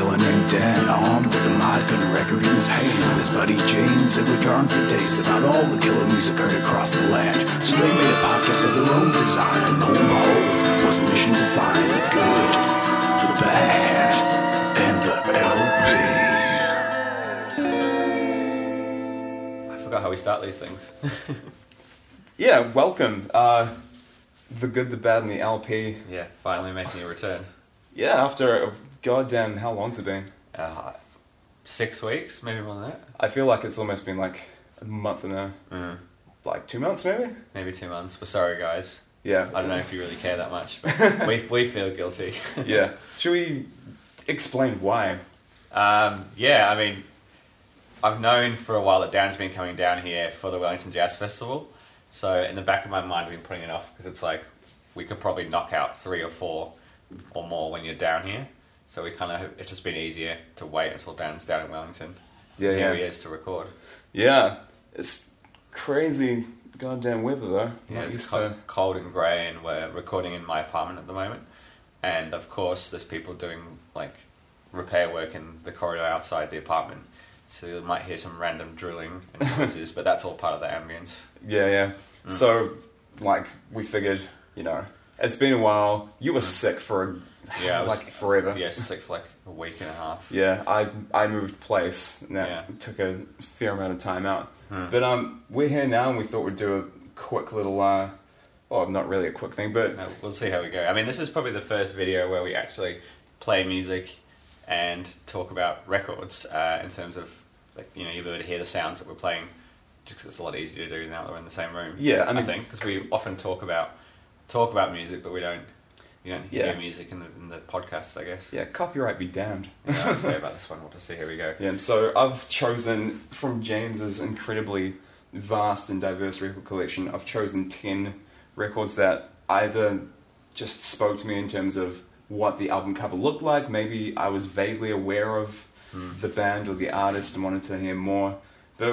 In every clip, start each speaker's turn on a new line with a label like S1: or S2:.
S1: Dan, armed with a mic and a record in his hand. With his buddy James, they were darned for days about all the killer music heard across the land. So they made a podcast of their own design, and lo and behold, was a mission to find the good, the bad, and the LP.
S2: I forgot how we start these things. yeah, welcome. Uh, the good, the bad, and the LP.
S3: Yeah, finally making a return.
S2: Yeah, after a goddamn how long's it been? Uh-huh.
S3: Uh, six weeks, maybe more than that.
S2: I feel like it's almost been like a month and a
S3: Mm,
S2: like two months maybe.
S3: maybe two months. We're sorry, guys.
S2: Yeah,
S3: I don't know if you really care that much, but we, we feel guilty.
S2: yeah, should we explain why?
S3: Um, yeah, I mean, I've known for a while that Dan's been coming down here for the Wellington Jazz Festival. So in the back of my mind, I've been putting it off because it's like we could probably knock out three or four or more when you're down here. So we kind of it's just been easier to wait until Dan's down in Wellington.
S2: Yeah,
S3: here
S2: yeah.
S3: he is to record.
S2: Yeah, it's crazy goddamn weather though.
S3: Yeah,
S2: Not
S3: it's
S2: used
S3: co-
S2: to-
S3: cold and grey, and we're recording in my apartment at the moment. And of course, there's people doing like repair work in the corridor outside the apartment, so you might hear some random drilling and noises, but that's all part of the ambience.
S2: Yeah, yeah.
S3: Mm.
S2: So, like, we figured, you know, it's been a while. You were sick for a,
S3: Mm. Yeah, I was-
S2: like forever.
S3: Yeah, sick for like a week and a half.
S2: Yeah, I I moved place and that
S3: Yeah.
S2: took a fair amount of time out. But um, we're here now, and we thought we'd do a quick little, uh, well, not really a quick thing, but
S3: Uh, We'll see how we go. I mean, this is probably the first video where we actually play music and talk about records uh, in terms of like you know you'll be able to hear the sounds that we're playing just because it's a lot easier to do now that we're in the same room.
S2: Yeah, I
S3: I
S2: mean-
S3: think because we often talk about talk about music, but we don't you don't hear
S2: Yeah.
S3: music in the in the podcasts, I guess.
S2: yeah, copyright be damned.
S3: You know, I don't know about this one. We'll just see how we go.
S2: Yeah, so I've chosen from James's incredibly vast and diverse record collection. I've chosen ten records that either just spoke to me in terms of what the album cover looked like. Maybe I was vaguely aware of the band or the artist and wanted to hear more, but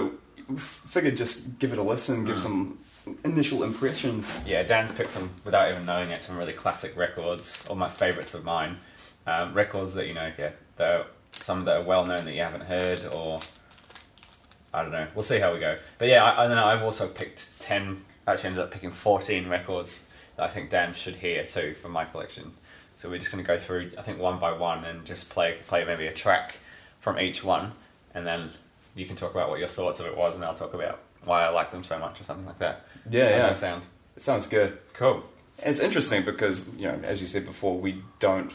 S2: f- figured just give it a listen, give some initial impressions.
S3: Yeah, Dan's picked some without even knowing it. Some really classic records, or my favourites of mine. Um, records that you know, yeah, that are, some that are well known that you haven't heard, or I don't know. We'll see how we go. But yeah, I, I don't know. I've also picked ten. Actually, ended up picking fourteen records that I think Dan should hear too from my collection. So we're just going to go through, I think one by one, and just play play maybe a track from each one, and then you can talk about what your thoughts of it was, and I'll talk about why I like them so much or something like that.
S2: Yeah,
S3: How's
S2: yeah.
S3: that sound?
S2: It sounds good.
S3: Cool.
S2: It's interesting because you know, as you said before, we don't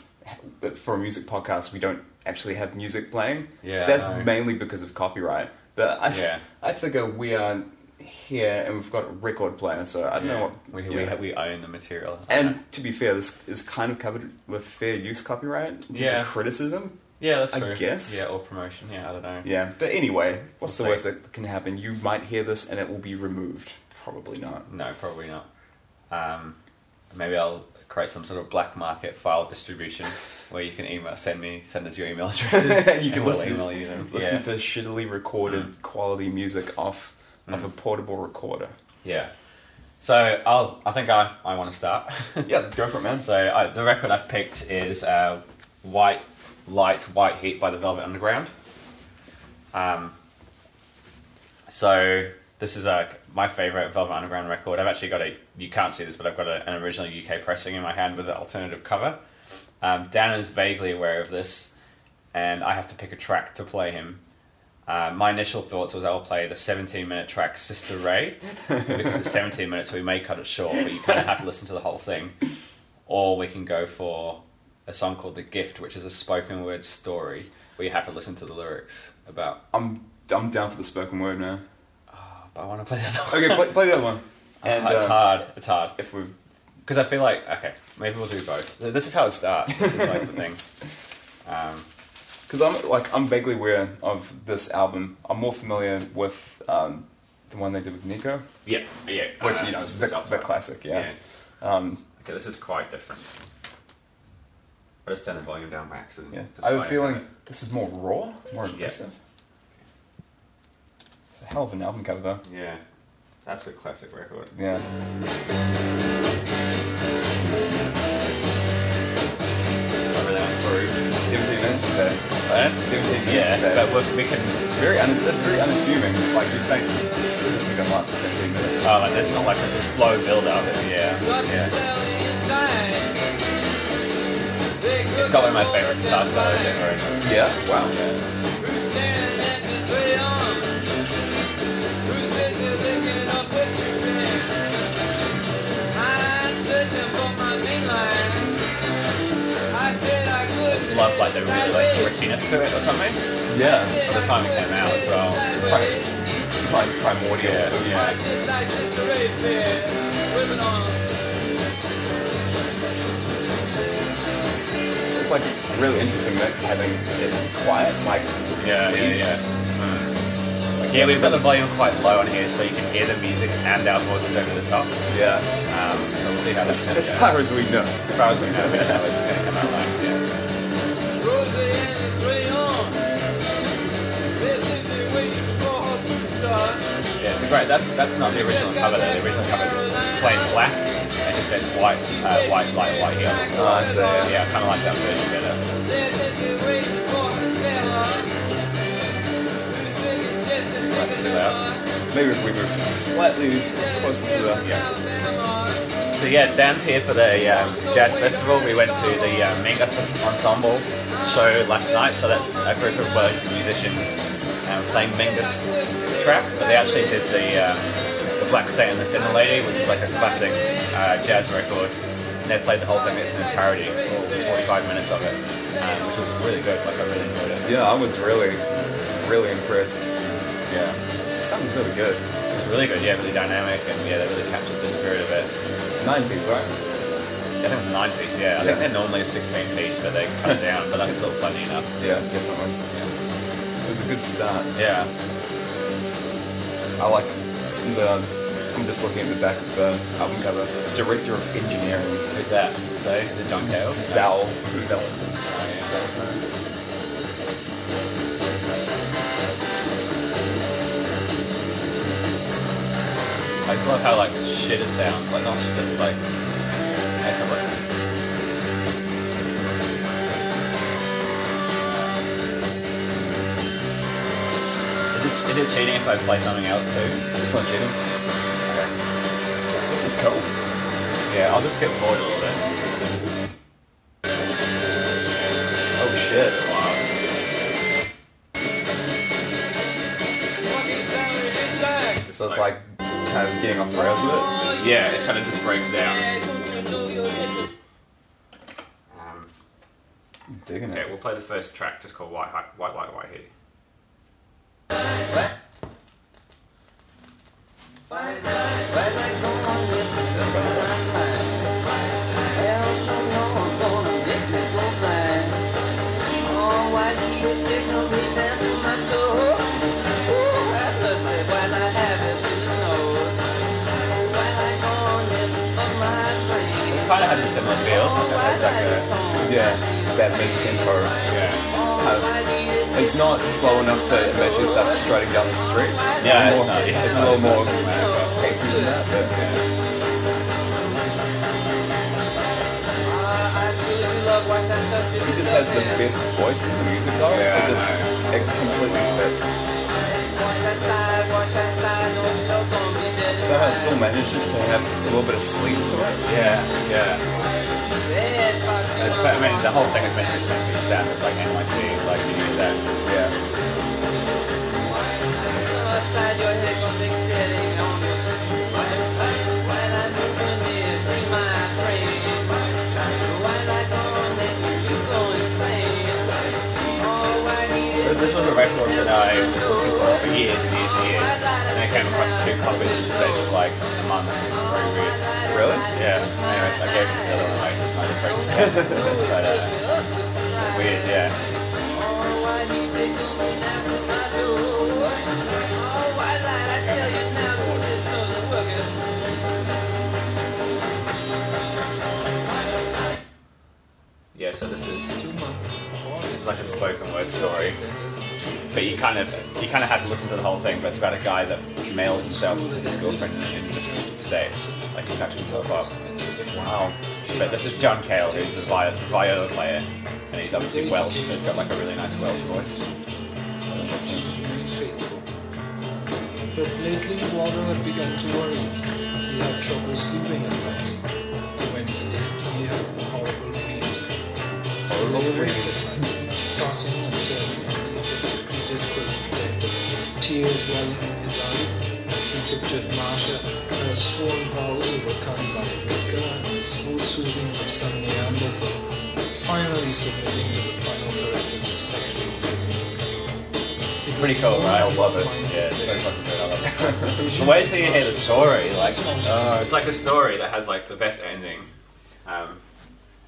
S2: for a music podcast we don't actually have music playing.
S3: Yeah, I
S2: that's
S3: know.
S2: mainly because of copyright. But I,
S3: Yeah.
S2: I figure we are here and we've got a record player, so I don't know what.
S3: we,
S2: you
S3: we,
S2: know.
S3: we own the material.
S2: and to be fair, this is kind of covered with fair use copyright in terms of
S3: Yeah.
S2: criticism.
S3: yeah, that's
S2: I
S3: true.
S2: guess.
S3: Yeah, or promotion. Yeah, I don't know.
S2: Yeah, but anyway, what's the
S3: We'll
S2: worst
S3: see.
S2: that can happen? You might hear this and it will be removed. Probably not.
S3: No, probably not. Um, maybe I'll create some sort of black market file distribution where you can email, send me, send us your email addresses,
S2: And you can
S3: we'll
S2: listen-
S3: email you them.
S2: Listen
S3: yeah. Mm.
S2: to shittily recorded quality music off of a portable recorder.
S3: yeah. So I'll. I think I. I want to start.
S2: Yeah, go for it, man.
S3: So I, the record I've picked is uh, "White Light, White Heat" by the Velvet Underground. Um, so this is uh, my favorite Velvet Underground record. I've actually got a. You can't see this, but I've got a, an original UK pressing in my hand with an alternative cover. Um, Dan is vaguely aware of this, and I have to pick a track to play him. Uh, my initial thoughts was I'll play the 17 minute track Sister Ray because it's 17 minutes, so we may cut it short, but you kind of have to listen to the whole thing or we can go for a song called The Gift, which is a spoken word story where you have to listen to the lyrics about.
S2: I'm I'm down for the spoken word now.
S3: Oh, but I want to play that. one.
S2: Okay, play, play the other one. And
S3: it's
S2: uh,
S3: hard. It's hard
S2: if we
S3: because I feel like okay, maybe we'll do both. Th- This is how it starts. This is like the thing. Um,
S2: because I'm like I'm vaguely aware of this album. I'm more familiar with um, the one they did with Nico,
S3: yeah, yeah.
S2: which
S3: uh,
S2: you know
S3: just
S2: is the, the
S3: subtitle.
S2: classic. Yeah. Um,
S3: Okay, this is quite different. I'll just turn the volume down by accident.
S2: yeah.
S3: Just
S2: I have a
S3: by-
S2: feeling this is more raw, more
S3: Yeah.
S2: aggressive. It's a hell of an album cover, though.
S3: Yeah, it's an absolute classic record.
S2: Yeah.
S3: I really want to prove.
S2: 17 minutes was that?
S3: that. Seventeen years,
S2: minutes,
S3: yeah.
S2: is it?
S3: But we, we can.
S2: It's very, un- that's very unassuming. Like you'd think this, this isn't gonna last for 17 minutes.
S3: Oh, like, that's not like it's a slow build up. Yeah.
S2: Yeah.
S3: It's got one of my favorite guitar solos ever.
S2: Yeah. Wow.
S3: Yeah. Just love like the really like grittiness to it or something.
S2: Yeah.
S3: By the time it came out as well.
S2: It's quite, quite primordial.
S3: Yeah, yeah.
S2: It's like a really interesting mix having it quiet, like
S3: Yeah, yeah,
S2: leads.
S3: yeah. Mm. Yeah, we've got the volume quite low on here, so you can hear the music and our voices over the top.
S2: Yeah.
S3: Um, so we'll see how this
S2: As
S3: goes.
S2: far as we know.
S3: As far as we know, we don't know what it's going to come out like. Yeah. yeah, it's a great. That's that's not the original cover. though. The original cover is just plain black and it says white, uh, white, light, white here.
S2: Oh, I see, yeah.
S3: yeah, I kind of like that version better. Not too loud.
S2: Maybe if we move slightly closer to the
S3: So yeah, Dan's here for the um, jazz festival. We went to the uh, Manga Ensemble show last night. So that's a group of Wellington musicians um, playing Mingus tracks, but they actually did the um, the Black Saint and the Sinner Lady, which is like a classic uh, jazz record. And they played the whole thing in its entirety, all 45 minutes of it, um, which was really good. Like I really enjoyed it.
S2: Yeah, I was really, really impressed. Yeah, it sounded really good.
S3: It was really good. Yeah, really dynamic, and yeah, they really captured the spirit of it.
S2: Nine piece, right?
S3: I think it was a nine piece, yeah. I
S2: Yeah.
S3: think they're normally a 16 piece, but they cut it down, but that's still plenty enough.
S2: Yeah, definitely. Yeah, it was a good start.
S3: Yeah.
S2: I like the. I'm just looking at the back of the album cover. Director of Engineering,
S3: Who's that? So, is it John Cale?
S2: Val Valentin.
S3: Oh, yeah. I just love how, like, shit it sounds. Like, not shit, like. That's not like. Is it, is it cheating if I play something else too?
S2: It's not cheating. This is cool.
S3: Yeah, I'll just skip forward a little bit.
S2: Oh shit.
S3: Wow.
S2: So it's like kind of getting off the rails with it.
S3: Yeah, it kind of just breaks down.
S2: Digging
S3: Okay,
S2: it.
S3: we'll play the first track, just called White, Hi- White, White, White Heat.
S2: That's what it's like.
S3: It kind of has a similar feel.
S4: Oh,
S2: It's like a yeah, that mid tempo.
S3: Yeah.
S2: Just kind of It's not slow enough to let yourself striding down the street. It's
S3: Yeah,
S2: a
S3: it's
S2: little more,
S3: not- yeah,
S2: it's
S3: it's
S2: a little
S3: not-
S2: more
S3: it's
S2: pacey than that. But yeah. He just has the best voice in the music though.
S3: Yeah,
S2: it just
S3: I know.
S2: it completely fits. Somehow it still manages to have a little bit of sleaze to it.
S3: Yeah, yeah. It's, I mean, the whole thing is meant to be supposed to be sad, but like NYC, like you need that.
S2: Yeah.
S3: But This was a record that I was looking for for years and years and years, and I came across two copies in the space of like a month. It was very weird.
S2: Really?
S3: Yeah. Anyways, I gave the other one away to my other friends. but uh, it's weird, yeah. Yeah. So this is it's like a spoken word story. But you kind of you kind of have to listen to the whole thing. But it's about a guy that mails himself to his girlfriend in a different state, like he packs himself up.
S2: Wow.
S3: But this is John Cale, who's the viola, the viola player, and he's obviously Welsh. So he's got like a really nice Welsh voice.
S5: But lately, Warner had begun to worry. He had trouble sleeping at night. And when he did, he had horrible dreams.
S2: Horrible
S5: Lay awake
S2: dreams.
S5: at night, Tossing and turning underneath the completed quilt protector. Tears welling in his eyes as he pictured Marsha and her sworn vows overcome by liquor and the smooth soothings of some Neanderthal, finally submitting to the final caresses of sexual awakening.
S3: Pretty cool, right? I love it. Yeah, it's so fucking good. I love it. The way that you hear the story, like, uh, it's like a story that has like the best ending. Um,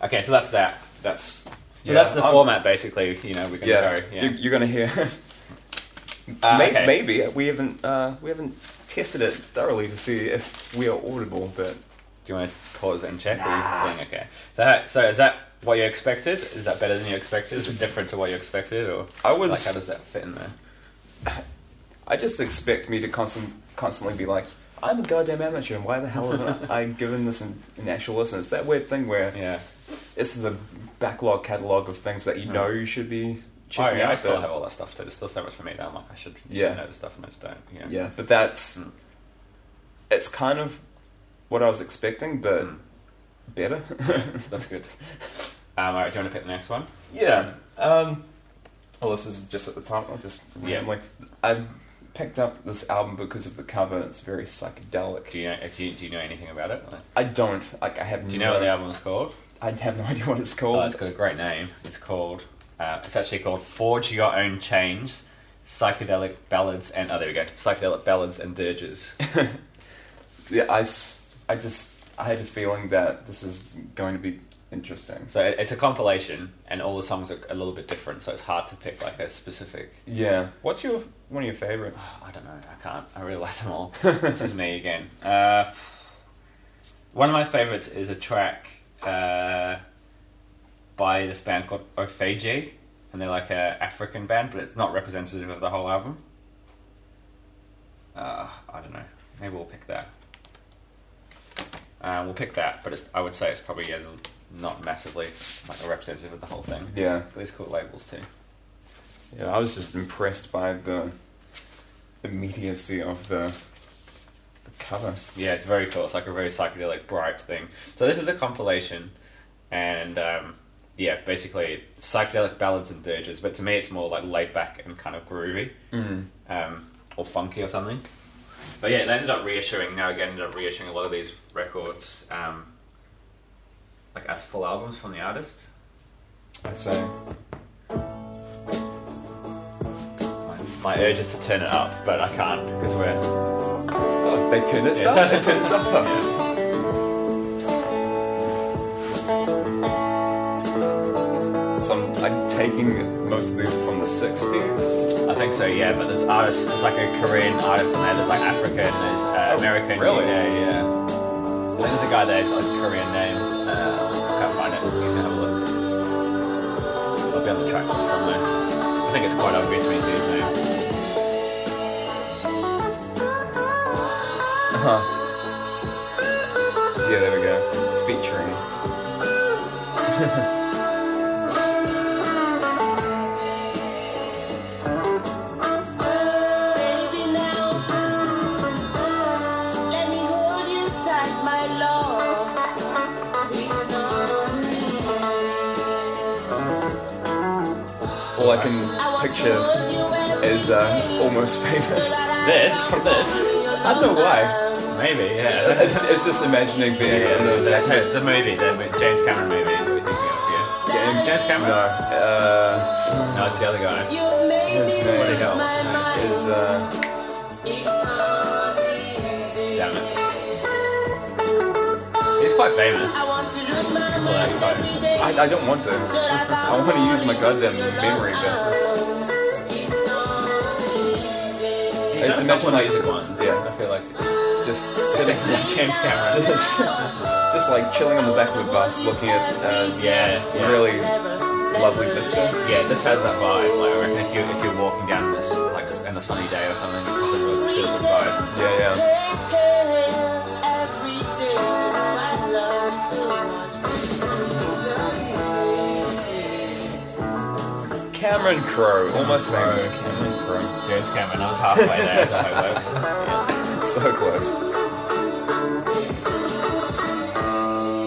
S3: okay, so that's that. That's so
S2: Yeah,
S3: that's the
S2: I'm-
S3: format basically. You know, we're gonna
S2: Yeah,
S3: go. Um, Yeah.
S2: You, you're gonna hear.
S3: Uh,
S2: May-
S3: okay.
S2: Maybe we haven't uh, we haven't tested it thoroughly to see if we are audible, but
S3: Do you want to pause it and check? Or you think, okay. So, so is that what you expected? Is that better than you expected? Is it different to what you expected, or
S2: I was-
S3: like, how does that fit in there?
S2: I just expect me to constant, constantly be like, I'm a goddamn amateur, and why the hell have I given this an, an actual listen? It's that weird thing where
S3: Yeah.
S2: this is a backlog catalogue of things that you know you should be
S3: Mm. Oh,
S2: checking
S3: yeah,
S2: out.
S3: I still
S2: but-
S3: have all that stuff too. There's still so much for me that I'm like, I should, should
S2: Yeah.
S3: know the stuff and I just don't. Yeah.
S2: yeah, but that's
S3: Mm.
S2: it's kind of what I was expecting, but
S3: Mm.
S2: better.
S3: That's good. Um, all right, do you want to pick the next one?
S2: Yeah. Um, well, this is just at the time. I'll just
S3: Yeah.
S2: randomly. I picked up this album because of the cover. It's very psychedelic.
S3: Do you know? Do you, do you know anything about it? Like,
S2: I don't like. I have.
S3: do you
S2: no,
S3: know what the album's called?
S2: I have no idea what it's
S3: Oh,
S2: called.
S3: it's got a great name. It's called. Uh, it's actually called "Forge Your Own Chains: Psychedelic Ballads and Oh, there we go. Psychedelic Ballads and Dirges.
S2: yeah, I, s- I just. I had a feeling that this is going to be interesting.
S3: So it, it's a compilation, and all the songs are a little bit different. So it's hard to pick like a specific.
S2: Yeah. What's your one of your favorites?
S3: I don't know. I can't. I really like them all. this is me again. Uh, one of my favorites is a track uh, by this band called Ofeji, and they're like a African band, but it's not representative of the whole album. Uh, I don't know. Maybe we'll pick that. Uh, we'll pick that, but it's, I would say it's probably yeah, not massively like a representative of the whole thing.
S2: Yeah.
S3: These cool labels too.
S2: Yeah. I was just impressed by the immediacy of the the cover.
S3: Yeah, it's very cool. It's like a very psychedelic, bright thing. So this is a compilation, and um, yeah, basically psychedelic ballads and dirges. But to me, it's more like laid back and kind of groovy, um, or funky or something. But yeah, they ended up reissuing. Now again, ended up reissuing a lot of these records, um, like as full albums from the artists.
S2: I'd say.
S3: My, my urge is to turn it up, but I can't because we're.
S2: Oh, they turned it up. They turned it up. So I'm, I'm taking most of these from the 60s.
S3: I think so, yeah. But there's artists. There's like a Korean artist in there. There's like African. There's uh, American.
S2: really?
S3: Yeah, yeah. I think there's a guy there who's got like a Korean name. Uh, I can't find it. You can have a look. I'll be on the track somewhere. I think it's quite obvious when you see his name.
S2: Uh-huh. Yeah, there we go. Featuring.
S6: Baby, now let me hold you tight, my love. It's not
S2: All I can
S6: I want to
S2: picture
S6: hold you every
S2: is uh,
S6: day.
S2: almost famous.
S3: This? This?
S2: I don't know why.
S3: Maybe, yeah.
S2: It's, it's just imagining being
S3: Yeah,
S2: in the,
S3: so that's it. the movie, the mo- James Cameron movie. What are you thinking of? Yeah.
S2: James.
S3: James
S2: No,
S3: Cameron?
S2: uh,
S3: No, it's the other guy.
S6: You made me
S2: His name
S6: lose
S3: is-
S6: my mind.
S2: is uh,
S6: It's not easy.
S3: Damn it. He's quite famous.
S6: I want to lose my
S3: Well,
S6: mind
S3: that's
S6: every day
S2: I, I don't want to.
S6: till I
S2: I want to
S6: found
S2: use my goddamn
S6: your
S2: memory, but
S6: arms. It's not easy.
S3: He's
S2: It's
S3: done a couple music
S2: imagine, like-
S3: ones.
S2: yeah.
S3: I feel like
S2: just sitting
S3: James Cameron.
S2: just, just like chilling on the back of a bus looking at uh,
S3: Yeah, yeah.
S2: really lovely vista.
S3: Yeah, this has that vibe. Like, I reckon if you if you're walking down this like s- on a sunny day or something, you probably would feel the vibe.
S2: Yeah, yeah.
S6: Every day, my love me so much. Please love me.
S2: Cameron Crowe, almost
S3: Crowe,
S2: famous.
S3: Cameron Crowe. James Cameron, I was halfway there, as I works. Yeah.
S2: So close.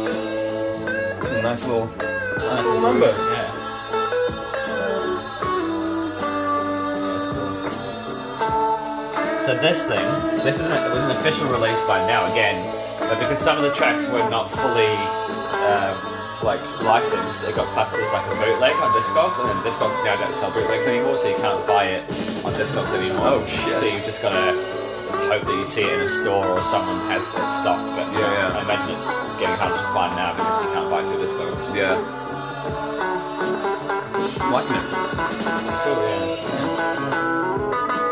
S2: It's a nice little, nice little number.
S3: Yeah. That's cool. So this thing, this isn't it was an official release by now again, but because some of the tracks were not fully um, like licensed, they got classed as like a bootleg on Discogs, and then Discogs now don't sell bootlegs anymore, so you can't buy it on Discogs anymore.
S2: Oh, shit.
S3: So you've just gotta hope that you see it in a store or someone has it stocked, but
S2: Yeah, yeah.
S3: I imagine it's getting harder to find now because you can't buy it through Discogs.
S2: Yeah. I'm liking it.
S3: Oh,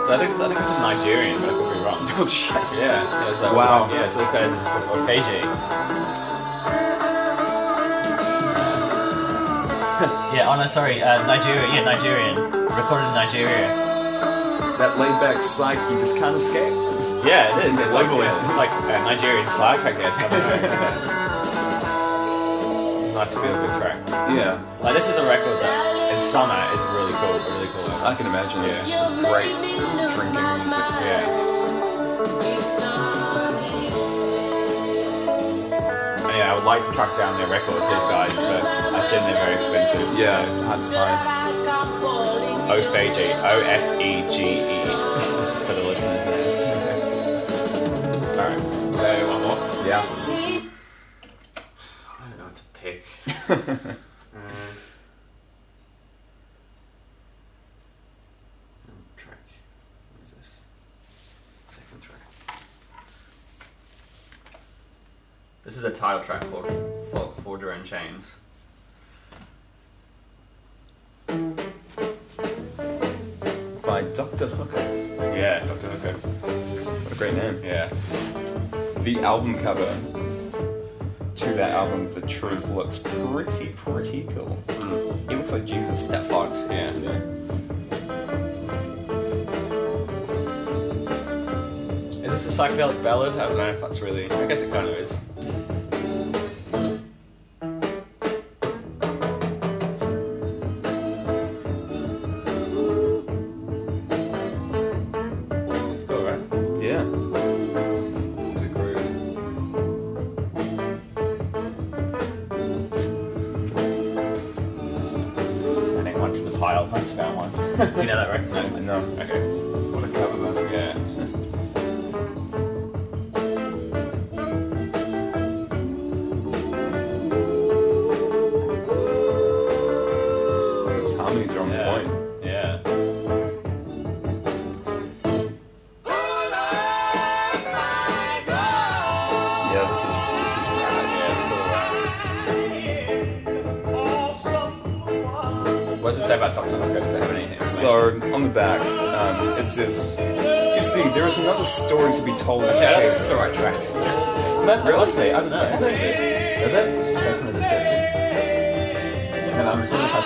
S3: So I think I think it's a Nigerian, but I could be wrong.
S2: Oh shit.
S3: Yeah. yeah it's like,
S2: Wow.
S3: Yeah. So this guy is just from Fiji. yeah. Oh no. Sorry. Uh, Nigeria. Yeah. Nigerian. Recorded in Nigeria.
S2: That laid back psyche just can't escape.
S3: Yeah. It is. It's like
S2: Globally.
S3: yeah, it's like a Nigerian psych, I guess. I don't know. it's a nice feel good track.
S2: Yeah,
S3: Like this is a record that in summer is really cool. A really cool.
S2: I can imagine. It's
S6: You
S2: great
S6: make me lose
S2: drinking
S6: my
S2: music.
S3: yeah.
S6: mind. It's not easy.
S3: Yeah, I would like to track down their records, these guys, but I assume they're very expensive.
S2: Yeah, hard to find.
S3: Ofege, O F E G E. This is for the listeners. Alright, so one more.
S2: Yeah.
S3: I don't know what to pick. Track. What is this? Second track. This is a title track called For- Forger and Chains.
S2: By Dr. Hooker.
S3: Yeah, Dr. Hooker.
S2: What a great name.
S3: Yeah.
S2: The album cover to that album, The Truth, looks pretty, pretty cool. It looks like Jesus.
S3: Hmm. That font, yeah.
S2: Yeah.
S3: Is this a psychedelic ballad? I don't know if that's really. I guess it kind of is. It's cool, right?
S2: Yeah.
S3: The groove. I think one's in the pile. That's about one. Do you know that, right?
S2: I
S3: No.
S2: know.
S3: Okay.
S2: What a cover though.
S3: Yeah.
S2: Those harmonies are on
S3: Yeah.
S2: point.
S3: Yeah.
S2: Yeah, this is this is rad.
S3: What does it say about Doctor Hooker? Does it have anything?
S2: So on the back, um, it says, "You see, there is another story to be told." in
S3: Actually, I don't think it's
S2: case."
S3: the right track.
S2: That
S3: Really?
S2: must be. I don't know.
S3: Is it? Is it? That's in the description. And I'm just wondering if I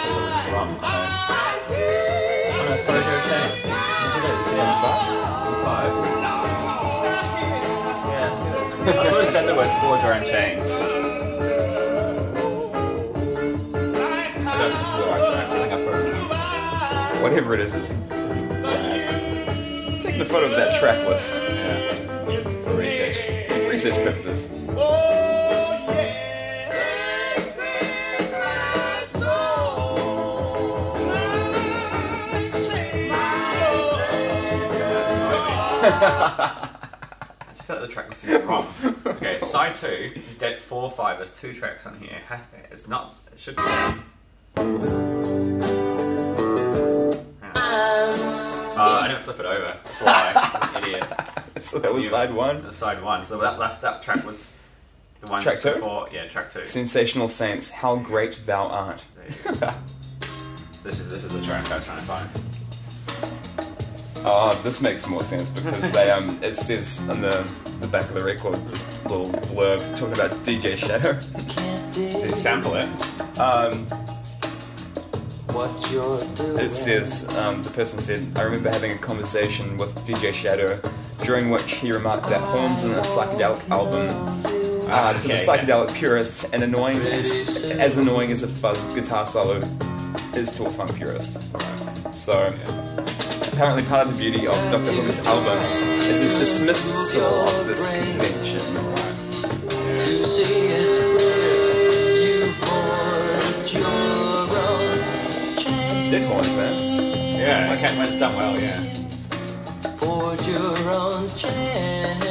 S3: put something wrong. I thought it said there was four drum chains. I don't think this is the right track. I think I put it wrong.
S2: Whatever it is, it's taking a photo of that track list
S3: Yeah. For research.
S2: for research purposes.
S3: I just feel like the track needs to be wrong. okay, side two is dead four five. There's two tracks on here. It has- It's not. It should be. down. Uh, I didn't flip it over. That's why. I'm an idiot.
S2: So that was
S3: You-
S2: side
S3: It
S2: one.
S3: was side one. So that last that track was the one
S2: Track
S3: just
S2: two?
S3: before. Yeah, track two.
S2: Sensational Saints, how great thou art.
S3: There you go. this is this is the track I was trying to find.
S2: Oh, this makes more sense because they um, it says on the, the back of the record, this little blurb talking about DJ Shadow.
S3: Did you sample it?
S2: Um,
S5: What you're doing.
S2: It says, um, the person said, I remember having a conversation with DJ Shadow during which he remarked that horns in a psychedelic album uh, to the
S3: Okay,
S2: psychedelic purists and annoying as,
S5: Radiation.
S2: as annoying as a fuzz guitar solo is to a funk purist. So apparently part of the beauty of Dr. Hooker's album is his dismissal of this convention.
S5: You say it's clear you forged your own chain.
S2: Did horns, man.
S3: Yeah, okay, well, it's done well, yeah.
S5: Forged your own chains.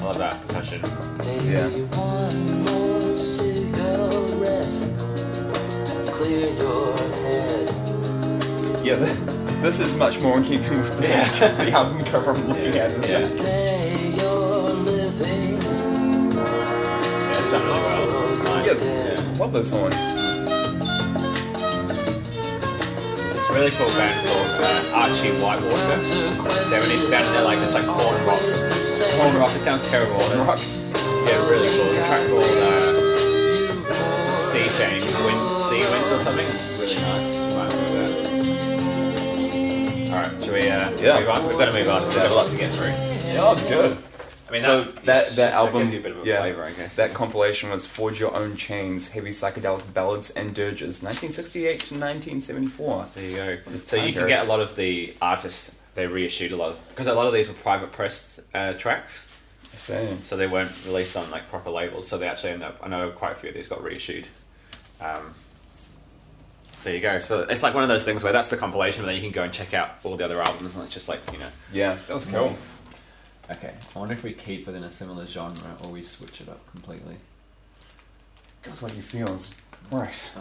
S3: I love that percussion.
S5: Maybe
S2: Yeah.
S5: one more cigarette. Clear your head.
S2: Yeah, th- this is much more in keeping with the, the album cover I'm looking at.
S3: Yeah, yeah,
S5: Play your living.
S3: it's done really well. It's nice.
S2: Yeah.
S3: Yeah.
S2: Love those horns.
S3: There's this really cool band called uh, Archie Whitewater. 70s band, they're like, it's like corn rock. Corn rock, it sounds terrible.
S2: Rock.
S3: Yeah, really cool. The track called uh, Sea Change, Wind, Sea Wind or something. It's really nice. Just reminds me of that. Alright, should we uh,
S2: Yeah.
S3: move on? We've got to move on. We've got a lot to get through.
S2: Yeah, that was good.
S3: I mean,
S2: so
S3: that,
S2: that that album,
S3: gives you a bit of a
S2: yeah,
S3: flavor, I guess.
S2: That compilation was "Forge Your Own Chains: Heavy Psychedelic Ballads and Dirges, 1968 to 1974."
S3: There you go. So
S2: time
S3: you can
S2: period.
S3: get a lot of the artists. They reissued a lot of because a lot of these were private pressed uh, tracks,
S2: Same.
S3: so they weren't released on like proper labels. So they actually end up. I know quite a few of these got reissued. Um, there you go. So it's like one of those things where that's the compilation, but then you can go and check out all the other albums, and it's just like you know.
S2: Yeah, that was cool.
S7: Okay, I wonder if we keep within a similar genre or we switch it up completely.
S2: God, what he feels. Right.
S7: Uh,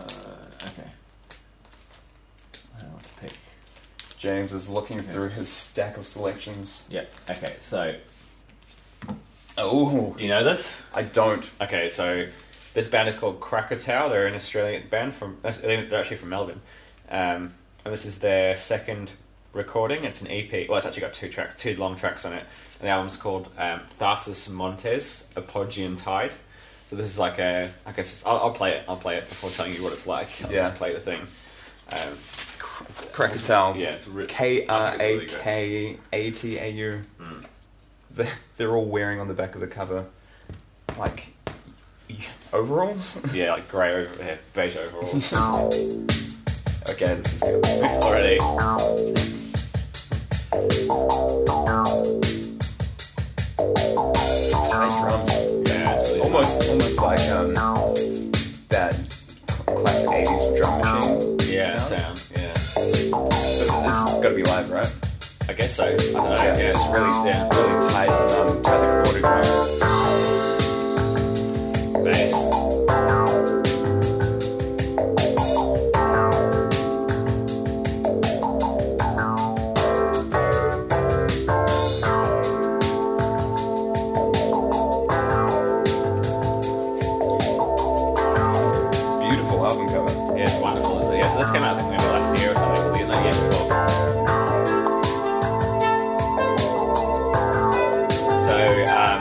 S7: okay. I don't know what to pick.
S2: James is looking through his stack of selections.
S7: Yeah, okay, so.
S2: Oh,
S3: Do you know this?
S2: I don't.
S3: Okay, so this band is called Krakatoa. They're an Australian band from. They're actually from Melbourne, um, and this is their second recording. It's an EP. Well, it's actually got two tracks, two long tracks on it. And the album's called um, Tharsis Montes Apoggean Tide. So this is like a. I guess it's, I'll, I'll play it. I'll play it before telling you what it's like. I'll
S2: Yeah.
S3: just play the thing. Um,
S2: Krakatau.
S3: yeah, Oh, it's re-
S2: K
S3: I
S2: R
S3: think
S2: A
S3: it's really good.
S2: K A T A U. They- They're all wearing on the back of the cover, like y- overalls.
S3: Yeah, like grey over yeah, beige overalls
S2: okay, this is good.
S3: already.
S2: Tight drums.
S3: Yeah, it's really
S2: Almost, almost like um, that classic '80s drum machine.
S3: yeah
S2: sound.
S3: sound. Yeah.
S2: But This has got to be live, right?
S3: I guess so. I
S2: Oh
S3: don't know. Yeah,
S2: Yeah.
S3: it's really yeah,
S2: Really tight, um, tightly recorded drums.
S3: bass.
S2: Beautiful album cover.
S3: Yeah, it's wonderful. Isn't it? Yeah, so this came out I think maybe last year or something. Or the like, year before. So um,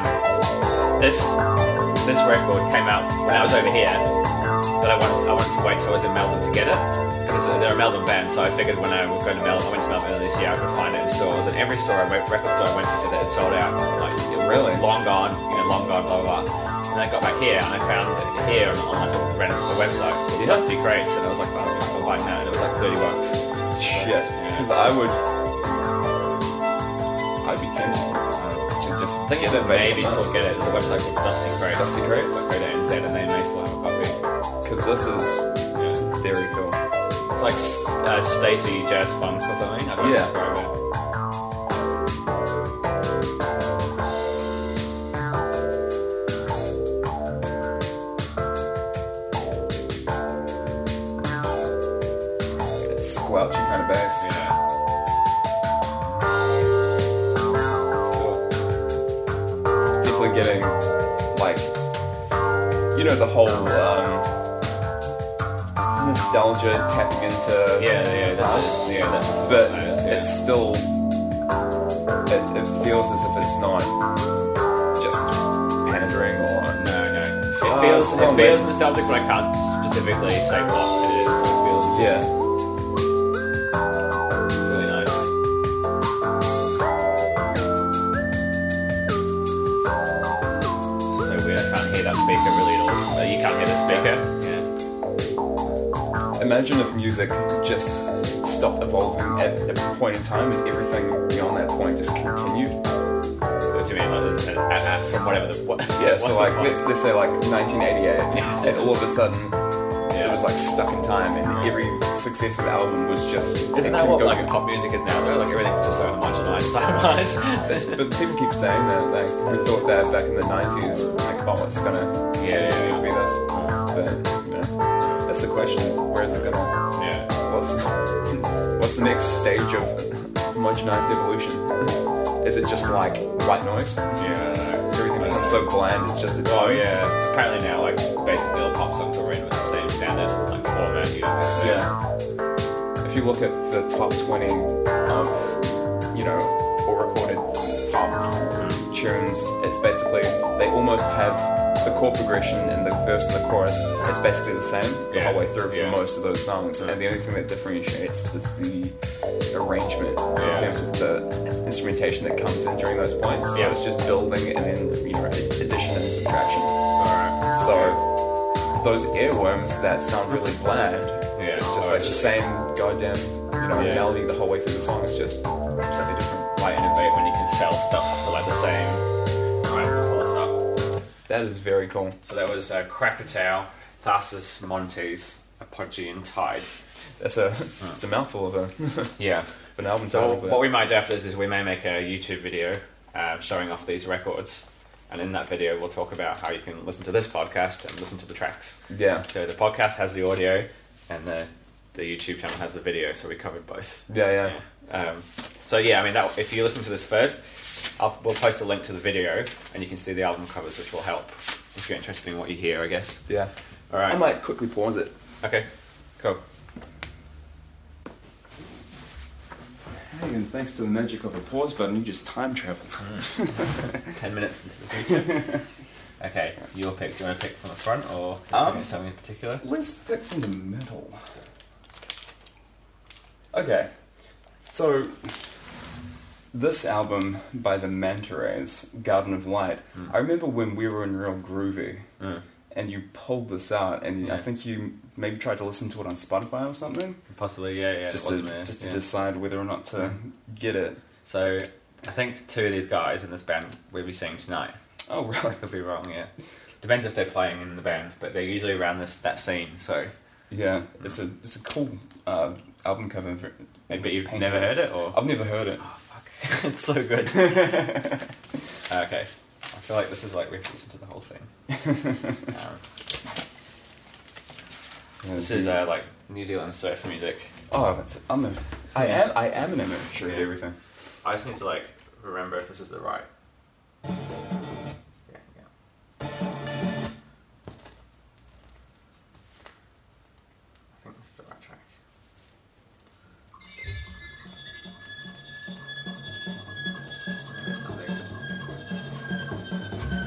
S3: this this record came out when I was over here, but I wanted I wanted to wait till I was in Melbourne to get it because they're a Melbourne band. So I figured when I would go to Melbourne, I went to Melbourne earlier this year, I could find it in stores. And every store I went, record store I went to said that it sold out. Like
S2: Really?
S3: long gone, you know, long gone, blah blah. blah. And I got back here and I found it here on, on like a random the website. It was two crates and I was like, oh, fuck, I'll buy it now. And it was like thirty bucks.
S2: Shit, because I would, I'd be tempted uh, to just
S3: I think you
S2: get
S3: could
S2: a
S3: maybe
S2: Vase of
S3: still
S2: those.
S3: get it. There's a website called Dusty Crates.
S2: Dusty Crates.
S3: Go to NZ and they may still have a copy.
S2: Because this is
S3: Yeah.
S2: very cool.
S3: It's like uh, spacey jazz funk or something. I don't
S2: Yeah.
S3: know how to describe
S2: Squelchy kind of bass.
S3: it. Yeah. It's cool.
S2: Definitely getting like, you know, the whole
S3: Oh.
S2: um, nostalgia tapping into
S3: Yeah, yeah, that's
S2: Nice.
S3: it. Yeah, that's it.
S2: but
S3: Nice, yeah.
S2: it's still it, it feels as if it's not just pandering or
S3: No, no. It
S2: Oh,
S3: feels
S2: it's
S3: it
S2: not
S3: feels nostalgic, but I can't specifically say what it is. It feels
S2: yeah
S3: it's really nice. that speaker really at all. Uh, You can't hear the speaker.
S2: Imagine if music just stopped evolving at a point in time and everything beyond that point just continued.
S3: Yeah. What do you mean? Like, it's an- uh, uh, from whatever the. What,
S2: Yeah,
S3: what's
S2: so
S3: the
S2: like
S3: point?
S2: let's, let's say like 1988,
S3: Yeah.
S2: and all of a sudden
S3: Yeah.
S2: it was like stuck in time, and every successive album was just. it
S3: Isn't that
S2: kept
S3: what
S2: going.
S3: like pop music is now? Though? Like everything's just so homogenized, timelines.
S2: But people keep saying that, like we thought that back in the 90s, like oh it's gonna
S3: Yeah, yeah, yeah.
S2: be this, but you know, that's the question. Where is it gonna?
S3: yeah.
S2: What's what's the next stage of homogenized evolution? Is it just like white noise?
S3: Yeah. I don't know.
S2: Everything
S3: I don't
S2: becomes
S3: know.
S2: so bland. It's just a
S3: Oh yeah. Apparently now, like basically all pop songs are written with the same standard like format. You know. so-
S2: Yeah. If you look at the top 20 of, you know, all recorded pop tunes, it's basically, they almost have the chord progression and the verse and the chorus, it's basically the same the
S3: Yeah.
S2: whole way through for
S3: Yeah.
S2: most of those songs. And the only thing that differentiates is the arrangement in
S3: Yeah.
S2: terms of the instrumentation that comes in during those points. So
S3: Yeah.
S2: it's just building and then, you know, addition and subtraction.
S3: All right.
S2: So those earworms that sound really bland,
S3: Yeah. Oh,
S2: it's just like the same goddamn, you know,
S3: Yeah.
S2: melody the whole way through the song. It's just slightly different.
S3: Why innovate when you can sell stuff for like the same? Alright, we'll pull this up.
S2: That is very cool.
S3: So that was uh, Krakatoa, Tharsis, Montes, Apogee, and Tide.
S2: That's a it's a mouthful of a of
S3: Yeah.
S2: an album
S3: So
S2: title. but
S3: what we might do after this is we may make a YouTube video uh, showing off these records, and in that video we'll talk about how you can listen to this podcast and listen to the tracks.
S2: yeah,
S3: So the podcast has the audio, and the the YouTube channel has the video. So we covered both.
S2: yeah, yeah,
S3: Um, so yeah, I mean, that, if you listen to this first, I'll, we'll post a link to the video, and you can see the album covers, which will help if you're interested in what you hear, I guess.
S2: yeah.
S3: All right.
S2: I might quickly pause it.
S3: Okay. Cool.
S2: And thanks to the magic of a pause button, you just time travel.
S3: Ten minutes into the future. okay, your pick. Do you want to pick from the front or
S2: Um,
S3: something in particular?
S2: Let's pick from the middle. Okay, so this album by the Manta Rays, Garden of Light,
S3: Hmm.
S2: I remember when we were in Real Groovy and you pulled this out, and I
S3: Yeah.
S2: think you maybe tried to listen to it on Spotify or something
S3: Possibly, Hmm. yeah, yeah. it
S2: just, to,
S3: wasn't there,
S2: just to
S3: yeah. Hmm.
S2: decide whether or not to get it.
S3: So, I think two of these guys in this band we'll be seeing tonight.
S2: Oh, really?
S3: Could be wrong, yeah. Depends if they're playing in the band, but they're usually around this that scene. So,
S2: Yeah,
S3: Hmm.
S2: it's a it's a cool uh, album cover. for-
S3: but you've
S2: Painted.
S3: never heard it, or
S2: I've never heard it.
S3: Oh, fuck. it's so good. Uh, okay. I feel like this is like we have to listen to the whole thing. Um, this is uh, like New Zealand surf music.
S2: Oh, that's, I'm a, I am I am an amateur at
S3: Yeah.
S2: everything.
S3: I just need to like remember if this is the right. Yeah, yeah. I think this is the right track.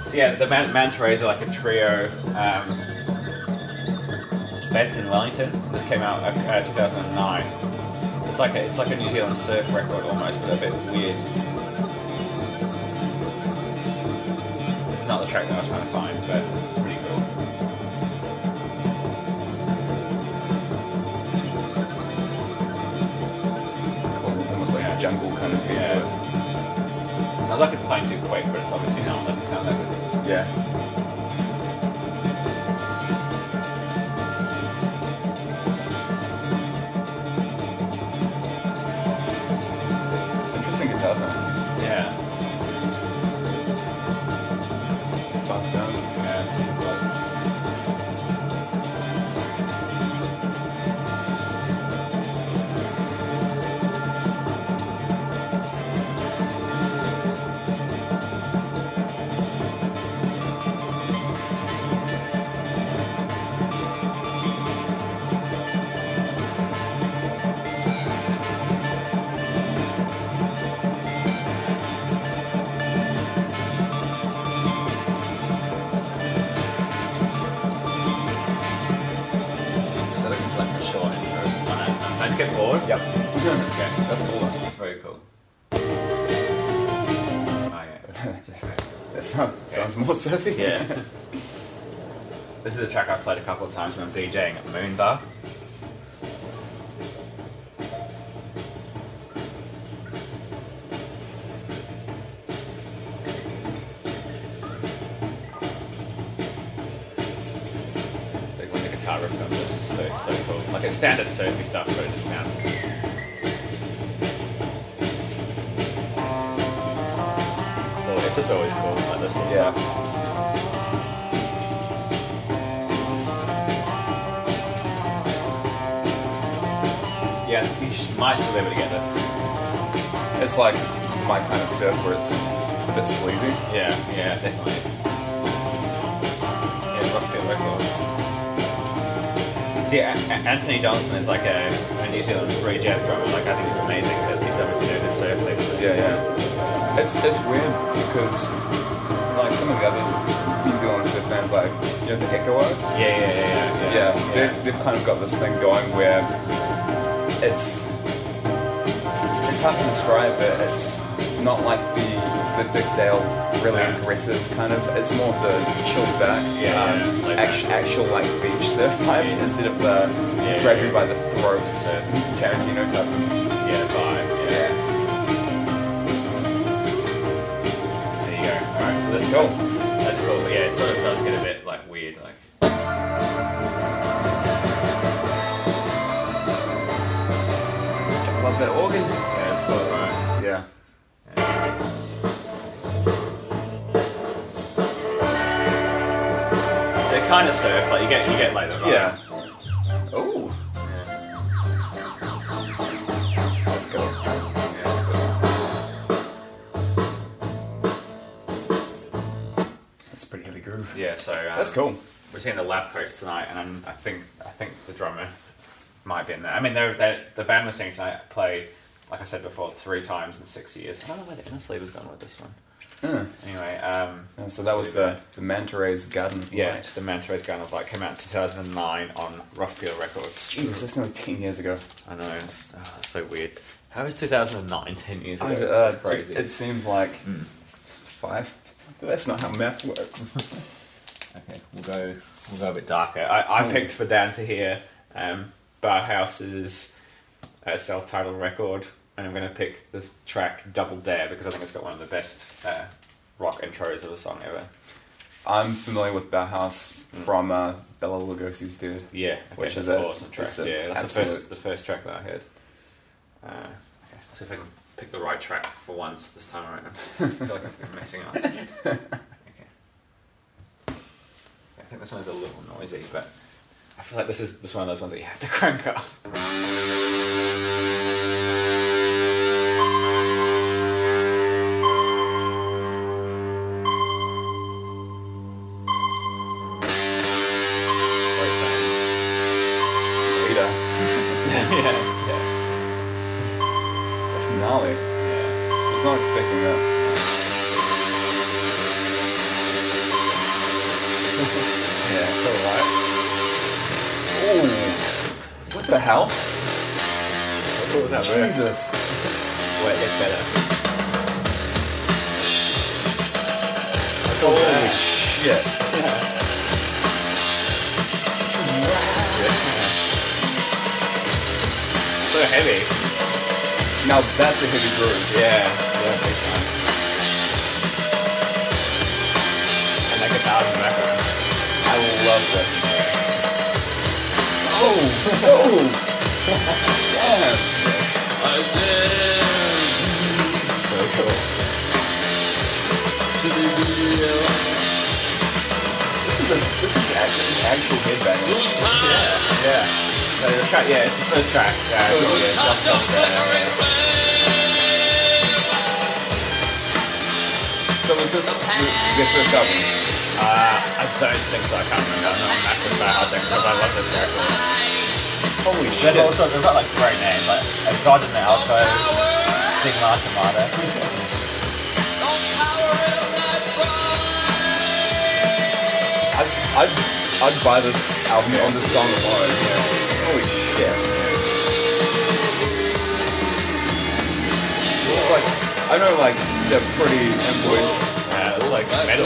S3: So yeah, the Man- Manta Rays are like a trio um, based in Wellington. This came out uh, uh, 2009. It's like a, it's like a New Zealand surf record almost, but a bit weird. This is not the track that I was trying to find, but it's pretty cool.
S2: Cool. Almost like a jungle kind of beat to it.
S3: Yeah. Sounds like it's playing too quick, but it's obviously not. Doesn't sound that good.
S2: Yeah. Interesting guitar sound.
S3: Yeah.
S2: Fast down.
S3: Yeah. it's super close. So this is like a short intro. Oh, no, no. Let's get forward.
S2: Yep.
S3: Okay.
S2: That's cool.
S3: That's very cool. Oh yeah.
S2: that sound, sounds more surfy.
S3: Yeah. This is a track I've played a couple of times when I'm DJing at the Moon Bar. Like when the guitar riff comes in, it's so so cool. Like it's standard surfy stuff, but it just sounds. So it's just always cool, like this sort of
S2: Yeah.
S3: stuff. Yeah, you sh- might still be able to get this.
S2: It's like my kind of surf where it's a bit sleazy.
S3: Yeah, yeah, definitely. Yeah, rock the records. So yeah, A- A- Anthony Johnson is like a, a New Zealand free jazz drummer. Like I think it's amazing that he's obviously doing this surf thing.
S2: Yeah, yeah. It's it's weird because like some of the other New Zealand surf bands, like you know the Echoes.
S3: Yeah, yeah, yeah, yeah.
S2: Yeah,
S3: yeah.
S2: They've, they've kind of got this thing going where it's it's hard to describe, but it's not like the the Dick Dale really
S3: Yeah.
S2: aggressive kind of. It's more of the chilled back,
S3: Yeah,
S2: um,
S3: yeah, like-
S2: actual, actual like beach surf vibes
S3: Yeah.
S2: instead of the
S3: Yeah,
S2: grab you
S3: yeah.
S2: by the throat
S3: Surf.
S2: Tarantino type of.
S3: Yeah, vibe. Yeah.
S2: Yeah.
S3: There you go. Alright, so that's
S2: Cool.
S3: cool. That's cool. but Yeah, it sort of does get a bit like weird, like.
S2: Love that organ.
S3: Yeah, it's cool, right?
S2: Yeah.
S3: They kind of surf, like you get, you get like the vibe.
S2: Yeah. Oh. Let's go. That's a pretty heavy groove.
S3: Yeah, so um,
S2: That's cool.
S3: We're seeing the lab coats tonight, and I'm, I think I think the drummer might be in there. I mean, they're, they're, the band we're seeing tonight played, like I said before, three times in six years. I don't know where the inner sleeve has gone with this one. Anyway, um,
S2: Yeah, so that was the, the Manta Ray's Garden of
S3: yeah,
S2: Light.
S3: the Manta Ray's Gun of Light came out in 2009 on Rough Deal Records.
S2: Jesus, that's nearly 10 years ago.
S3: I know, it's, oh, it's so weird. How is 2009 10 years ago?
S2: I- uh,
S3: That's crazy. Hmm.
S2: It, it seems like five. That's not how math works.
S7: Okay, we'll go.
S3: We'll go a bit darker. I, I
S2: Hmm.
S3: picked for Dan to hear um, Barhouse's uh, self-titled record, and I'm going to pick this track "Double Dare" because I think it's got one of the best uh, rock intros of a song ever.
S2: I'm familiar with Bauhaus
S3: Hmm.
S2: from uh, Bella Lugosi's Dude.
S3: Yeah, okay,
S2: Which
S3: that's
S2: is
S3: an
S2: a-
S3: awesome track.
S2: it's a
S3: yeah, that's the
S2: absolute-
S3: first, the first track that I heard. Uh, okay, let's see if I can pick the right track for once this time around. I feel like I'm messing up. Okay. I think this one's a little noisy, but I feel like this is just one of those ones that you have to crank up.
S2: Rita.
S3: yeah, yeah,
S2: That's gnarly. I
S3: yeah.
S2: was not expecting this.
S3: Yeah, cool, right?
S2: Ooh. What the hell?
S3: What was that word?
S2: Jesus.
S3: Wait, it gets better.
S2: Holy
S3: Yeah.
S2: shit. This is rad.
S3: So heavy.
S2: Now that's a heavy groove.
S3: Yeah, yeah, big time. And like a thousand background.
S2: I love this. Oh, oh. Damn.
S5: I dare
S3: So cool.
S5: to be real.
S2: This is a this is actually actual headbang.
S5: Good times.
S3: Yeah. So the track, yeah, it's the first track. Yeah,
S2: So
S3: it's
S2: it's-
S3: all good.
S5: Touch of flickering
S2: So is this your your first album?
S3: Uh, I don't think so. I can't remember. I'm not a massive Bauhaus expert, but I love this record.
S2: Holy
S3: But
S2: shit.
S3: it also, they've got like great names, like A God in the Alcove, Stigma Tomato.
S2: I'd, I'd, I'd buy this album on this song alone. Holy shit. It's like, I know like they're pretty influential.
S3: Yeah, it's like
S2: Oh,
S3: metal.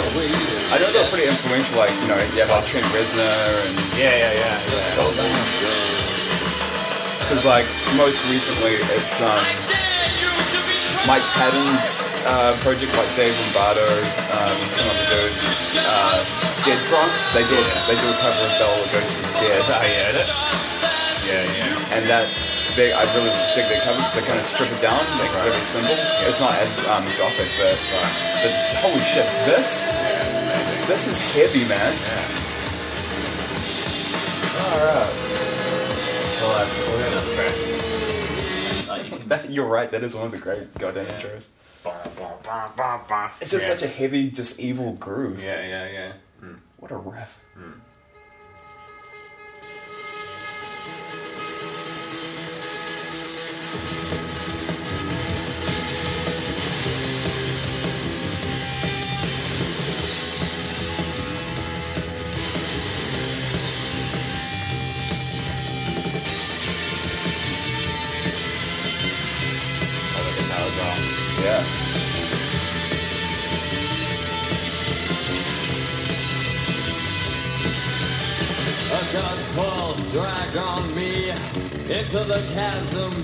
S2: I know they're pretty influential, like, you know, you have like Trent Reznor and
S3: Yeah, yeah, yeah. yeah.
S2: Because like most recently, it's um, Mike Patton's uh, project, like Dave Lombardo, um, some other dudes, uh, Dead Cross. They do a, they do a cover of Bella Lugosi's
S3: Is that
S2: Dead,
S3: how you heard it? Yeah, yeah.
S2: and that they I really dig their cover because they kind of strip it down, make it really simple. It's not as um, gothic, but, but holy shit, this this is heavy, man. That, you're right. That is one of the great goddamn intros. It's just such a heavy, just evil groove.
S3: Yeah, yeah, yeah.
S2: What a riff.
S3: I like it now as well.
S2: Yeah.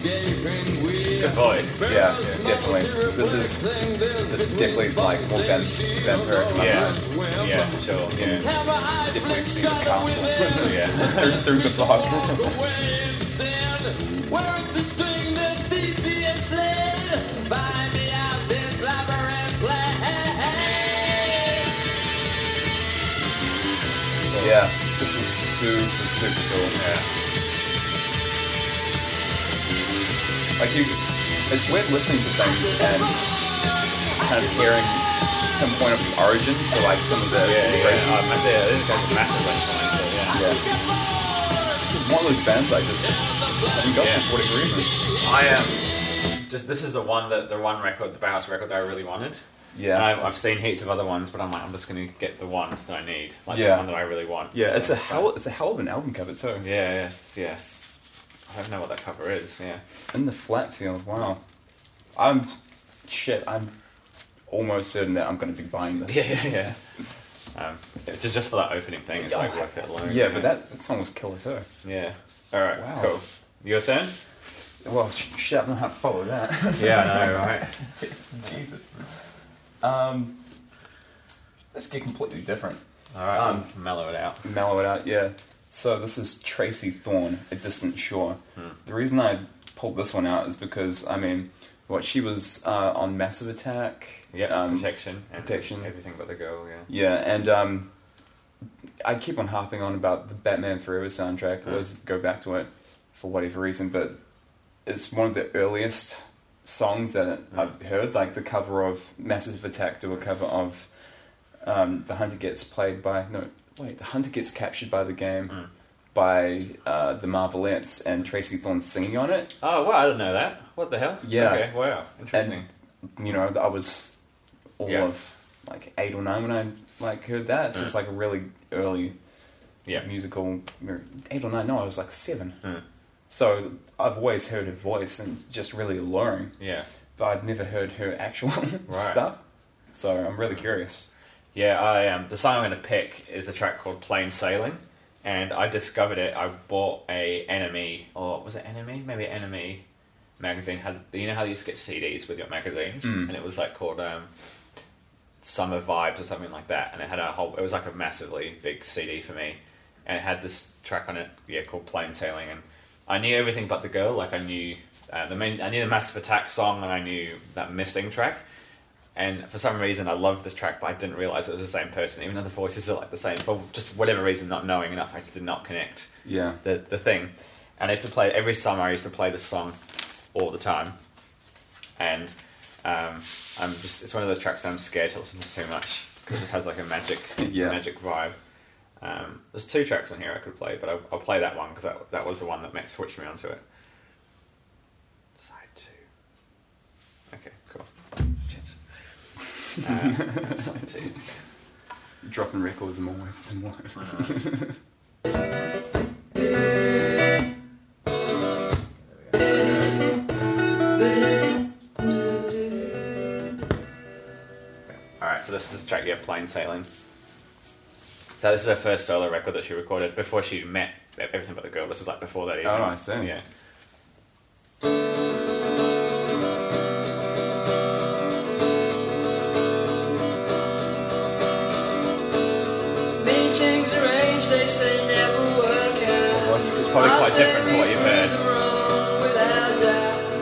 S3: Good voice.
S2: Yeah, definitely. This is this is definitely like more than vampiric. in my
S3: Yeah,
S2: mind.
S3: yeah, for sure. Yeah,
S2: Definitely see the castle
S3: yeah.
S2: through, through the fog. yeah, this is super super cool.
S3: yeah.
S2: Like you, it's weird listening to things and kind of hearing some point of origin for like some of the
S3: Yeah,
S2: inspiration.
S3: yeah. Um, I tell you, this guy's a massive influence. Yeah.
S2: This is one of those bands I just haven't got
S3: Yeah.
S2: to for whatever reason.
S3: I am. Just this is the one that the one record, the Bauhaus record that I really wanted. And
S2: Yeah.
S3: I've, I've seen heaps of other ones, but I'm like, I'm just gonna get the one that I need, like the
S2: Yeah.
S3: one that I really want.
S2: Yeah, it's a hell it's a hell of an album cover too.
S3: Yeah, yes, yes. I don't know what that cover is. Yeah.
S2: In the flat field, wow. I'm shit, I'm almost certain that I'm gonna be buying this.
S3: yeah, yeah. Um, just just for that opening thing, it's like worth it alone.
S2: Yeah, but that, that song was killer too.
S3: Yeah. All right.
S2: Wow.
S3: Cool. Your turn.
S2: Well, sh- shit, I don't know how to follow that.
S3: Yeah, I know, right?
S2: Jesus. Um, let's get completely different.
S3: All right.
S2: Um,
S3: I'll mellow it out.
S2: mellow it out, yeah. So this is Tracy Thorn, A Distant Shore. The reason I pulled this one out is because, I mean, what she was uh, on Massive Attack.
S3: Yeah.
S2: um,
S3: protection. and
S2: protection.
S3: Everything but the girl. Yeah.
S2: Yeah, and um, I keep on harping on about the Batman Forever soundtrack.
S3: Hmm.
S2: I always go back to it for whatever reason, but it's one of the earliest songs that
S3: Hmm.
S2: I've heard. Like the cover of Massive Attack do a cover of um, The Hunter Gets Played by. No, wait, The Hunter Gets Captured by the Game
S3: Hmm.
S2: by uh, the Marvelettes and Tracy Thorn singing on it.
S3: Oh wow! I didn't know that. What the hell?
S2: Yeah.
S3: Okay. Wow. Interesting.
S2: And, you know, I was all
S3: Yeah. Hmm.
S2: of like eight or nine when I like heard that. It's just like a really early
S3: yeah.
S2: musical eight or nine. No, I was like seven. So I've always heard her voice and just really alluring,
S3: Yeah.
S2: but I'd never heard her actual stuff. So I'm really curious.
S3: Yeah, I am. Um, the song I'm going to pick is a track called Plain Sailing, and I discovered it. I bought a Enemy, or was it Enemy? Maybe Enemy magazine had. You know how you used to get CDs with your magazines, and it was like called um, Summer Vibes or something like that, and it had a whole. It was like a massively big CD for me, and it had this track on it, yeah, called Plain Sailing, and I knew everything but the girl. Like I knew uh, the main, I knew the Massive Attack song, and I knew that missing track. And for some reason, I loved this track, but I didn't realize it was the same person, even though the voices are like the same. For just whatever reason, not knowing enough, I just did not connect
S2: Yeah.
S3: the the thing. And I used to play every summer. I used to play this song all the time, and um, I'm just it's one of those tracks that I'm scared to listen to too much because it just has like a magic
S2: Yeah.
S3: magic vibe. Um, there's two tracks on here I could play, but I'll, I'll play that one because that, that was the one that made, switched me onto it. Side two. Okay, cool. Cheers. Uh, side two.
S2: Dropping records and all waves and all
S3: All right, so this is track yeah, plain sailing. So this is her first solo record that she recorded before she met Everything But the Girl. This was like before that even.
S2: Oh, I see.
S3: Yeah.
S4: Meetings arranged, they say never work out.
S3: Well, it's, it's probably quite different to what you've heard.
S4: heard.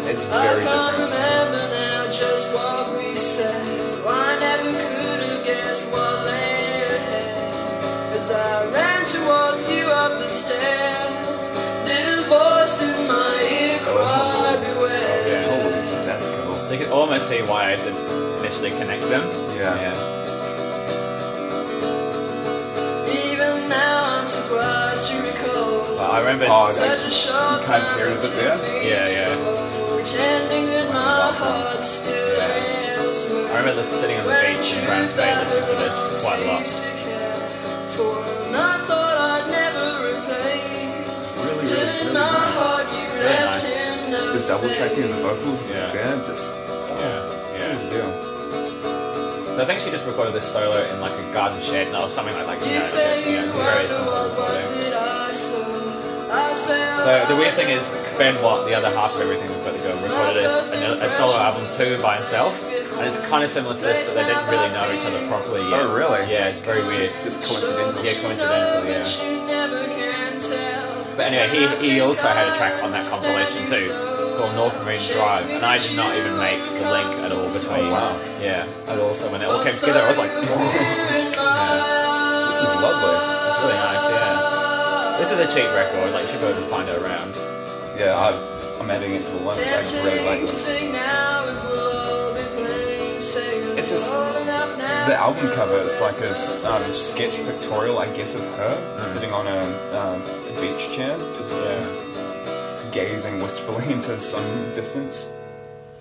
S2: It's
S4: I
S2: very
S4: can't
S2: different.
S4: remember now just what we said. Well, I never could have guessed what lay ahead. As I ran towards you up the stairs, did a voice in my ear cry, beware.
S2: Oh, that's cool.
S3: So you can almost see why I didn't initially connect them.
S2: Yeah.
S4: Even now I'm surprised to recall.
S3: But I remember.
S2: Oh, okay.
S4: Such a short
S2: Kind of
S4: time
S2: period, but
S4: between
S2: yeah.
S4: me
S3: Yeah,
S4: and
S3: yeah.
S4: you, Pretending that my heart still
S3: Yeah.
S4: ails me.
S3: I remember this sitting on the
S4: When in
S3: beach in
S4: truth
S3: Browns Bay
S4: I
S3: listening to
S4: have
S3: this quite a lot.
S4: ceased to care for and I thought I'd never replace.
S2: Really, really,
S4: Till in
S2: really
S4: my
S2: nice.
S4: heart you
S3: Really
S4: left
S3: nice.
S4: him no
S2: The double tracking of the
S4: space.
S2: vocals,
S3: Yeah.
S2: yeah, just oh,
S3: Yeah.
S2: seems
S3: yeah.
S2: to do.
S3: So I think she just recorded this solo in like a garden shed or something like that.
S4: You say
S3: you know, it's
S4: you
S3: a very
S4: wonder
S3: simple
S4: what was
S3: recording.
S4: it I saw. I say
S3: So the
S4: I
S3: weird thing is,
S4: never
S3: Ben Watt, the other half of everything we've got to go, recorded a, a solo album too by himself, and it's kind of similar to this, but they didn't really know each other properly yet.
S2: Oh, really?
S3: Yeah, it's very weird.
S2: Just coincidental.
S3: Yeah, coincidental, yeah. But anyway, he, he also had a track on that compilation too, called North Marine Drive, and I did not even make the link at all between.
S2: Oh, wow.
S3: Yeah, and also when it all came together, I was like,
S2: This is lovely.
S3: that's really nice, yeah. This is a cheap record, like, you should go and find it around.
S2: Yeah, I, I'm adding it to the list. I really like this. It's just- The album cover is like a s- um, sketch pictorial, I guess, of her sitting on a, um, a beach chair, just uh,
S3: Yeah.
S2: gazing wistfully into some distance.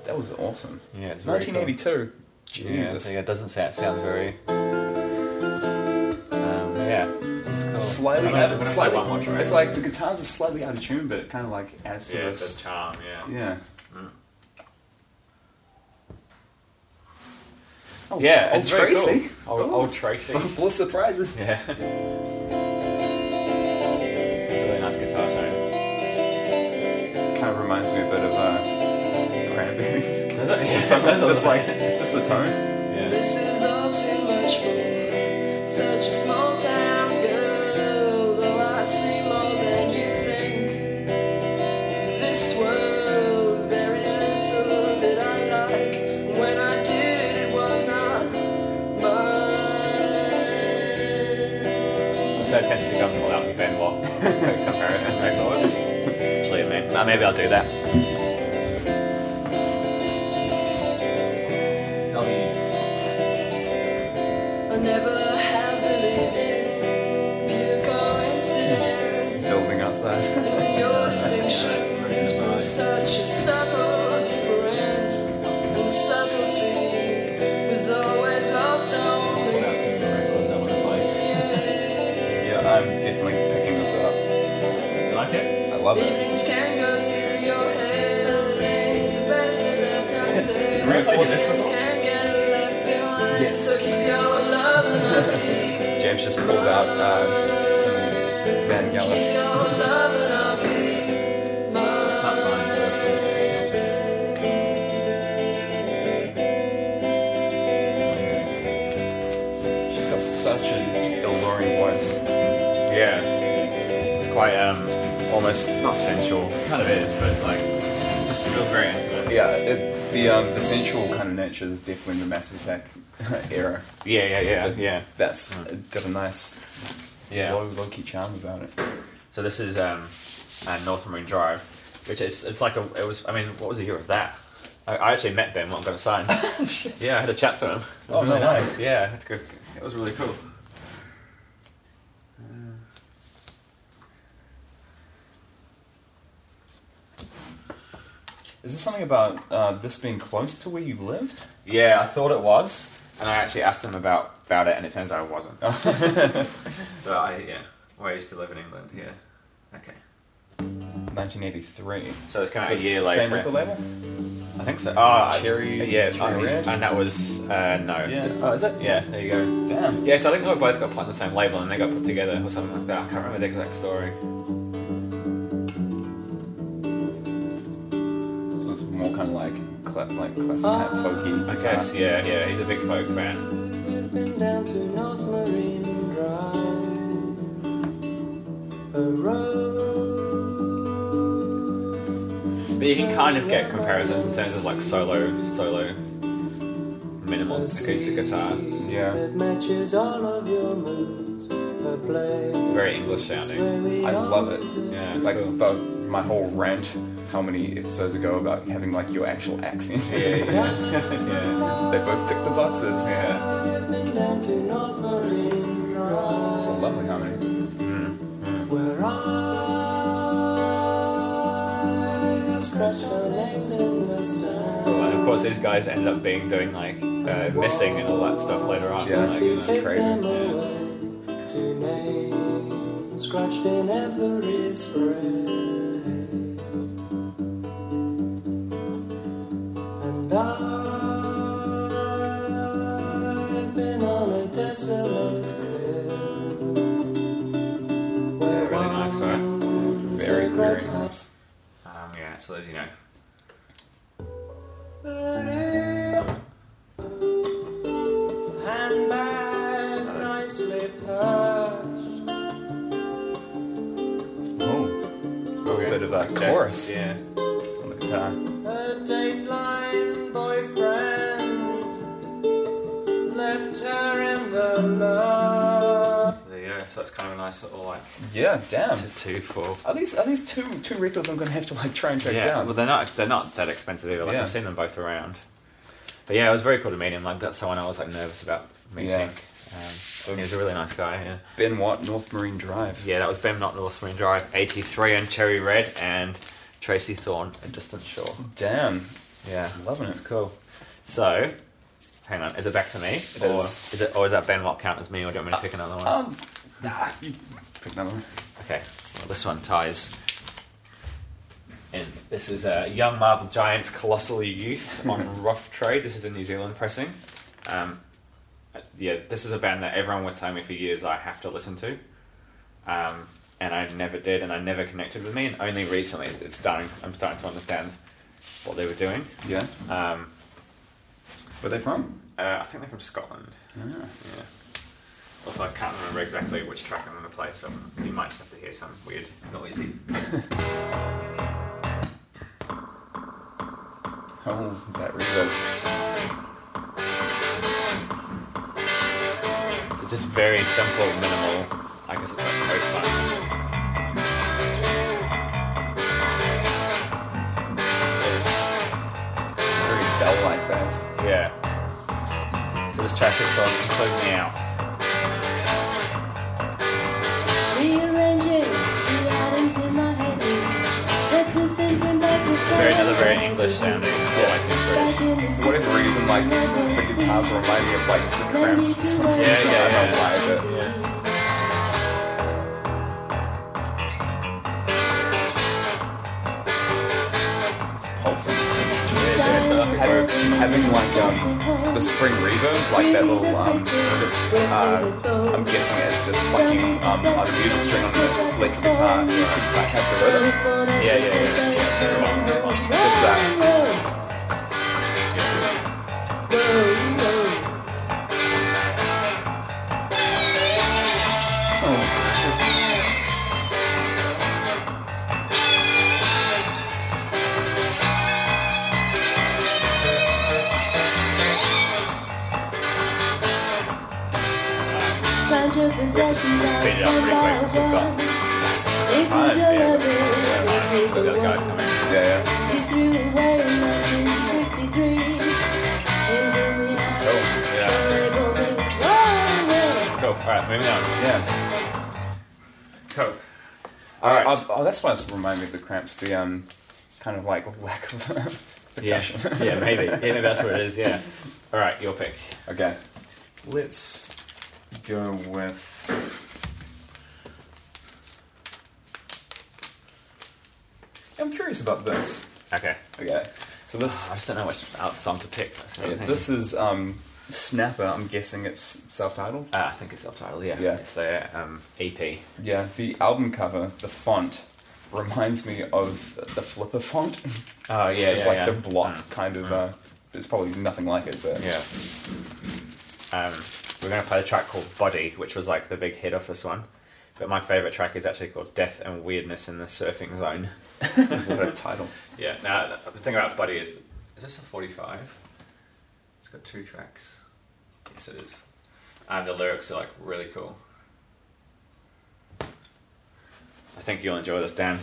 S2: That was awesome.
S3: Yeah, it's very cool.
S2: 1982.
S3: Yeah,
S2: Jesus.
S3: so yeah, it doesn't sound sounds very. Um, yeah, it's cool.
S2: Slightly,
S3: I
S2: out
S3: don't
S2: of,
S3: know
S2: slightly
S3: what much, right?
S2: It's like the guitars are slightly out of tune, but it kind of like adds to
S3: yeah, Mm. it's a
S2: this.
S3: charm. Yeah. yeah.
S2: Yeah. Oh, oh,
S3: it's very
S2: Tracy.
S3: Cool. Old, old Tracy.
S2: Full of surprises.
S3: yeah. It's a really nice guitar tone.
S2: Kind of reminds me a bit of uh, Cranberries.
S3: Does it? Yeah,
S2: Some-
S3: that's
S2: just
S3: all-
S2: like just the tone.
S3: Yeah.
S4: This is all too much for such a small town girl. Though I see more than you think. This world, very little did I like. When I did, it was not mine.
S3: I'm so tempted to go and pull out the Ben Watt comparison record. Actually, maybe, nah, maybe I'll do that.
S7: Tell me,
S4: I never have believed in mere coincidence.
S2: Building outside.
S4: Your distinctions prove such a subtle difference, and subtlety was always lost on me.
S7: what else in the records I want to play?
S2: yeah, I'm definitely picking this up.
S3: You like it?
S2: I love it.
S4: Evenings can go to your head. Some things are better left unsaid.
S3: Right, like this
S4: Things
S3: one?
S4: can get left behind.
S2: Yes.
S4: So keep your love and I'll keep.
S2: James just pulled out uh, some Van
S4: Keep
S2: Gallis.
S4: your love and I'll keep mine.
S2: She's got such an alluring voice.
S3: Yeah. It's quite um, almost not sensual. Kind of is, but it's like just feels very intimate.
S2: Yeah, it, the um, the sensual kind of nature is definitely in the Massive Attack era.
S3: Yeah, yeah, yeah,
S2: But
S3: yeah.
S2: That's got a nice low low key charm about it.
S3: So this is um, uh, North Marine Drive, which is it's like a it was I mean what was the year of that? I, I actually met Ben one sign. yeah, I had a chat to him. It was
S2: Oh,
S3: really
S2: no way.
S3: nice. Yeah, it's good. It was really cool.
S2: Is there something about uh, this being close to where you lived?
S3: Yeah, I thought it was, and I actually asked him about about it, and it turns out it wasn't. so I yeah, where I used to live in England. Yeah, okay.
S2: 1983.
S3: So it's kind of
S2: So
S3: a year
S2: same
S3: later.
S2: record label?
S3: I think so. Oh, I-
S2: Cherry-
S3: yeah,
S2: Cherry
S3: I-
S2: Red?
S3: and that was uh, no.
S2: Yeah.
S3: Oh, is it? Yeah, there you go.
S2: Damn.
S3: Yeah, so I think they were both got put on the same label and they got put together or something like that. I can't remember the exact story.
S2: This is more kind of like cla- like classic kind of folky.
S3: I
S2: guitar.
S3: guess. Yeah, yeah. He's a big folk fan.
S5: Been down to North Marine Drive, a
S3: But you can kind of get comparisons in terms of like solo, solo, minimal acoustic guitar,
S2: Yeah.
S5: that matches all of your moods. A place
S3: very English sounding.
S5: where we
S2: I love it.
S3: Yeah, it's
S2: It's like
S3: cool.
S2: about my whole rant, how many episodes ago about having like your actual accent.
S3: Yeah, yeah, yeah.
S2: they both tick the boxes. Yeah.
S5: I've been down to North Marine Drive,
S2: It's a lovely harmony.
S5: where I scratched my legs in the sand.
S3: Cool. And of course, these guys ended up being doing like uh, missing and all that stuff later on.
S2: Yeah,
S3: like,
S2: it's
S3: you know.
S2: crazy.
S5: Them
S2: Yeah.
S5: away to name, scratched in every spray. And I've been on a desolate cliff. Where
S3: Really nice, right?
S2: Very, very nice.
S3: Um, yeah, so there's, you know.
S5: handbag nicely perched.
S2: Oh,
S3: A
S2: bit of a chorus.
S3: Yeah.
S2: on the guitar.
S5: A dateline boyfriend left her in the love.
S3: So, yeah, so that's kind of a nice little like
S2: Yeah, damn.
S3: two four.
S2: Are these are these two two records I'm gonna have to like try and track
S3: Yeah,
S2: down?
S3: well, they're not they're not that expensive either. Like
S2: Yeah.
S3: I've seen them both around. But yeah, it was very cool to meet him. Like that's someone I was like nervous about meeting.
S2: Yeah.
S3: Um, he was a really nice guy. Yeah.
S2: ben Watt, North Marine Drive.
S3: Yeah, that was Ben Not North Marine Drive, eighty three, and Cherry Red, and Tracy Thorn, A Distant Shore.
S2: Damn,
S3: Yeah,
S2: loving it.
S3: that's cool. So. Hang on, is it back to me?
S2: It
S3: or
S2: is.
S3: it or is that Ben Watt count as me or do you want me to pick another one?
S2: Um, nah, you pick another one.
S3: Okay, well, this one ties in. This is uh, Young Marble Giants Colossal Youth on Rough Trade. This is a New Zealand pressing. Um, uh, yeah, this is a band that everyone was telling me for years I have to listen to. Um, and I never did, and I never connected with me, and only recently it's starting, I'm starting to understand what they were doing.
S2: Yeah,
S3: Um,
S2: where they from?
S3: uh, I think they're from Scotland.
S2: Ah.
S3: Yeah. Also, I can't remember exactly which track I'm going to play, so you might just have to hear some weird noisy.
S2: Oh, that reverb.
S3: Just very simple, minimal. I guess it's like post punk.
S2: Very bell-like bass.
S3: Yeah. So this track is called "Include Me Out."
S4: Rearranging the atoms in my head That's me thinking back this time
S3: Very another very English sounding. Yeah. Like
S4: Back
S3: English.
S4: in the
S2: What if the reason like
S4: 60s, that was
S2: the guitars
S4: me.
S2: remind me of like the
S4: No need
S2: cramps or
S4: to
S2: something?
S4: worry
S3: Yeah, yeah,
S2: I don't
S3: yeah.
S2: know why, but
S4: about
S3: yeah.
S4: it.
S2: it's pulsing.
S3: Yeah, it's got like a
S2: Having,
S3: groove.
S2: having like um the spring reverb, like that little um just uh, I'm guessing it's just plucking um a bugle string on the electric guitar to like, have the rhythm.
S4: Yeah,
S3: Yeah, yeah, yeah, yeah. Come on, come on.
S2: Just that.
S3: Yeah.
S2: Oh,
S4: Conjure possessions
S3: We'll speed it up pretty quick because we've got
S4: If
S2: time, Oh,
S4: you
S2: yeah,
S4: don't
S2: we've
S3: yeah,
S4: love
S3: like,
S4: it,
S3: we've got the guys coming.
S2: yeah, yeah.
S4: You threw away in 1963. And this is
S2: Cool.
S3: Oh, Yeah. Cool. All right, moving on.
S2: Yeah.
S3: Cool.
S2: All
S3: All right.
S2: right. oh, that's why it's reminding me of the cramps. The um, kind of like lack of
S3: Yeah.
S2: percussion.
S3: yeah, maybe. Yeah, maybe that's what it is. Yeah. All right, your pick.
S2: Okay. Let's go with. I'm curious about this.
S3: Okay.
S2: Okay, so this
S3: Ah, I just don't know which out song to pick. That's another
S2: yeah,
S3: thing.
S2: this is um, Snapper. I'm guessing it's self-titled.
S3: Uh, I think it's self-titled. Yeah.
S2: Yeah.
S3: It's their um, EP.
S2: Yeah, the album cover, the font, reminds me of the Flipper font.
S3: Oh yeah.
S2: just
S3: yeah,
S2: like
S3: yeah.
S2: the block
S3: Mm,
S2: kind of. Uh, it's probably nothing like it, but
S3: Yeah. Um, we're gonna play a track called Body, which was like the big hit off this one. But my favorite track is actually called Death and Weirdness in the Surfing Zone.
S2: what a title.
S3: Yeah. Now the thing about Buddy is, is this a forty-five? It's got two tracks. Yes, it is. And the lyrics are like really cool. I think you'll enjoy this, Dan.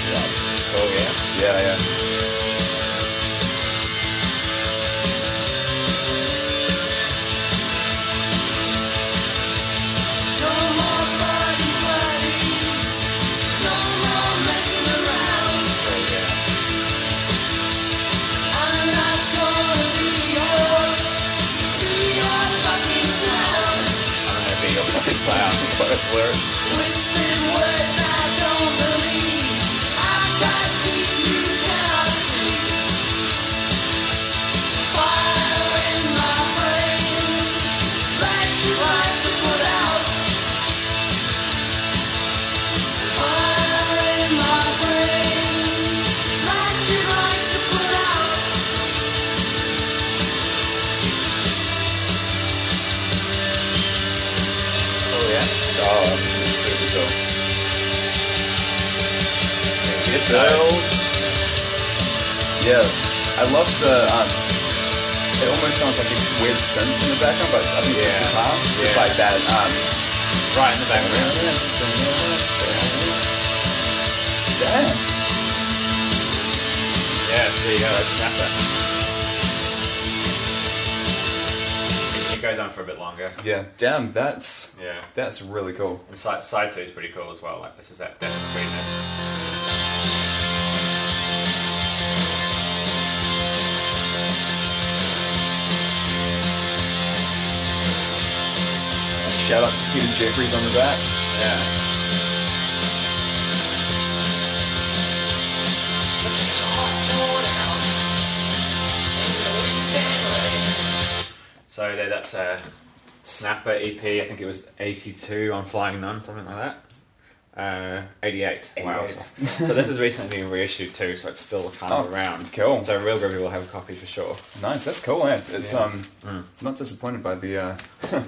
S3: Oh
S2: Yeah, yeah.
S3: Oh, yeah. I'm gonna be your fucking clown.
S2: But it's lyrics.
S3: Oh yeah.
S2: Oh, this is super cool.
S3: It's
S2: Yeah, I love the. Um, it almost sounds like a weird synth in the background, but it's, I think it's
S3: Yeah.
S2: just guitar. It's
S3: Yeah.
S2: like that. Um,
S3: right in the background.
S2: Damn.
S3: Yeah, there you go, that's snapper. It goes on for a bit longer.
S2: Yeah, damn. That's
S3: Yeah.
S2: that's really cool.
S3: And side, side two is pretty cool as well. Like this is that death and greenness.
S2: Shout out to Peter Jeffries on the back.
S3: Yeah. So there, that's a snapper EP. I think it was 82 on Flying Nun, something like that. Uh, 88. Wow. So, so this is recently been reissued too, so it's still kind of
S2: Oh,
S3: around.
S2: cool.
S3: So real Groovy will have a copy for sure.
S2: Nice. That's cool. Eh? It's
S3: Yeah.
S2: um, not disappointed by the. Uh,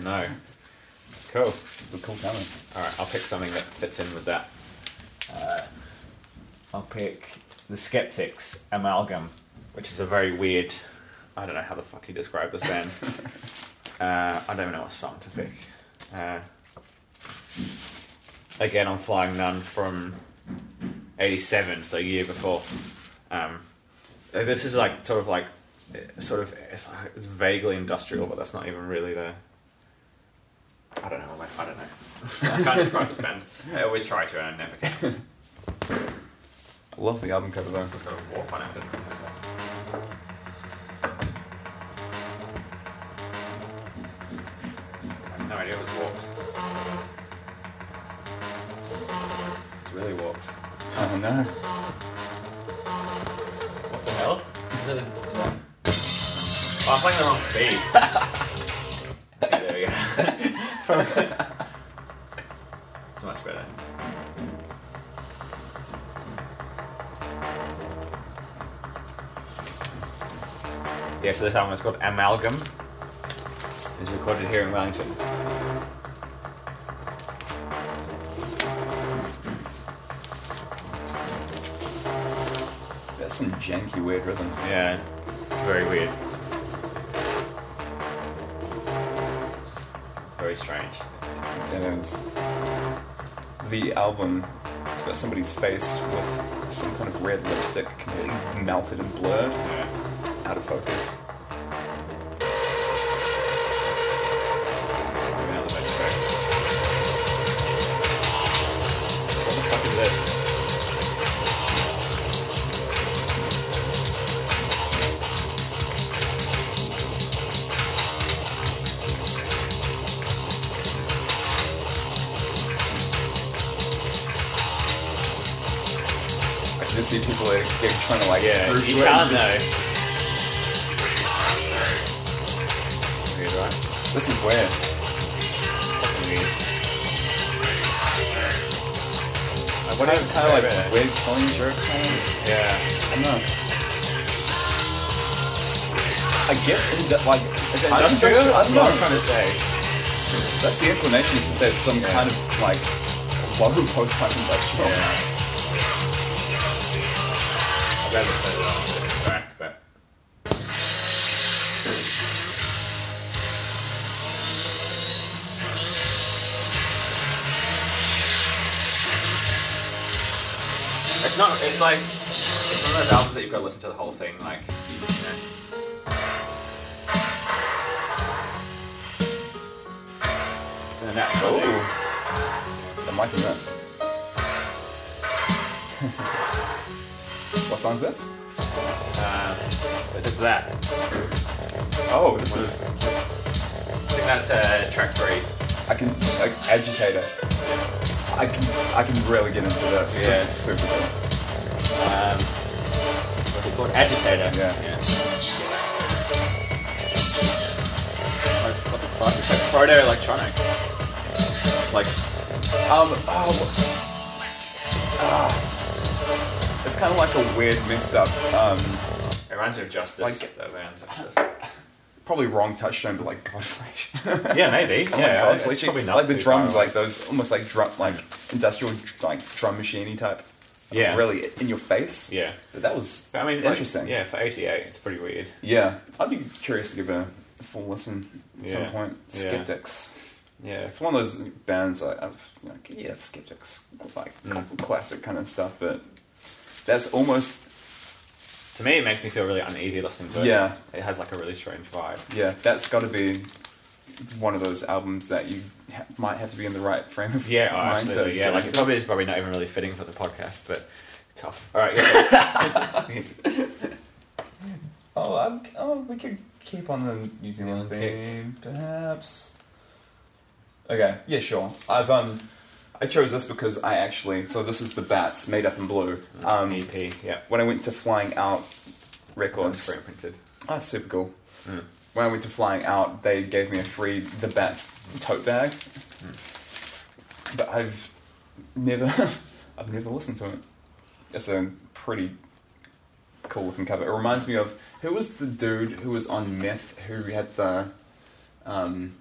S3: no. Cool.
S2: it's a cool talent.
S3: All right, I'll pick something that fits in with that. Uh,
S7: I'll pick the Skeptics Amalgam.
S3: which is a very weird. I don't know how the fuck you describe this band. uh, I don't even know what song to pick. Uh, again, I'm flying none from '87, so a year before. Um, uh, this is like sort of like uh, sort of it's, like- it's vaguely industrial, but that's not even really the. I don't know. Like, I don't know. I can't describe this band. I always try to, and I never can.
S2: I love the album cover though.
S3: Just gotta walk on it. didn't I? So- I have no idea it was warped. It's really warped.
S2: Oh no.
S3: What the hell? Oh, I'm playing the wrong speed. Okay, there we go. it's much better. Yeah, so this album is called Amalgam. It's recorded here in Wellington.
S2: That's some janky weird rhythm.
S3: Yeah, very weird. Just very strange.
S2: and it was the album. It's got somebody's face with some kind of red lipstick completely melted and blurred,
S3: Yeah.
S2: out of focus.
S3: Maybe not the best track. What the fuck is this?
S2: they're they're trying to like
S3: Yeah,
S2: group
S3: you
S2: it
S3: can't
S2: into
S3: know.
S2: this-
S3: Weird, right?
S2: This is weird.
S3: Weird. I
S2: What
S3: wonder
S2: are
S3: if
S2: kind of like
S3: yeah.
S2: weird calling jokes? kind
S3: Yeah.
S2: of? I don't know. I guess in the, like is it industrial.
S3: Industrial?
S2: I
S3: That's
S2: don't
S3: what I'm
S2: know.
S3: trying to say.
S2: That's the inclination is to say some kind of like low post punk industrial.
S3: Yeah. I'd rather put it on the track, but. It's not. It's like it's one of those albums that you've got to listen to the whole thing. Like, you know. And that
S2: Ooh. I'm liking this. what song's this?
S3: Uh, it's that.
S2: Oh, this is.
S3: I think that's uh, track three.
S2: I can like agitator. I can I can really get into this.
S3: Yeah.
S2: This is super cool.
S3: Um, what's it called? Agitator.
S2: Yeah.
S3: Like, what the fuck? It's like proto electronic.
S2: Like, um, oh, ah. it's kind of like a weird messed up, um,
S3: It reminds me of Justice.
S2: Like-
S3: the band Justice.
S2: probably wrong touchstone, but like Godflesh.
S3: yeah, maybe.
S2: Like
S3: yeah,
S2: Oh God
S3: it's
S2: Fleischer.
S3: probably not
S2: like the
S3: too
S2: drums,
S3: far
S2: like those almost like drum, like industrial, like drum machiney type.
S3: Yeah.
S2: really in your face.
S3: Yeah.
S2: but that was.
S3: off. I mean, like,
S2: interesting.
S3: yeah, for '88, it's pretty weird.
S2: yeah. I'd be curious to give it a full listen at some
S3: Yeah.
S2: point.
S3: Yeah.
S2: Skeptics.
S3: Yeah.
S2: It's one of those bands I, I've you know, yeah, Skeptics, like
S3: Mm.
S2: cl- classic kind of stuff, but that's almost
S3: To me, it makes me feel really uneasy listening to it.
S2: Yeah.
S3: It has like a really strange vibe.
S2: yeah, that's got to be one of those albums that you ha- might have to be in the right frame of
S3: Yeah, oh,
S2: mind to
S3: absolutely. Yeah,
S2: get
S3: like
S2: into.
S3: it's probably it's probably not even really fitting for the podcast, but tough. All right. yeah.
S2: Oh, I'm, oh, we could keep on the New Zealand
S7: Zealand
S2: theme, perhaps. Okay, yeah, sure. I've um, I chose this because I actually so this is the Bats made up in blue.
S3: Mm.
S2: Um,
S3: EP. E Yeah.
S2: when I went to Flying Out
S3: It's
S2: Records,
S3: print printed.
S2: ah, super cool. When I went to Flying Out, they gave me a free the Bats tote bag, but I've never, I've never listened to it. It's a pretty cool looking cover. It reminds me of who was the dude who was on Myth who had the, um,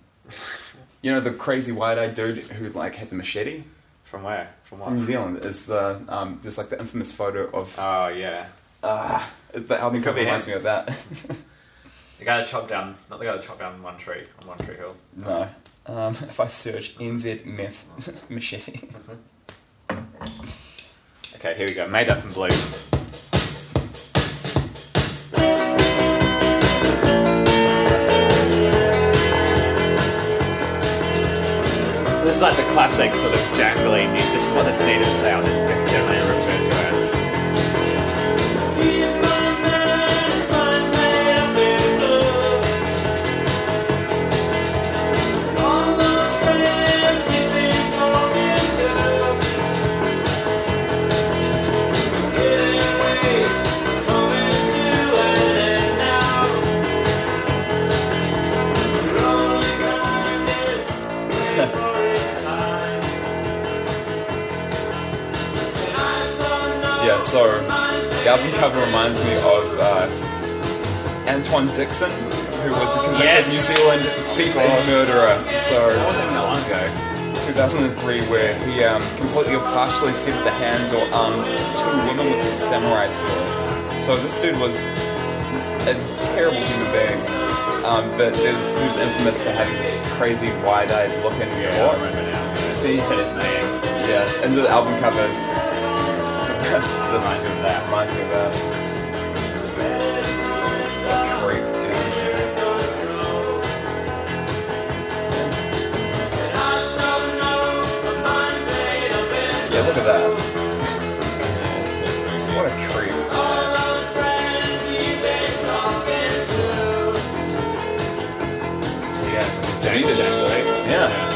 S2: you know, the crazy wide eyed dude who like had the machete
S3: From where? From what?
S2: from New Zealand. Is the um, there's like the infamous photo of
S3: Oh yeah,
S2: ah, the album
S3: It could
S2: cover
S3: be
S2: reminds
S3: him.
S2: me of that.
S3: the guy that chopped down. Not the guy that chopped down one tree on One Tree Hill.
S2: no. Um, if I search NZ myth machete,
S3: Okay, here we go. Made up in blue. So This is like the classic sort of jangly. mu- This is what the native sound is generally referred to as.
S2: yeah. So the album cover reminds me of uh, Antoine Dixon, who was a convicted
S3: Yes.
S2: New Zealand thief and murderer. So.
S3: Wasn't even that long ago.
S2: 2003 where he um, completely or partially severed the hands or arms of two women with a samurai sword. So this dude was a terrible human being, um, but he was, he was infamous for having this crazy wide-eyed look in
S3: Yeah, I
S2: court.
S3: remember now. It's-
S2: See?
S3: it said his name.
S2: Yeah, and the album cover.
S3: Reminds
S2: this
S3: me of that.
S2: reminds me of that. Creep, dude. Yeah, look at that. What a creep.
S3: Yeah, it's like a
S2: Did he do
S3: jangly.
S2: that? Yeah.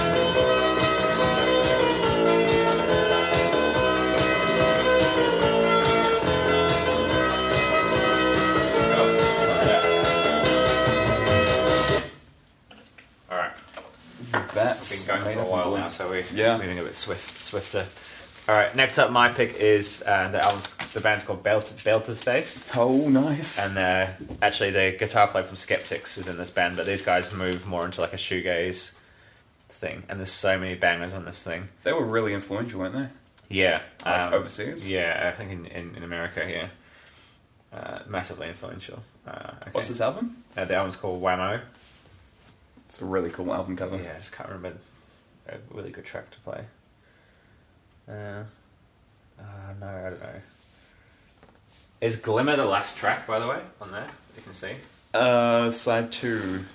S2: made
S3: for a
S2: up in
S3: while
S2: Blue.
S3: now, so we're
S2: Yeah.
S3: moving a bit swift, swifter. All right, next up, my pick is uh, the album's, the band's called Belt, Belter Space,
S2: Oh, nice.
S3: and uh, actually the guitar player from Skeptics is in this band, but these guys move more into like a shoegaze thing, and there's so many bangers on this thing.
S2: they were really influential, weren't they?
S3: Yeah, um,
S2: Like overseas?
S3: Yeah, I think in, in, in America, yeah, uh, massively influential. Uh, okay.
S2: What's this album?
S3: Uh, the album's called Whammo.
S2: It's a really cool album cover.
S3: Yeah, I just can't remember a really good track to play. Uh, uh, no, I don't know. Is Glimmer the last track, by the way, on there? You can see.
S2: Uh, side two.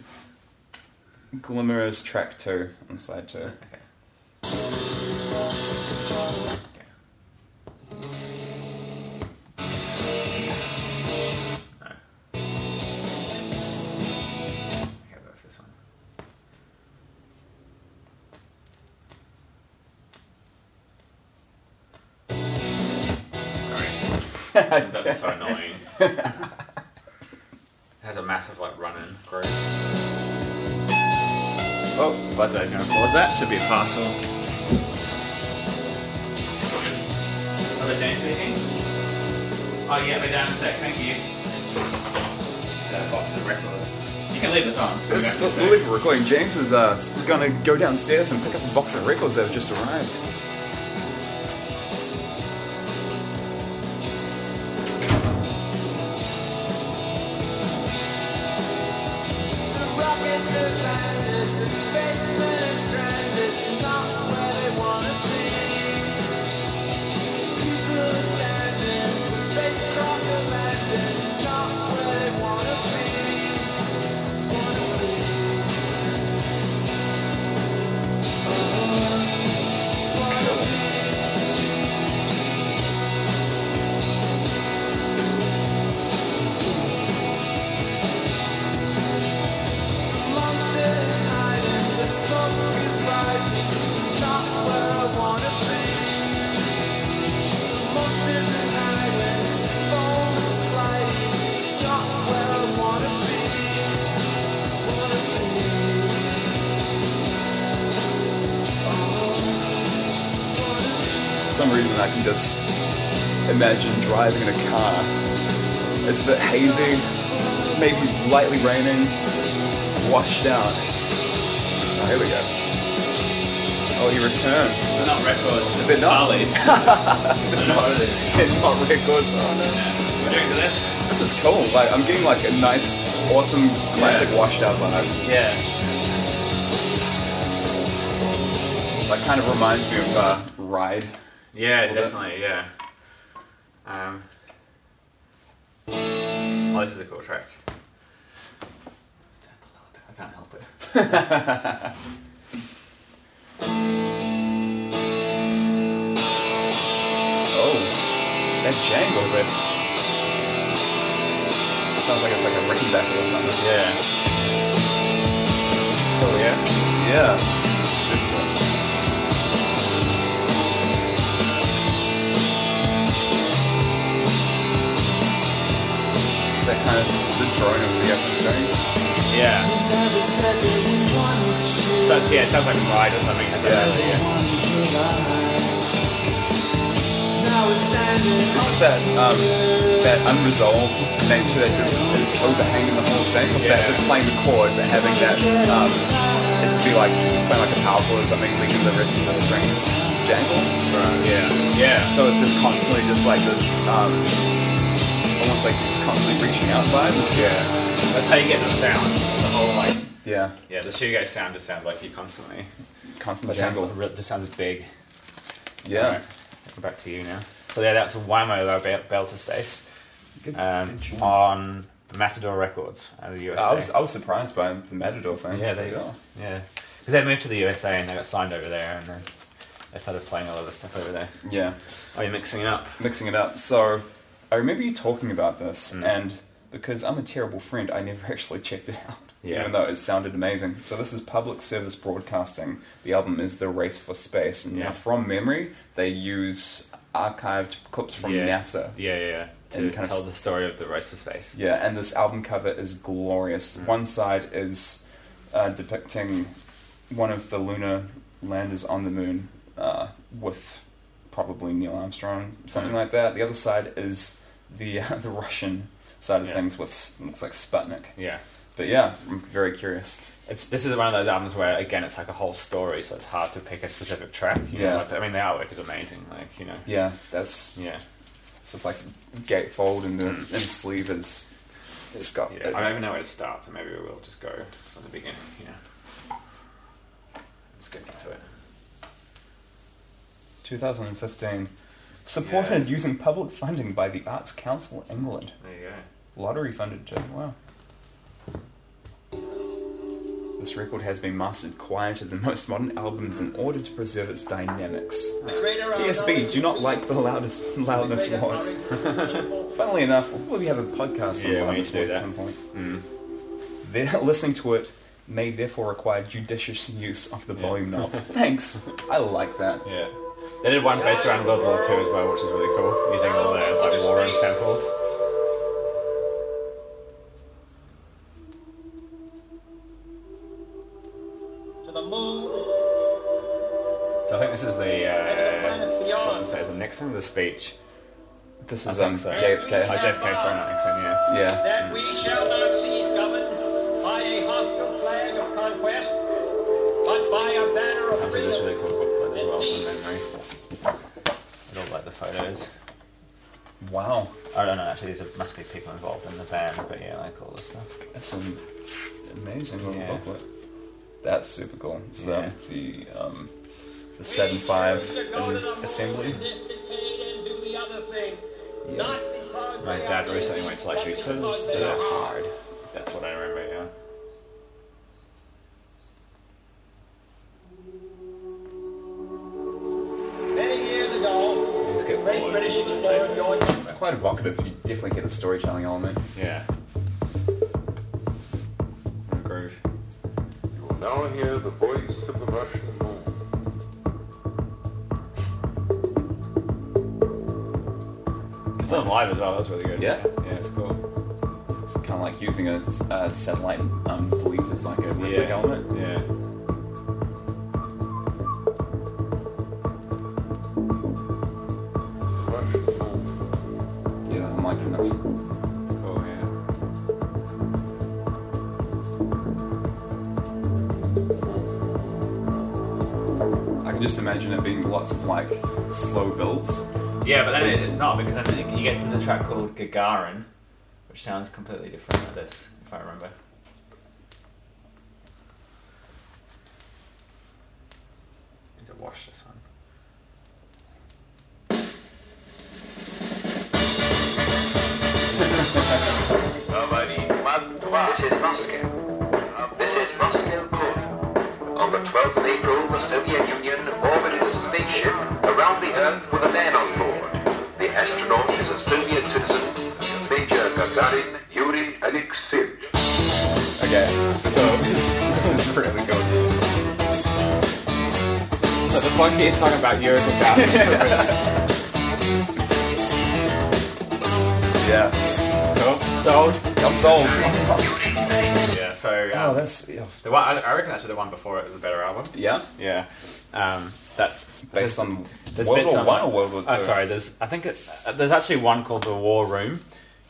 S2: Glimmer's track two on side two.
S3: Okay. No. Okay, I'll go for this one. Sorry. That's so annoying. it has a massive like run-in groove. Oh, what's that? Can I pause that? Should be a parcel. Other James speaking. Oh yeah, be down a sec. Thank you. Is that a box of records? You can leave this on. We'll
S2: Let's,
S3: go
S2: let's
S3: in a sec.
S2: leave it recording. James is uh, gonna go downstairs and pick up a box of records that have just arrived.
S6: The rockets are landed, the spacemen are stranded, not where they wanna be. People are standing, the spacecraft are landed, not where they wanna be. Wanna be. Wanna be. Monsters hiding, the smoke is rising. This is not where I wanna be. Monsters are hiding, this phone is sliding. It's not where I wanna be. Wanna be.
S2: For some reason, I can just imagine driving in a car. It's a bit hazy, maybe lightly raining, washed out. Oh, here we go. Oh, he returns.
S3: They're not records. Is
S2: They're
S3: it
S2: not?
S3: Charlie's? They're not. What it is.
S2: Not records. Oh, no.
S3: We're doing to this.
S2: This is cool. Like, I'm getting like a nice, awesome, classic washed out vibe.
S3: Yeah.
S2: That kind of reminds me of uh, Ride.
S3: Yeah,
S2: Hold it.
S3: definitely. Yeah. Um. Oh, this is a cool track. I can't help it.
S2: Oh, that jangle riff. Sounds like it's like a Rickenbacker or something.
S3: Yeah. Oh yeah.
S2: Yeah. Super cool. Is that kind of the drone of the atmosphere?
S3: Yeah.
S6: Never said that we wanted you.
S3: So yeah, it sounds like Ride or something. Yeah. yeah.
S6: Wanted you right. Now we're standing
S2: It's just that, um, that unresolved nature that just is overhanging the whole thing. Of That
S3: Yeah.
S2: just playing the chord, but having that, um, it's be like, it's playing like a power chord or something, leaving the rest of the strings jangle.
S3: Yeah. Yeah.
S2: So it's just constantly just like this, um, almost like it's constantly reaching out vibes.
S3: Yeah. That's how you get the sound. The whole like.
S2: Yeah.
S3: Yeah, the shoegaze sound just sounds like you constantly.
S2: Constant
S3: It sounds,
S2: jangle.
S3: real- just sounds big.
S2: Yeah.
S3: Alright, back to you now. So yeah, that's Whammo though, Bel- Belter Space
S2: Good,
S3: um,
S2: good tunes.
S3: on Matador Records out of the USA.
S2: I was I was surprised by the Matador thing.
S3: yeah, they
S2: go.
S3: yeah, because they moved to the USA and they got signed over there, and then they started playing all of this stuff over there.
S2: Yeah.
S3: Oh, you're mixing it up.
S2: mixing it up. So I remember you talking about this,
S3: Mm.
S2: and because I'm a terrible friend, I never actually checked it out,
S3: Yeah.
S2: even though it sounded amazing. So this is public service broadcasting. The album is The Race for Space. And
S3: Yeah.
S2: now from memory, they use archived clips from
S3: Yeah.
S2: NASA.
S3: Yeah, yeah, yeah. To
S2: And kind of
S3: tell
S2: s-
S3: the story of the race for space.
S2: Yeah, and this album cover is
S3: Mm.
S2: glorious. One side is uh, depicting one of the lunar landers on the moon uh, with probably Neil Armstrong,
S3: Mm.
S2: something like that. The other side is the uh, the Russian side of
S3: Yeah.
S2: things with s- looks like Sputnik.
S3: Yeah.
S2: But yeah, I'm very curious.
S3: It's, this is one of those albums where again it's like a whole story, so it's hard to pick a specific track. You
S2: Yeah.
S3: know, like, I mean the artwork is amazing, like you know.
S2: Yeah, that's
S3: Yeah, Mm.
S2: it's just like gatefold and the and the sleeve is it's got
S3: yeah. I don't even know where to start, so maybe we'll just go from the beginning. You know, let's get into it.
S2: 2015 supported using public funding by the Arts Council England.
S3: There you go.
S2: Lottery funded too. Wow. This record has been mastered quieter than most modern albums in order to preserve its dynamics. ESB do not like the loudest loudness wars. Funnily enough, we'll probably have a podcast
S3: Yeah, we
S2: on loudness
S3: need to do
S2: wars at
S3: that. Mm.
S2: some point. They're listening to it may therefore require judicious use of the volume knob. Thanks. I like that.
S3: Yeah. They did one based around World War II as well, which is really cool, using all the like war room samples.
S8: To the moon,
S3: So I think this is the uh, what's it say? Is it Nixon? The speech.
S2: This
S3: I
S2: is
S3: think
S2: um,
S3: so.
S2: JFK.
S3: Oh, JFK. Sorry, not Nixon. Yeah.
S2: Yeah.
S8: that we shall not see governed by a hostile flag of conquest, but by a banner of
S3: Comes with this
S8: freedom.
S3: really cool booklet as well from memory. I don't like the photos.
S2: Wow.
S3: I don't know. Actually, these must be people involved in the band, but yeah, like all this stuff.
S2: That's an amazing little
S3: Yeah.
S2: booklet. That's super cool. It's
S3: Yeah.
S2: the the um the
S8: We
S2: seven five
S8: choose to go to the moon
S2: assembly.
S8: in this decade and do the other thing,
S2: Yeah.
S8: not because
S3: My
S8: we are
S3: dad recently
S8: lazy,
S3: went to like
S8: but
S3: Houston
S8: because
S3: to
S8: they
S3: the
S8: are
S3: hard. That's what I remember. Yeah.
S8: Many years ago,
S3: Let's get
S8: great
S3: forward.
S8: British explorer George
S2: It's quite evocative. You definitely get the storytelling element.
S3: Yeah. Groove.
S9: You will now hear the voice of the Russian moon.
S3: It's on live as well. That was really good.
S2: Yeah.
S3: Yeah, it's cool.
S2: Kind of like using a, uh satellite um, belief as like a rhythmic element.
S3: Yeah.
S9: The Russian moon.
S2: Yeah, I'm liking this.
S3: It's cool. Oh, Yeah.
S2: I can just imagine it being lots of like slow builds.
S3: Yeah, but then it's not because then you get there's a track called Gagarin, which sounds completely different like this, if I remember. Need to wash this one.
S10: This is Moscow. This is Moscow Core. On the 12th of April, the Soviet Union orbited a spaceship around the Earth with a man on board. The astronaut is a Soviet citizen, Major Gagarin Yuri Alexeyevich.
S2: Okay, so this, this is really good.
S3: So the funky is talking about Yuri Gagarin.
S2: Yeah,
S3: cool. Sold.
S2: I'm sold.
S3: Yeah. So
S2: Oh,
S3: um,
S2: that's yeah.
S3: the one I, I reckon actually the one before it was a better album.
S2: yeah.
S3: Yeah. Um, that
S2: Based on
S3: There's
S2: World
S3: bits
S2: War
S3: on
S2: One
S3: that-
S2: or World War Two.
S3: Oh, sorry. There's I think it, uh, there's actually one called the War Room,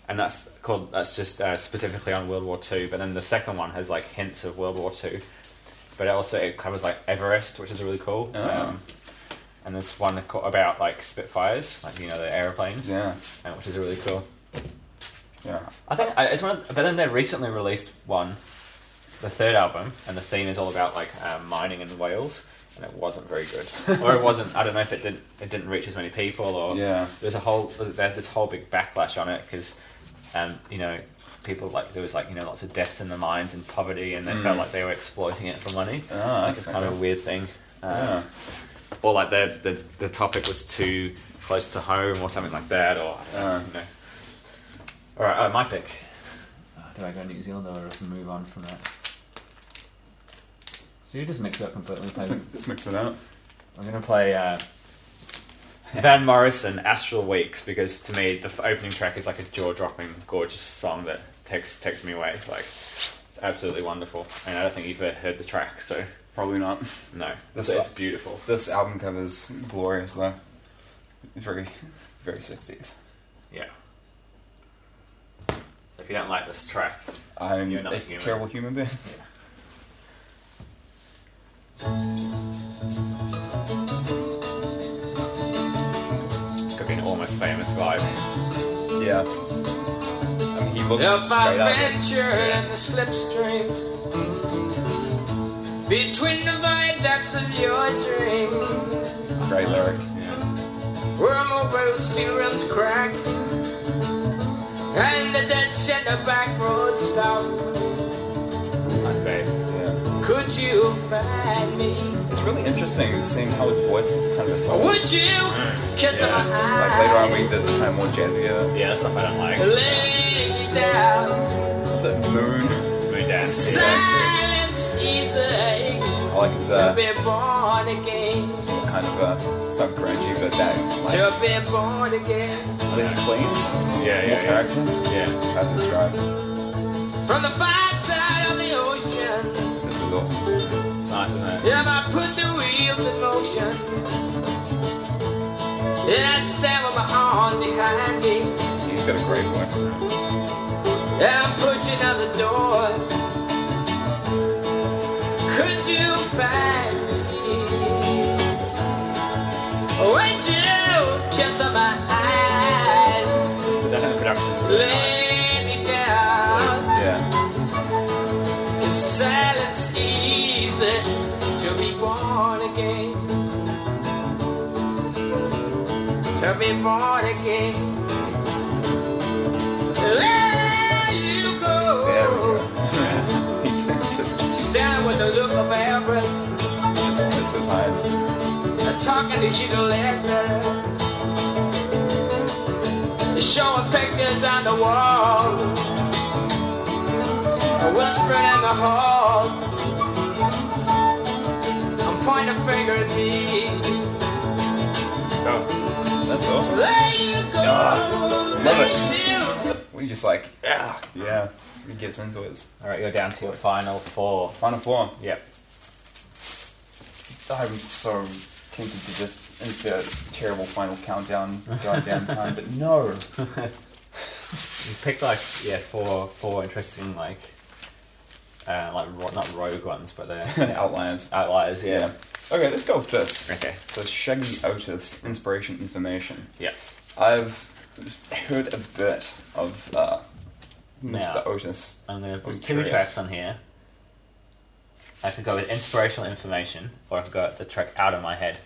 S3: and that's called that's just uh, specifically on World War Two. But then the second one has like hints of World War Two, but it also it covers like Everest, which is really cool.
S2: Oh.
S3: Um, and there's one co- about like Spitfires, like you know the airplanes,
S2: Yeah,
S3: and which is really cool.
S2: yeah.
S3: I think I, it's one. Of, but then they recently released one, the third album, and the theme is all about like uh, mining in Wales, and it wasn't very good, or it wasn't. I don't know if it didn't it didn't reach as many people, or
S2: Yeah.
S3: there's a whole was it- they had this whole big backlash on it because, um, you know, people like there was like you know lots of deaths in the mines and poverty, and they
S7: Mm.
S3: felt like they were exploiting it for money.
S2: Ah,
S3: like it's
S2: okay.
S3: kind of a weird thing. Um,
S2: Yeah.
S3: Or like the, the the topic was too close to home, or something like that, or I don't
S2: Ah.
S3: know. All right, oh, my pick.
S7: Ah, Do I go New Zealand or just move on from that? So you just mix it up completely.
S2: Let's,
S7: Play,
S2: mi- let's mix it up.
S7: I'm gonna play. Uh,
S3: Van Morrison, Astral Weeks, because to me the f- opening track is like a jaw-dropping, gorgeous song that takes takes me away. Like, it's absolutely wonderful, and I don't think you've ever heard the track, so
S2: Probably not.
S3: No.
S2: This
S3: But it's
S2: beautiful. This album cover's glorious though. Very, very sixties.
S3: Yeah. If you don't like this track,
S2: I'm
S3: You're not
S2: a
S3: human.
S2: terrible human being.
S3: it's gonna be an almost famous vibe.
S2: Yeah. I mean, he looks
S4: If I
S2: straight up.
S4: ventured in the slipstream between the viaducts of your dream,
S2: Great lyric. Yeah.
S4: where mobile steel rims crack and the ditch in the back road stop,
S3: Nice bass.
S2: yeah.
S4: could you find me?
S2: It's really interesting seeing how his voice kind of evolved.
S4: Would you kiss
S2: Yeah.
S4: my eye?
S2: Like later on, we did kind of more uh, jazzier.
S3: Yeah, that's stuff I don't like.
S4: Lay me down,
S2: Was it Moon?
S3: Moon dance.
S4: silence easy
S2: I like his
S4: to
S2: uh,
S4: be born again.
S2: kind of uh, it's not grungy, but that like,
S4: To be born again
S2: at least clean.
S3: Yeah,
S2: Yeah, yeah,
S3: yeah,
S2: character.
S3: yeah. Yeah.
S2: Hard to describe.
S4: from the far side of the ocean.
S2: This is awesome.
S3: It's nice, isn't it?
S4: If I put the wheels in motion, and I stand with my arm behind me,
S2: He's got a great voice.
S4: and I'm pushing out the door. Could you find me? Would you kiss my eyes?
S3: Just the definite production is really nice.
S4: Lay me down.
S2: Yeah.
S4: It's silence easy to be born again. To be born again. There you
S2: There we
S4: go.
S2: go. He's just,
S4: Standing with the look of Everest,
S2: just hits his highs.
S4: talking to you later. Showing pictures on the wall, whispering in the hall. I'm pointing a finger at me.
S3: Oh,
S2: That's awesome.
S4: There you go.
S2: Ah, love it.
S4: Thank you.
S2: We just like, yeah, yeah. He gets into it.
S3: all right, you're down to your final four.
S2: Final floor.
S3: Yep.
S2: I'm so tempted to just insert a terrible final countdown goddamn time, but no.
S3: You picked like yeah four four interesting like uh like ro- not rogue ones, but they're
S2: Outliers.
S3: outliers. Yeah.
S2: Yeah. Okay, let's go with this.
S3: Okay.
S2: So Shaggy Otis, inspiration, information.
S3: Yeah.
S2: I've heard a bit of uh, Mr.
S3: Now.
S2: Otis.
S3: I'm gonna put
S2: I'm
S3: two
S2: curious.
S3: tracks on here. I could go with inspirational information, or I could go with the track out of my head.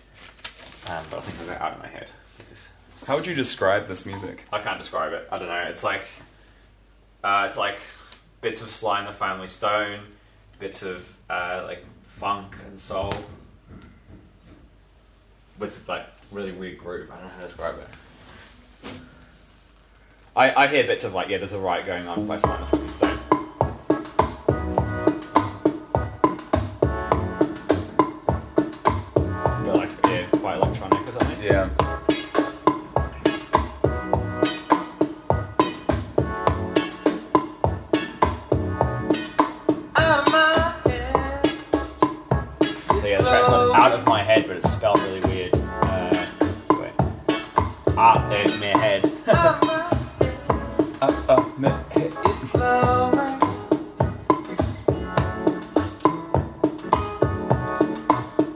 S3: Um, but I think I'll go out of my head. because
S2: How would you describe this music?
S3: I can't describe it. I don't know. It's like, uh, it's like bits of Sly and the Family Stone, bits of uh, like funk and soul, with like really weird groove. I don't know how to describe it. I, I hear bits of like yeah, there's a riot going on by Sly and the Family Stone. But like yeah, quite electronic or something.
S2: Yeah.
S4: Out of my head.
S3: So yeah, the track's called Out of My Head, but it's spelled really weird. Uh, wait. Out of my head.
S2: Uh, uh, no, hey,
S4: It's flowing.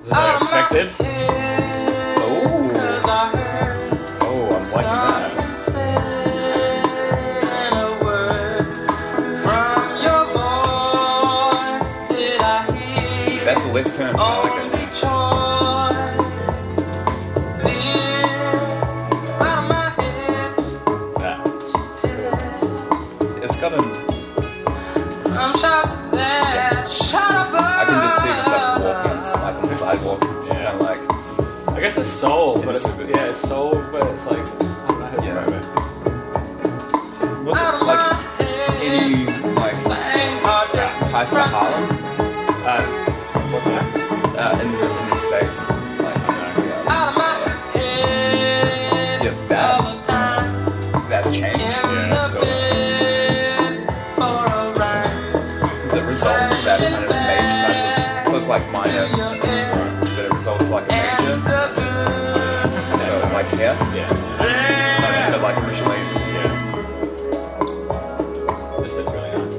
S3: Is that expected?
S2: Oh.
S4: Cause I heard
S2: Oh, I'm liking that.
S4: something said a word from your voice. Did I hear?
S2: That's a left turn. but I like it.
S4: Only choice is out of my head.
S3: Yeah.
S2: It's got an.
S4: I'm shot there, shot above.
S2: I can just see myself walking, on s- like on the sidewalk. It's
S3: Yeah.
S2: kind of like
S3: I guess it's soul, but
S2: It's
S3: it's,
S2: stupid.
S3: yeah, it's soul, but it's like I don't know how to
S2: Yeah.
S3: describe it.
S2: was it like any like ties to Harlem
S3: Um, what's that?
S2: uh, in, the, in the states? Like yeah, yeah, that that change
S3: Yeah.
S2: because it results in that kind of major type of. So it's like like minor, that it resolves to like a major. So like here. Yeah. But like originally. Yeah. This bit's really nice.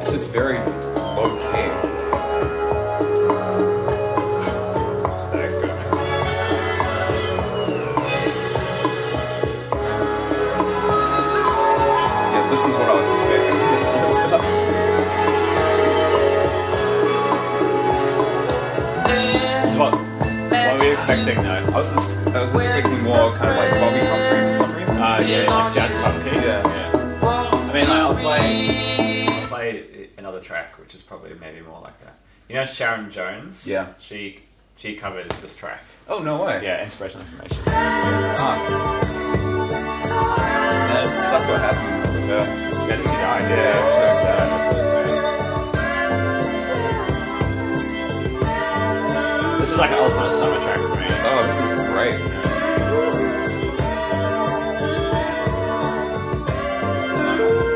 S2: It's just very low key. Just that good Yeah, this is what I was expecting. Full stop.
S3: This is what, what were you expecting though?
S2: I was just, I was expecting more kind of like Bobby Humphrey for some reason.
S3: Uh, yeah, like jazz funky.
S2: Yeah.
S3: I mean, like I'll play, I'll play another track, which is probably maybe more like a, you know, Sharon Jones.
S2: Yeah.
S3: She she covers this track.
S2: Oh no way.
S3: Yeah, inspirational information.
S2: Ah. Yeah, it sucked what happened with her.
S3: Yeah, this is the
S2: Yeah,
S3: idea.
S2: it's really sad.
S3: This is like an ultimate summer track for me.
S2: Oh, this is great.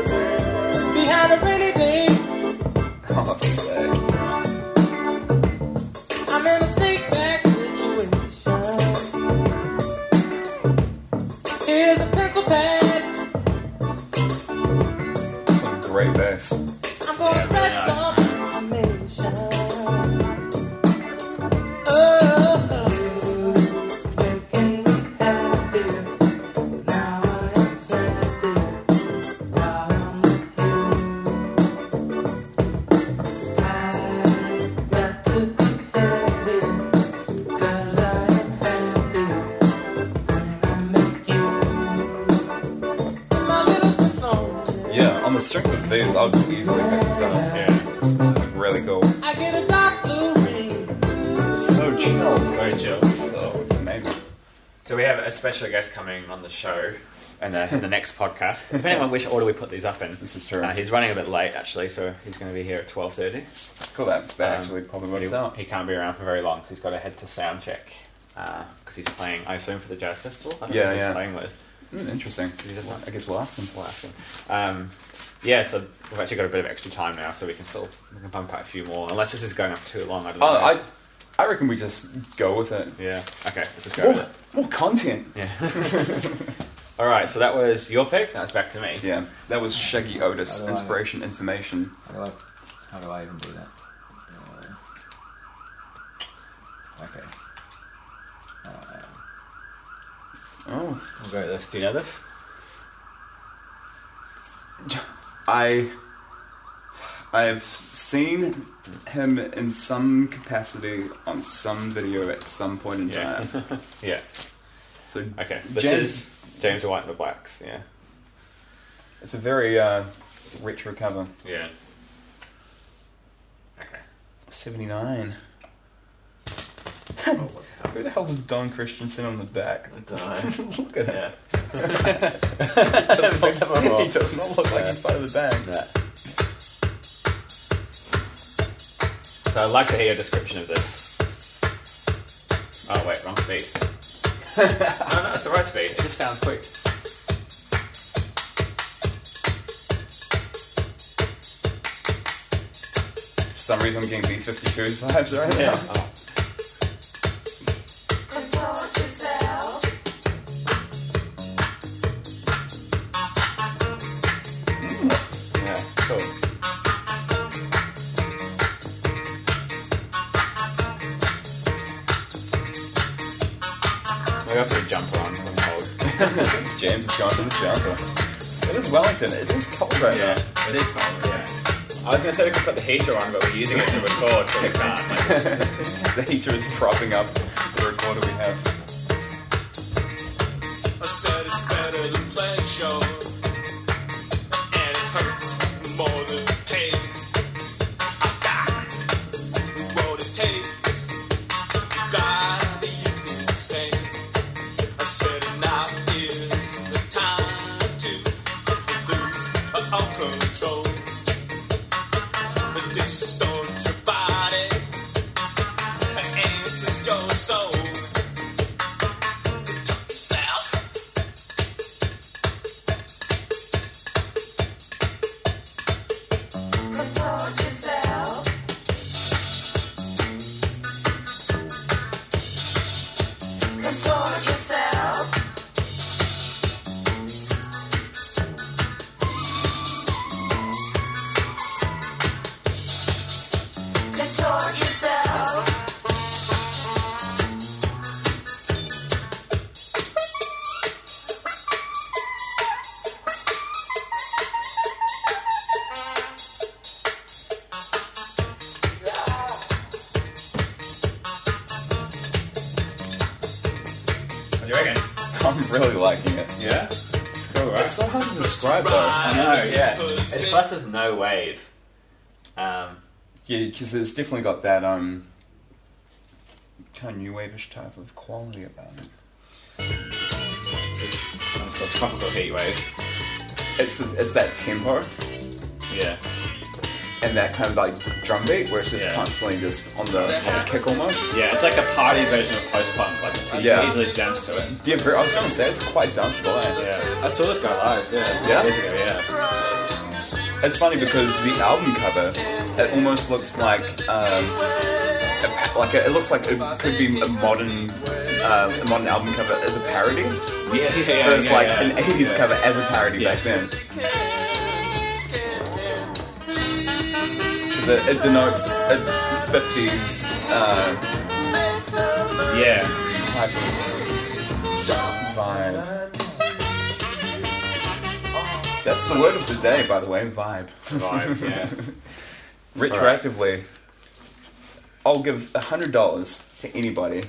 S11: Behind a rainy day,
S2: Oh, sick.
S11: I'm in a snake bag situation. Here's a pencil pad.
S2: Some great bass.
S11: I'm gonna spread
S3: Yeah, really
S11: some information. Oh, oh, making me happy. Now I am happy. Now I'm with you. I got to be happy 'cause I am happy when I'm with you. My little symphony.
S2: Yeah, on the strength of these, I would easily pick this up. Yeah. This is really cool.
S11: I get a dark blue ring.
S2: So chill. So
S3: Very chill.
S2: Oh, it's amazing.
S3: So we have a special guest coming on the show in the, in the next podcast. Depending on which order we put these up in.
S2: This is true.
S3: Uh, he's running a bit late actually, so he's going to be here at twelve thirty.
S2: Cool. That, that
S3: Um,
S2: actually probably
S3: He,
S2: works out.
S3: he can't be around for very long because he's got to head to sound check because he's playing, I assume, for the jazz festival. I don't
S2: Yeah,
S3: know who
S2: yeah.
S3: he's playing with.
S2: Mm, interesting.
S3: He doesn't like-
S2: I guess we'll ask him.
S3: We'll ask him. Um, yeah, so we've actually got a bit of extra time now, so we can still we can pump out a few more. Unless this is going up too long, I don't know.
S2: Oh, I, I reckon we just go with it.
S3: yeah. Okay, let's just go.
S2: More,
S3: With it.
S2: more content.
S3: All right, so that was your pick. Now it's back to me.
S2: Yeah, that was Shaggy Otis,
S7: I like it.
S2: inspiration, information.
S7: How do I, how do I even do that? Uh, okay. Uh,
S2: Oh,
S3: We'll go with this. Do you know this?
S2: I, I've seen him in some capacity on some video at some point in
S3: Yeah.
S2: time.
S3: Yeah.
S2: So
S3: Okay. This
S2: James-
S3: is James White and the Blacks. Yeah.
S2: it's a very uh, retro cover.
S3: Yeah. Okay.
S2: Seventy nine.
S3: Oh, what the hell
S2: Who
S3: is-
S2: the hell's Don Christensen on the back? Look at him.
S3: Yeah.
S2: Doesn't look- he does not look like he's part of the band.
S3: So I'd like to hear a description of this. Oh wait, wrong speed. no, no, it's the right speed. It just sounds quick.
S2: For some reason, I'm getting B 52s vibes right
S3: Yeah.
S2: now.
S3: Oh. Mm.
S2: Yeah, cool.
S3: We got to put a jumper on. Some cold.
S2: James has gone to the jumper. It is Wellington. It is cold right
S3: Yeah.
S2: now.
S3: It is cold. Yeah. I was gonna say we could put the heater on, but we're using it to record, so we can't. Like,
S2: The heater is propping up the recorder we have.
S6: I said it's better than pleasure, and it hurts more than pain. I got what it takes to drive you insane. I said now is the time to lose all control, distort your body, and just your soul.
S3: you reckon?
S2: I'm really liking it.
S3: Yeah?
S2: Cool, right? It's so hard to describe though.
S3: I know, yeah. It's plus there's no wave. Um,
S2: Yeah, because it's definitely got that um kind of new wave-ish type of quality about it.
S3: it's got tropical heat wave.
S2: It's the, it's that tempo
S3: Yeah.
S2: and that kind of like drum beat where it's just
S3: Yeah.
S2: constantly just on the, on the kick almost.
S3: Yeah, it's like a party version of post punk. Like, it's, you
S2: Yeah.
S3: can easily dance to it.
S2: Yeah, very- I was gonna say it's quite danceable. Eh?
S3: Yeah. I saw this guy live, yeah.
S2: Yeah?
S3: Years ago, yeah.
S2: It's funny because the album cover, it almost looks like um, a, pa- like a, it looks like it could be a modern uh, a modern album cover as a parody,
S3: Yeah, yeah,
S2: but it's
S3: yeah,
S2: like
S3: yeah.
S2: an '80s
S3: Yeah.
S2: cover as a parody
S3: Yeah.
S2: back then. Because it, it denotes a 50s uh,
S3: Yeah.
S2: type of vibe. That's the word of the day, by the way, vibe.
S3: Vibe, yeah.
S2: retroactively, I'll give hundred dollars to anybody.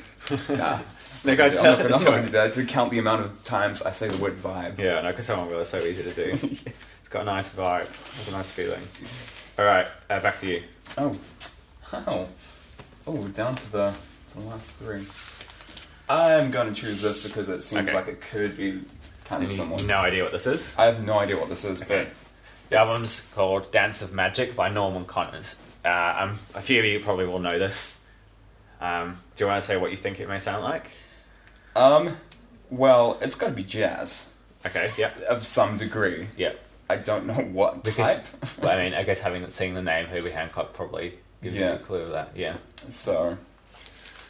S2: nah,
S3: Like
S2: I'm
S3: I tell
S2: not gonna- I'm not gonna do that to count the amount of times I say the word vibe.
S3: Yeah, no, because someone will. It's so easy to do. It's got a nice vibe. It's a nice feeling. All right, uh, back to you.
S2: Oh, how? Oh, we're down to the to the last three. I'm going to choose this because it seems
S3: Okay. Mm,
S2: like it could be kind of someone.
S3: No idea what this is.
S2: I have no idea what this is,
S3: Okay. The album's called Dance of Magic by Norman Connors. Uh, um, a few of you probably will know this. Um, do you want to say what you think it may sound like?
S2: but um, well, it's got to be jazz
S3: Okay, yep,
S2: of some degree.
S3: yep.
S2: I don't know what
S3: Because,
S2: type.
S3: well, I mean, I guess having seen the name Herbie Hancock probably gives
S2: Yeah.
S3: you a clue of that. Yeah.
S2: So,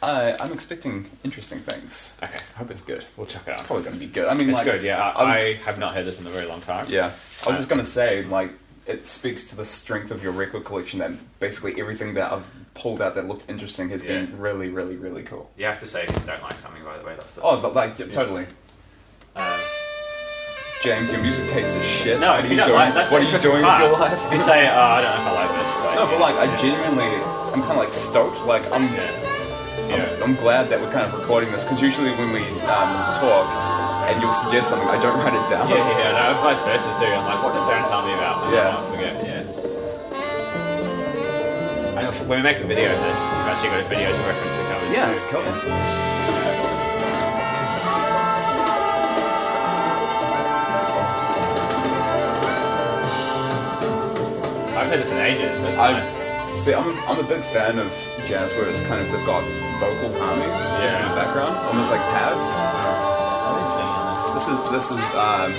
S2: I I'm expecting interesting things.
S3: Okay, I hope it's good. We'll check it out.
S2: It's probably going to be good. I mean,
S3: It's
S2: like,
S3: good. Yeah, I,
S2: I was-
S3: I have not heard this in a very long time.
S2: yeah. I was just going to say, like, it speaks to the strength of your record collection that basically everything that I've pulled out that looked interesting has
S3: Yeah.
S2: been really, really, really cool.
S3: You have to say if you don't like something, by the way. That's the
S2: Oh, but, like, yeah, totally.
S3: Um,
S2: James, your music tastes as shit.
S3: No,
S2: what
S3: if
S2: are
S3: you
S2: you
S3: don't
S2: doing?
S3: like, that's
S2: what
S3: the
S2: are you doing with
S3: part.
S2: your life?
S3: If you say, oh, I don't know if I like this. Like,
S2: no, but like, I genuinely, I'm kind of like stoked. Like, I'm,
S3: yeah,
S2: I'm,
S3: yeah,
S2: I'm glad that we're kind of recording this because usually when we um, talk and you'll suggest something, I don't write it down.
S3: yeah, yeah, yeah. No, vice versa too. I'm like, what? Don't tell me about. that.
S2: Yeah.
S3: I forget. Yeah. And if- when we make a video of this, we've actually got a video to reference the covers.
S2: Yeah,
S3: too.
S2: it's cool.
S3: I've heard this in ages. That's nice.
S2: I've, see, I'm, I'm a big fan of jazz where it's kind of they've got vocal harmonies just in
S3: Yeah.
S2: the background, almost like pads.
S3: I've
S2: This is this is um,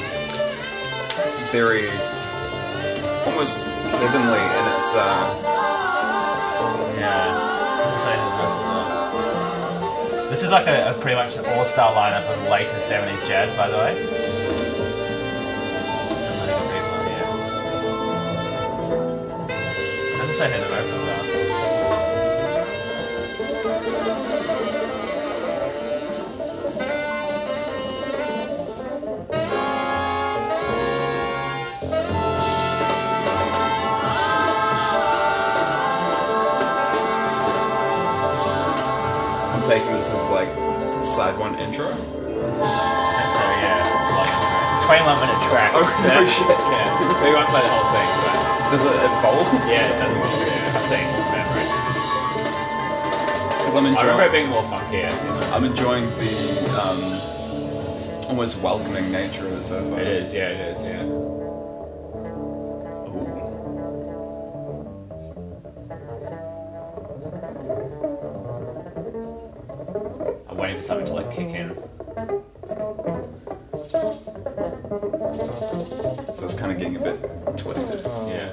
S2: very almost heavenly in its uh,
S3: Yeah. This is like a, a pretty much an all-star lineup of later '70s jazz, by the way. So many good people here. Doesn't say who the vocals are.
S2: I'm taking this as like side one intro.
S3: And so yeah, like, it's a 21-minute track.
S2: Oh, no
S3: yeah.
S2: shit.
S3: Yeah, we won't play the whole thing, but
S2: Does it evolve?
S3: yeah, it doesn't work. Yeah, I think. that's right.
S2: Because I'm
S3: I remember it
S2: enjoying
S3: being more funkier.
S2: I'm enjoying the um, almost welcoming nature of it so far.
S3: It is, yeah, it is, yeah. I'm waiting for something to like kick in.
S2: So it's kind of getting a bit twisted.
S3: Yeah.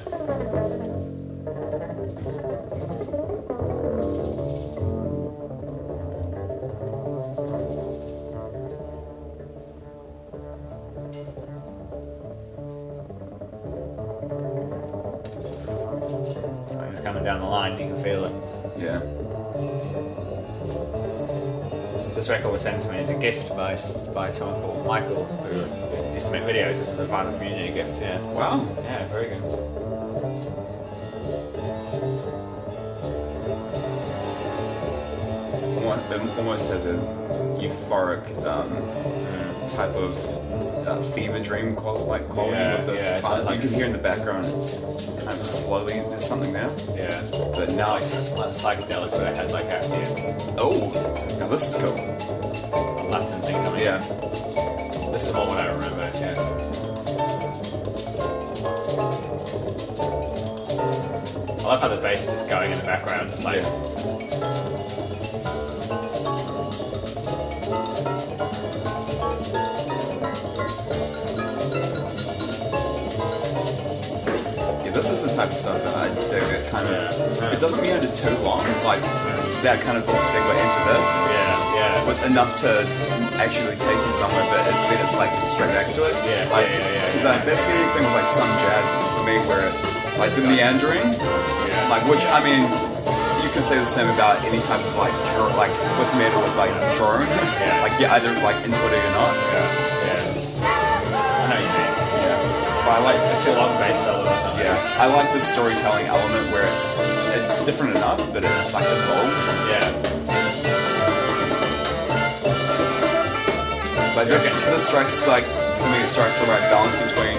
S3: Something's coming down the line, you can feel it.
S2: Yeah.
S3: This record was sent to me as a gift by s- by someone called Michael, who used to make videos. This was a vinyl community gift, yeah.
S2: Wow.
S3: Yeah, very good.
S2: What? it almost has a euphoric um, type of uh, fever dream qual- like quality
S3: Yeah,
S2: with this
S3: yeah, it's
S2: part.
S3: like-
S2: you can hear in the background it's kind of slowly there's something there.
S3: Yeah.
S2: But now
S3: it's like psychedelic, but it has like a yeah.
S2: oh, now this is cool.
S3: Latin thing coming.
S2: Yeah.
S3: This is the one I remember. Yeah. I love how the bass is just going in the background. Like,
S2: Yeah, this is the type of stuff that I dig. It kind of it doesn't mean it too long. Like that kind of little segue into this.
S3: Yeah, yeah.
S2: Was enough to actually take you somewhere, but it, then it's like straight back to it. Yeah, like, yeah, yeah. Because like, that's the only thing with like some jazz for me where it, like the meandering, like which I mean. You can say the same about any type of like, dr- like with metal, with like drone, like you're either like into it or you're not.
S3: Yeah, yeah. I know you mean.
S2: Yeah, but I like
S3: it's a long bass solo.
S2: Yeah, I like the storytelling element where it's it's different enough, but it like evolves.
S3: Yeah.
S2: But this this strikes like for me it strikes the right balance between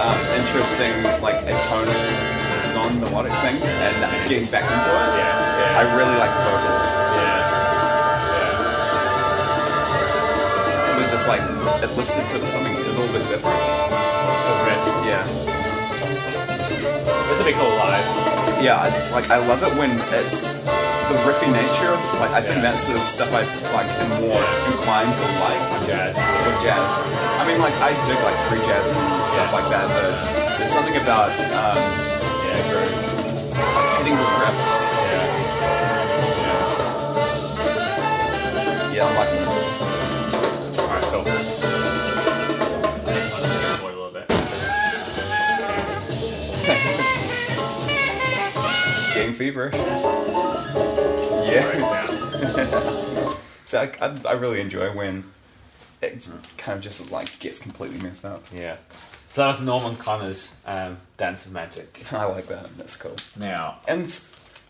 S2: um, interesting like atonal non-melodic things and getting back into it. Yeah, yeah. I really like the vocals.
S3: Yeah.
S2: Because it just like it lifts it to something a little bit different. Yeah.
S3: This would be cool live.
S2: Yeah, I, like I love it when it's the riffy nature. of- Like I think that's the stuff I like am more inclined to like
S3: jazz
S2: with jazz. I mean, like I dig like free jazz and stuff like that, but there's something about um, yeah, like hitting the riff. Yeah. Yeah, I'm liking this.
S3: Alright, cool. Let's go a little bit.
S2: Game fever. Yeah. so I, I, I really enjoy when it kind of just like gets completely messed up.
S3: Yeah. So that was Norman Connor's um, Dance of Magic.
S2: I like that. That's cool.
S3: Now,
S2: and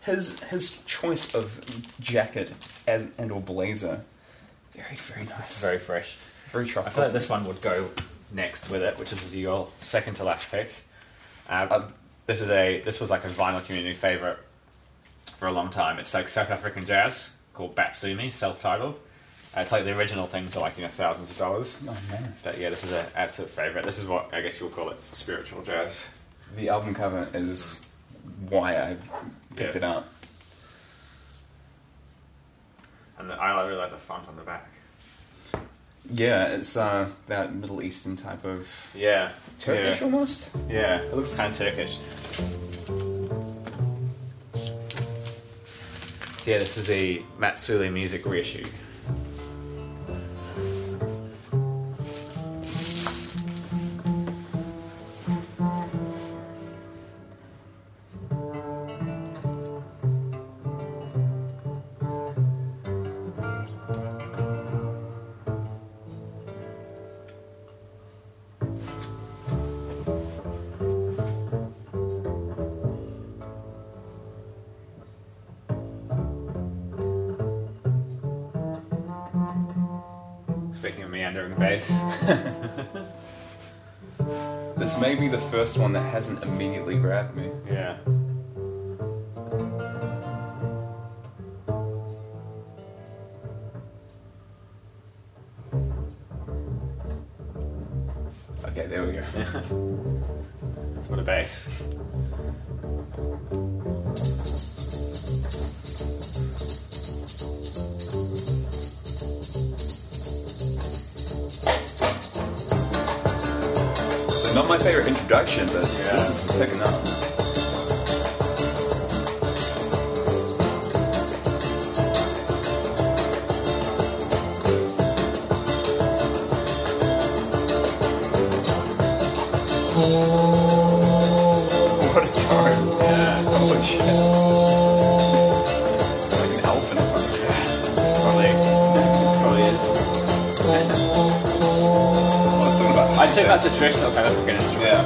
S2: his his choice of jacket as and or blazer, very very nice,
S3: very fresh,
S2: very
S3: I
S2: tropical.
S3: feel like this one would go next with it, which is your second to last pick. Um, this is a this was like a vinyl community favorite for a long time. It's like South African jazz called Batsumi, self-titled. Uh, it's like the original things are like you know thousands of dollars.
S2: Oh, man.
S3: But yeah, this is an absolute favorite. This is what I guess you'll call it spiritual jazz.
S2: The album cover is why I picked
S3: Yeah.
S2: it up.
S3: And the, I really like the font on the back.
S2: Yeah, it's uh, that Middle Eastern type of
S3: Yeah,
S2: Turkish
S3: yeah.
S2: almost.
S3: Yeah, it looks kind of Turkish. Yeah, this is the Matsuli music reissue. Speaking of meandering bass.
S2: This may be the first one that hasn't immediately grabbed me.
S3: Yeah.
S2: Okay, there we go.
S3: That's what a bass.
S2: So not my favorite introduction, but this is picking up. What a turn! Yeah. Holy shit. It's like an elephant or something.
S3: Probably. Probably is. I'd say that's a traditional South African instrument.
S2: Yeah.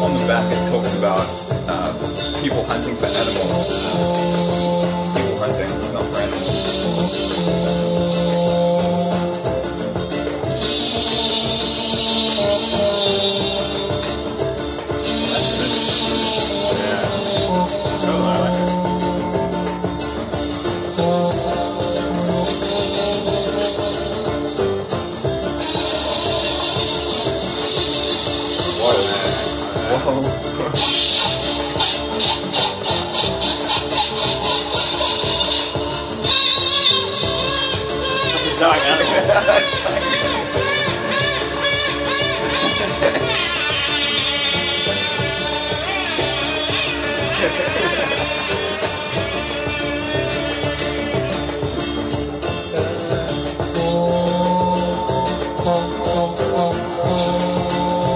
S2: On the back, it talks about uh, people hunting for animals. People hunting, not for animals.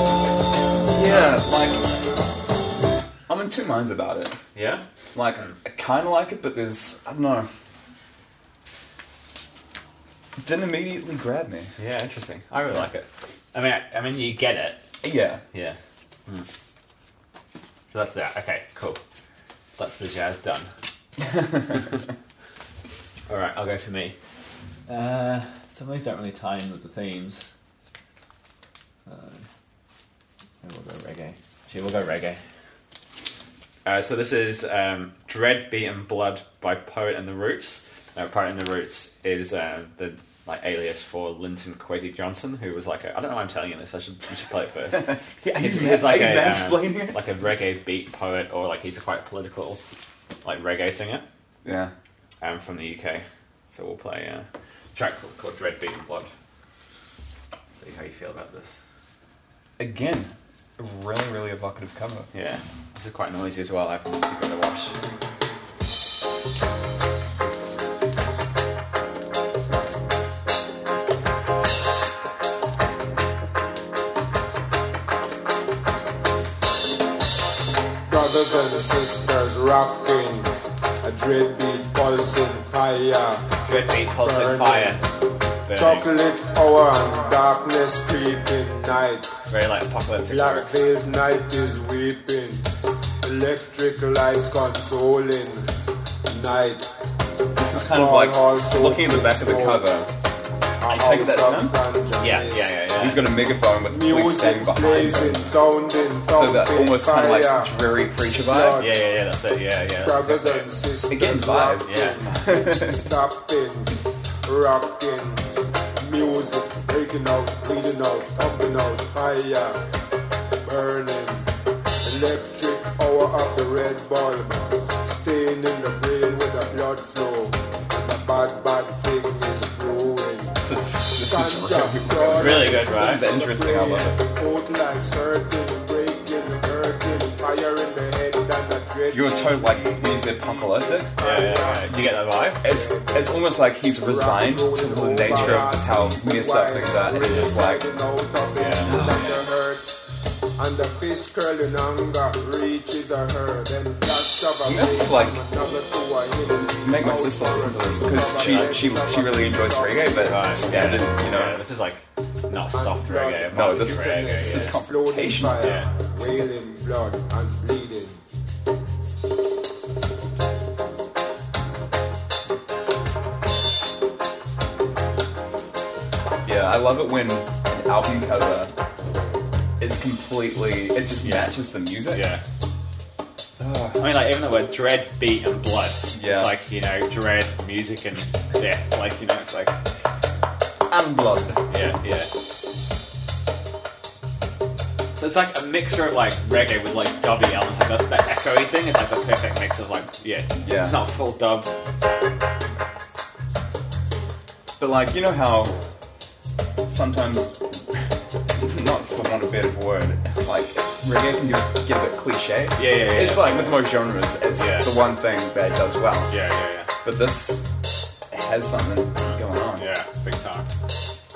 S2: Yeah, like I'm in two minds about it.
S3: Yeah?
S2: Like I kind of like it, but there's I don't know. It didn't immediately grab me.
S3: Yeah, interesting. I really like it. I mean, I, I mean, you get it.
S2: Yeah.
S3: Yeah. Hmm. So that's that. Okay, cool. That's the jazz done. All right, I'll go for me.
S7: Uh, some of these don't really tie in with the themes. Uh, maybe we'll go reggae.
S3: Actually, we'll go reggae. Uh, so this is um, "Dread, Beat, and Blood" by Poet and the Roots. Uh, Poet and the Roots is uh, the like alias for Linton Kwesi Johnson, who was like a, I don't know why I'm telling you this. I should we should play it first.
S2: Yeah, are
S3: he's,
S2: you
S3: he's
S2: ma-
S3: like
S2: are you
S3: a uh,
S2: mansplaining it?
S3: like a reggae beat poet, or like he's a quite political like reggae singer.
S2: Yeah.
S3: Um, from the UK. So we'll play uh, a track called, called "Dread, Beat, and Blood." See how you feel about this.
S2: Again, a really really evocative cover.
S3: Yeah, this is quite noisy as well. I've got to watch.
S12: Brothers and sisters rocking, a dread beat pulsing fire.
S3: Dread beat pulsing fire. Burning.
S12: Chocolate hour and darkness creeping night.
S3: Very like apocalyptic.
S12: Black veiled night is weeping, electric lights consoling night.
S2: This is kind of like looking at the back of the cover. I take that now.
S3: Yeah, yeah, yeah, yeah.
S2: He's got a megaphone with the police
S12: Music
S2: standing behind him.
S12: blazing, sounding,
S2: So that
S12: thumping
S2: almost kind of
S12: fire.
S2: like dreary preacher vibe.
S3: Yeah, yeah, yeah. That's it. Yeah, yeah.
S12: Brothers and sisters
S2: Again, vibe.
S12: Yeah. stopping, rocking, music breaking out, bleeding out, pumping out, fire burning, electric hour of the red bulb, staying in the brain with the blood flow, and the bad bad thing is brewing.
S2: This is,
S12: Ganja,
S3: Really good, right?
S2: This is interesting. I love it.
S12: Cold lights hurting, breaking, hurting, fire in the head and the dread.
S2: You're told like he's apocalyptic.
S3: Yeah, yeah, yeah. You get that vibe?
S2: It's it's almost like he's resigned to the nature of just how messed up things are, and he's just like,
S12: And the fist curling anger reaches a herd and flash of a
S2: I'm gonna have to, like,
S12: another to a hidden
S2: make my sister listen to this because she she, she really enjoys reggae, but standard, you
S3: Yeah,
S2: know,
S3: this is like not soft reggae.
S2: No,
S3: barbecue
S2: this- this
S3: reggae.
S2: is
S3: Yeah.
S12: Floating fire,
S3: Yeah.
S12: wailing blood and bleeding.
S2: yeah, I love it when an album cover is completely it just matches the music.
S3: Yeah. I mean, like even the word dread, beat, and blood.
S2: Yeah.
S3: It's like you know, dread, music, and death. Like you know, it's like
S2: and blood.
S3: yeah, yeah. So it's like a mixture of like reggae with like dubby elements. Like that's that echoey thing. It's like the perfect mix of like yeah,
S2: Yeah.
S3: It's not full dub.
S2: But like, you know how sometimes, not for want of a better word, like reggae can get, get a bit cliche.
S3: Yeah, yeah, yeah.
S2: It's like with most genres, it's
S3: Yeah.
S2: the one thing that it does well.
S3: Yeah, yeah, yeah.
S2: But this has something going on.
S3: Yeah, big time.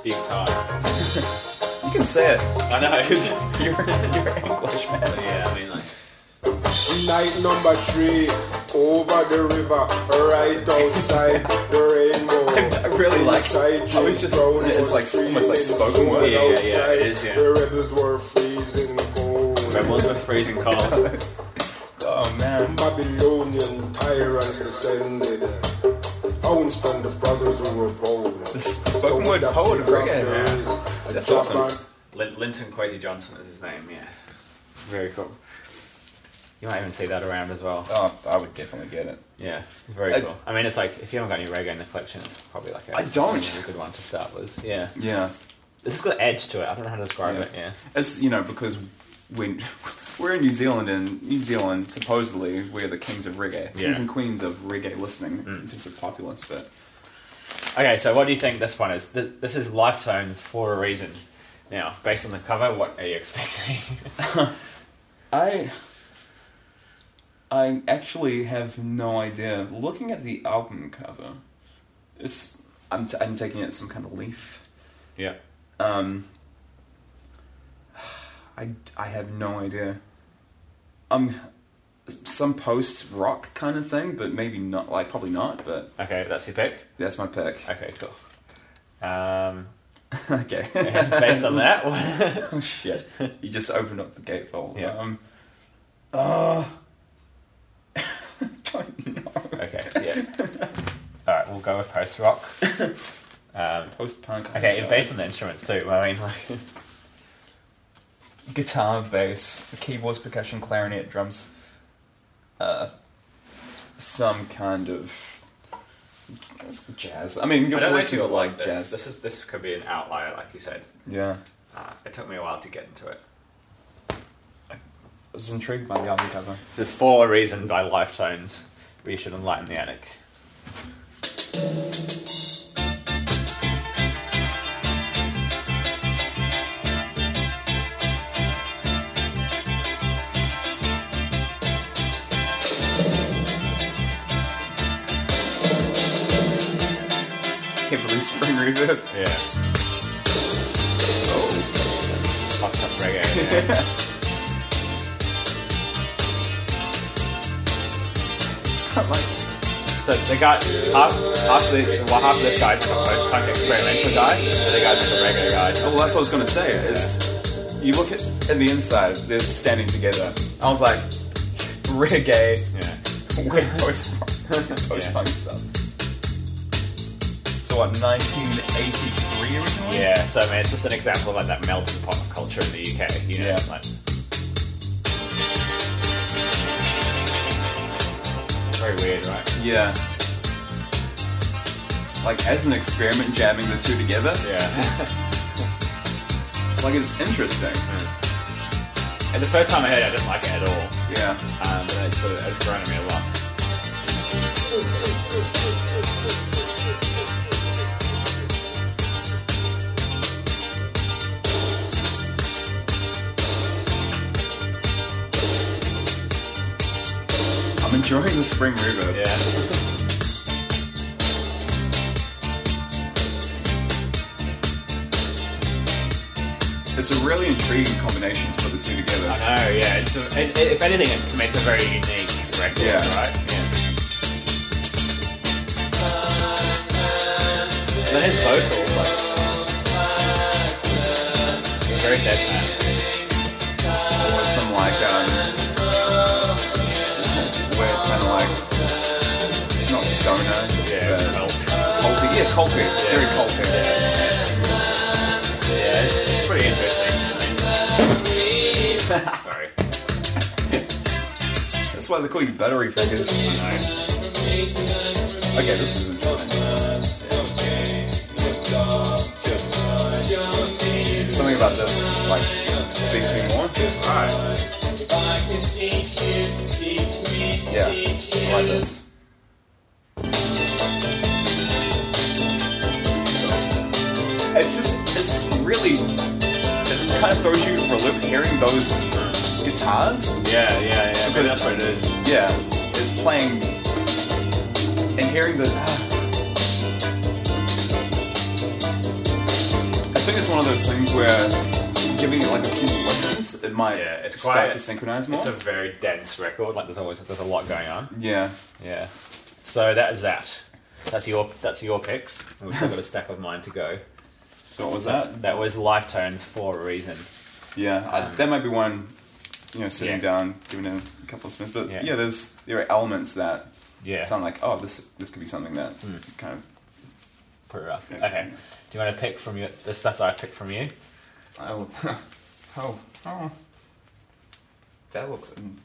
S3: Big time.
S2: You can say it
S3: I
S2: because
S3: know.
S2: you're, you're English, man.
S3: yeah, I mean like.
S12: Night number three, over the river, right outside the rainbow.
S2: I really like.
S12: Inside
S2: I was
S12: James
S2: just.
S12: Brown
S2: It's
S12: was
S2: like almost like
S12: screaming,
S2: spoken word.
S12: someone
S3: Yeah, yeah, yeah, it
S12: outside,
S3: is, yeah.
S12: The rebels were freezing cold.
S3: Rebels were freezing cold.
S2: Oh man.
S12: Babylonian tyrants descended. Owns from the brothers who were bold.
S2: spoken word poet of reggae, man. That's awesome.
S3: Lin- Linton Kwesi Johnson is his name, yeah. Very cool. You might even see that around as well.
S2: Oh, I would definitely get it.
S3: Yeah, it's very
S2: It's-
S3: cool. I mean, it's like, if you haven't got any reggae in the collection, it's probably like a,
S2: I don't.
S3: a good one to start with. Yeah.
S2: Yeah.
S3: This has got edge to it. I don't know how to describe it, yeah.
S2: It's you know because when we're in New Zealand and New Zealand supposedly we're the kings of
S3: Yeah.
S2: reggae,
S3: Mm.
S2: kings and queens of reggae listening in terms of populace, but
S3: Okay, so what do you think this one is? Th- This is Life Tones for a reason. Now, based on the cover, what are you expecting?
S2: I I actually have no idea. Looking at the album cover, it's I'm t- I'm taking it as some kind of leaf.
S3: yeah.
S2: Um, I, I have no idea. Um, some post rock kind of thing, but maybe not. Like probably not. But
S3: Okay, that's your pick?
S2: that's my pick.
S3: Okay, cool. Um,
S2: okay.
S3: based on that one.
S2: oh shit! You just opened up the gatefold.
S3: Yeah.
S2: Um. Uh,
S3: okay, yeah. Alright, we'll go with post rock. Um,
S2: post punk.
S3: okay, and based on the instruments too, I mean, like.
S2: guitar, bass, keyboards, percussion, clarinet, drums, uh, some kind of jazz. I mean, your
S3: I don't
S2: collection's
S3: actually
S2: like
S3: like this.
S2: jazz.
S3: This is this could be an outlier, like you said.
S2: Yeah,
S3: Uh, it took me a while to get into it.
S2: I was intrigued by the album cover.
S3: The For a Reason by Lifetones. We should enlighten the attic.
S2: Heavily spring reverb.
S3: Yeah. Oh. Fucked up reggae. yeah. So the guy, half, half, the, well, half of this guy's a post-punk experimental guy, the other guy's a regular guy.
S2: Oh, well, that's what I was gonna say. Is you look at at the inside, they're standing together. I was like, reggae, weird post post punk stuff. So what, 1983 originally?
S3: Yeah, so I mean, it's just an example of like that melting pot of culture in the UK, you know?
S2: Yeah.
S3: Like, very weird, right?
S2: Yeah. Like as an experiment, jamming the two together.
S3: Yeah.
S2: Like it's interesting.
S3: and the first time I heard it, I didn't like it at all.
S2: Yeah.
S3: Um, but it's, sort of- it's grown on me a lot.
S2: I'm enjoying the spring reverb.
S3: Yeah.
S2: It's a really intriguing combination to put the two together.
S3: I know, yeah. It's a, it, it- if anything, it makes a very unique record,
S2: Yeah.
S3: right? Yeah. And then his vocals, like, very deadpan.
S2: Or some like um, we're kind of like not stoner,
S3: Yeah,
S2: but
S3: well,
S2: culty. Yeah, culty.
S3: Yeah.
S2: Very culty.
S3: yeah, it's, it's pretty interesting. I mean, sorry.
S2: That's why they call you battery fingers. Okay, this is interesting. Something about this like speaks to me more.
S3: Alright.
S2: Yeah, I like this. It's just, it's really, it kind of throws you for a loop hearing those guitars.
S3: Yeah, yeah, yeah. Maybe that's what it is.
S2: Yeah, it's playing and hearing the. ah. I think it's one of those things where giving it like a few listens, it might
S3: Yeah, it's
S2: start
S3: quite-
S2: to synchronize more.
S3: It's a very dense record. Like, there's always there's a lot going on.
S2: yeah.
S3: Yeah. So that is that. That's your that's your picks. And We've still got a stack of mine to go.
S2: So what was that?
S3: That was Life Tones for a reason.
S2: Yeah, I, that might be one you know, sitting
S3: Um, Yeah.
S2: down, giving it a couple of spins. But
S3: Yeah.
S2: yeah, there's there are elements that
S3: Yeah. Hmm.
S2: sound like oh, this this could be something that kind of
S3: Pretty rough. Okay. Do you want to pick from your the stuff that I picked from you?
S2: I will. oh, oh. That looks in,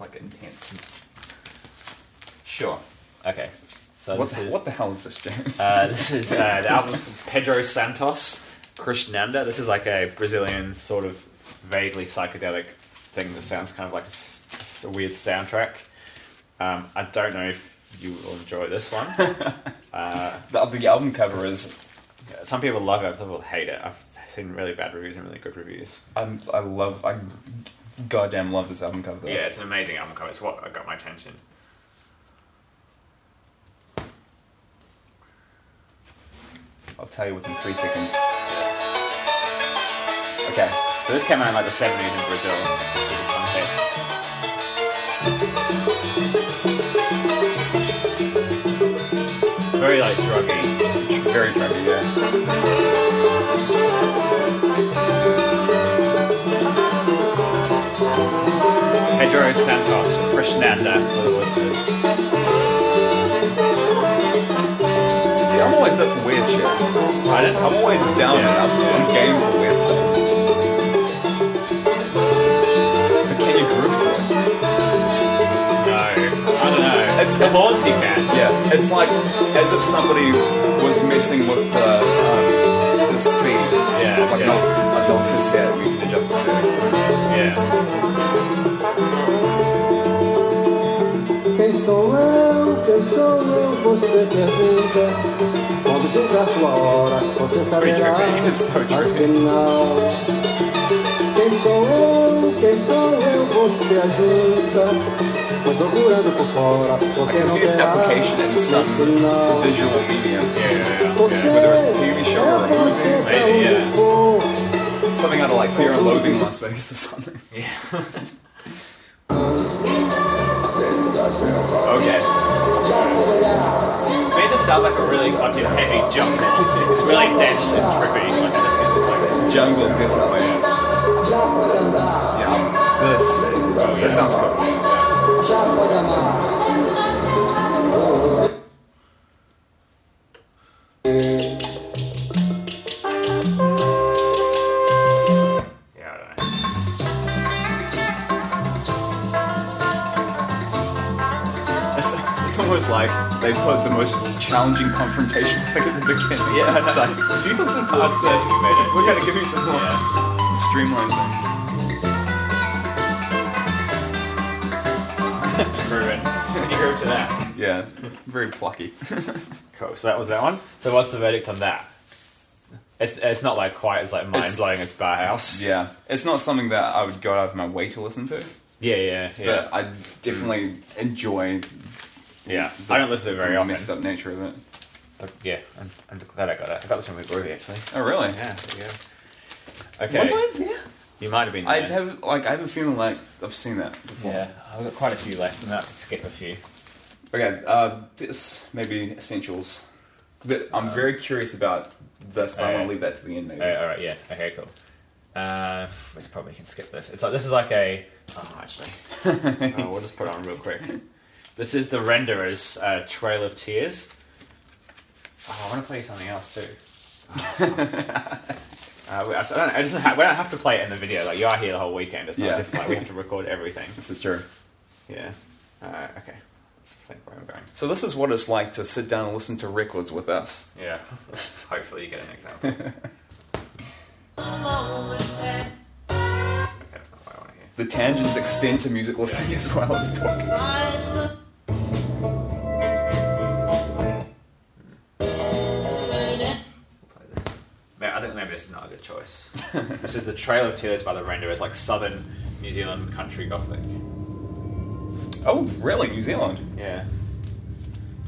S2: like intense. Sure.
S3: Okay. So
S2: what,
S3: this
S2: the,
S3: is
S2: what the hell is this, James?
S3: Uh, this is uh, the album's called Pedro Santos, Krishnanda. This is like a Brazilian sort of vaguely psychedelic thing that sounds kind of like a s- s- a, weird soundtrack. Um, I don't know if you will enjoy this one. uh,
S2: the, the album cover is.
S3: Some people love it, some people hate it. I've seen really bad reviews and really good reviews.
S2: I'm, I love. I goddamn love this album cover. though.
S3: Yeah, it's an amazing album cover. It's what got my attention.
S2: I'll tell you within three seconds.
S3: Okay, so this came out in like the 70s in Brazil, just as a context. Very like druggy.
S2: Very druggy, yeah.
S3: Pedro Santos, Krishnanda for the listeners.
S2: See, I'm always up for weird shit.
S3: Pardon?
S2: I'm always down and up on game for weird stuff. But can you groove to it?
S3: No, I don't know.
S2: It's-
S3: the
S2: it's-
S3: Lords you can.
S2: Yeah, it's like as if somebody was messing with the, um, the speed.
S3: Yeah,
S2: Like
S3: yeah.
S2: not like not cassette, we can adjust the speed.
S3: Yeah.
S13: Quem sou eu? Quem sou eu? Você pergunta. Quando chegar sua hora, você saberá. Afinal, quem sou eu? Quem sou eu? Você ajuda. Mas procurando por fora,
S2: I
S13: você
S2: can
S13: não
S2: see its
S13: terá.
S2: application in some visual medium. Whether it's a TV show or a movie.
S13: Maybe,
S2: yeah. Something out of like Fear and Loathing in Las Vegas or something.
S3: Okay. It just sounds like a really fucking heavy jungle. It's really dense and trippy. Like, I just get this, like,
S2: Jungle definitely. Yeah, I'm- this. That sounds cool.
S3: yeah, I don't know.
S2: It's, it's almost like they put the most challenging confrontation thing at the beginning.
S3: Yeah, I know.
S2: it's like if you listen past this,
S3: You made it.
S2: we're gonna give you some more streamlined things.
S3: Ruin. You go to that.
S2: Yeah, it's very plucky.
S3: Cool. So that was that one. So what's the verdict on that? It's, it's not like quite as like
S2: It's-
S3: mind blowing as Barhouse.
S2: yeah, it's not something that I would go out of my way to listen to,
S3: Yeah, yeah, yeah.
S2: but I definitely enjoy.
S3: yeah. I don't listen to it very
S2: the
S3: often.
S2: Messed up nature of it.
S3: But yeah, I'm, I'm glad I got it. I got this one with Groovy actually.
S2: Oh really?
S3: Yeah, there you go. Okay.
S2: Was I there?
S3: You might have been there.
S2: I have like I have a feeling like I've seen that before.
S3: Yeah, I've got quite a few left. I'm gonna have to skip a few.
S2: Okay, uh, this may be essentials. But I'm very curious about this, but I want
S3: Uh,
S2: to leave that to the end, maybe.
S3: Oh, all right, Um, yeah. Okay, cool. Uh, we probably can skip this. It's like this is like a. Oh, actually, oh, we'll just put it on real quick. This is the renderer's uh, Trail of Tears. Oh, I want to play something else too. Uh, we, I don't. know, I just ha- we don't have to play it in the video. Like you are here the whole weekend. It's not as
S2: Yeah.
S3: if like we have to record everything.
S2: this is true.
S3: Yeah. Uh, okay. Let's think where I'm going.
S2: So this is what it's like to sit down and listen to records with us.
S3: Yeah. Hopefully you get an example. okay, that's not what I want to hear.
S2: The tangents extend to music listening as well as talking.
S3: Ma- I think maybe this is not a good choice. this is the Trail of Tears by the Renderers, like southern New Zealand country gothic.
S2: Oh, really? New Zealand?
S3: Yeah.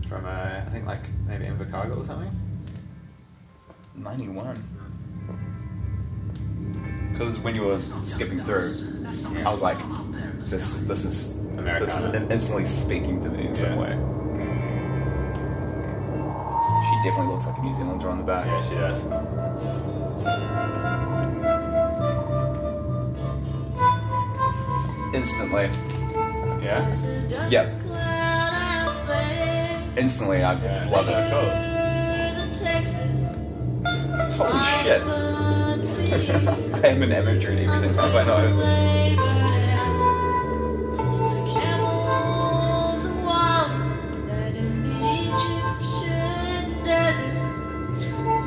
S3: From, uh, I think, like, maybe Invercargill or something?
S2: 91. Because when you were skipping through, I was like, this, this is this is
S3: Americana.
S2: instantly speaking to me in some
S3: Yeah.
S2: way. She definitely looks like a New Zealander on the back.
S3: Yeah, she does.
S2: instantly. Yeah? Yep. Instantly, I love it. Holy shit. I'm an amateur and everything, so I know this.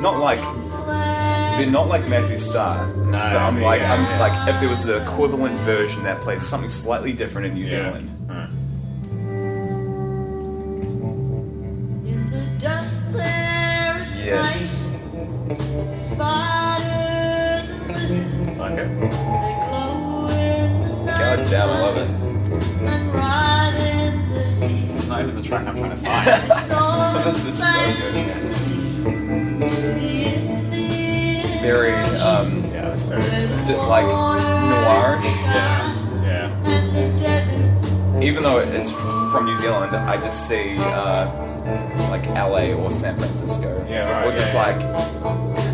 S2: Not like. They're not like Mazzy Star. No. But I'm
S3: but
S2: like,
S3: yeah,
S2: I'm
S3: yeah.
S2: like, if there was the equivalent version that plays something slightly different in New Zealand. Yes. God damn, I love it.
S3: It's not even the track I'm trying to find.
S2: this is so good. Very, um, yeah, it's very di- like noirish. Yeah. yeah. Even though it's from New Zealand, I just see uh, like LA or San Francisco.
S3: Yeah, right,
S2: Or just
S3: yeah,
S2: like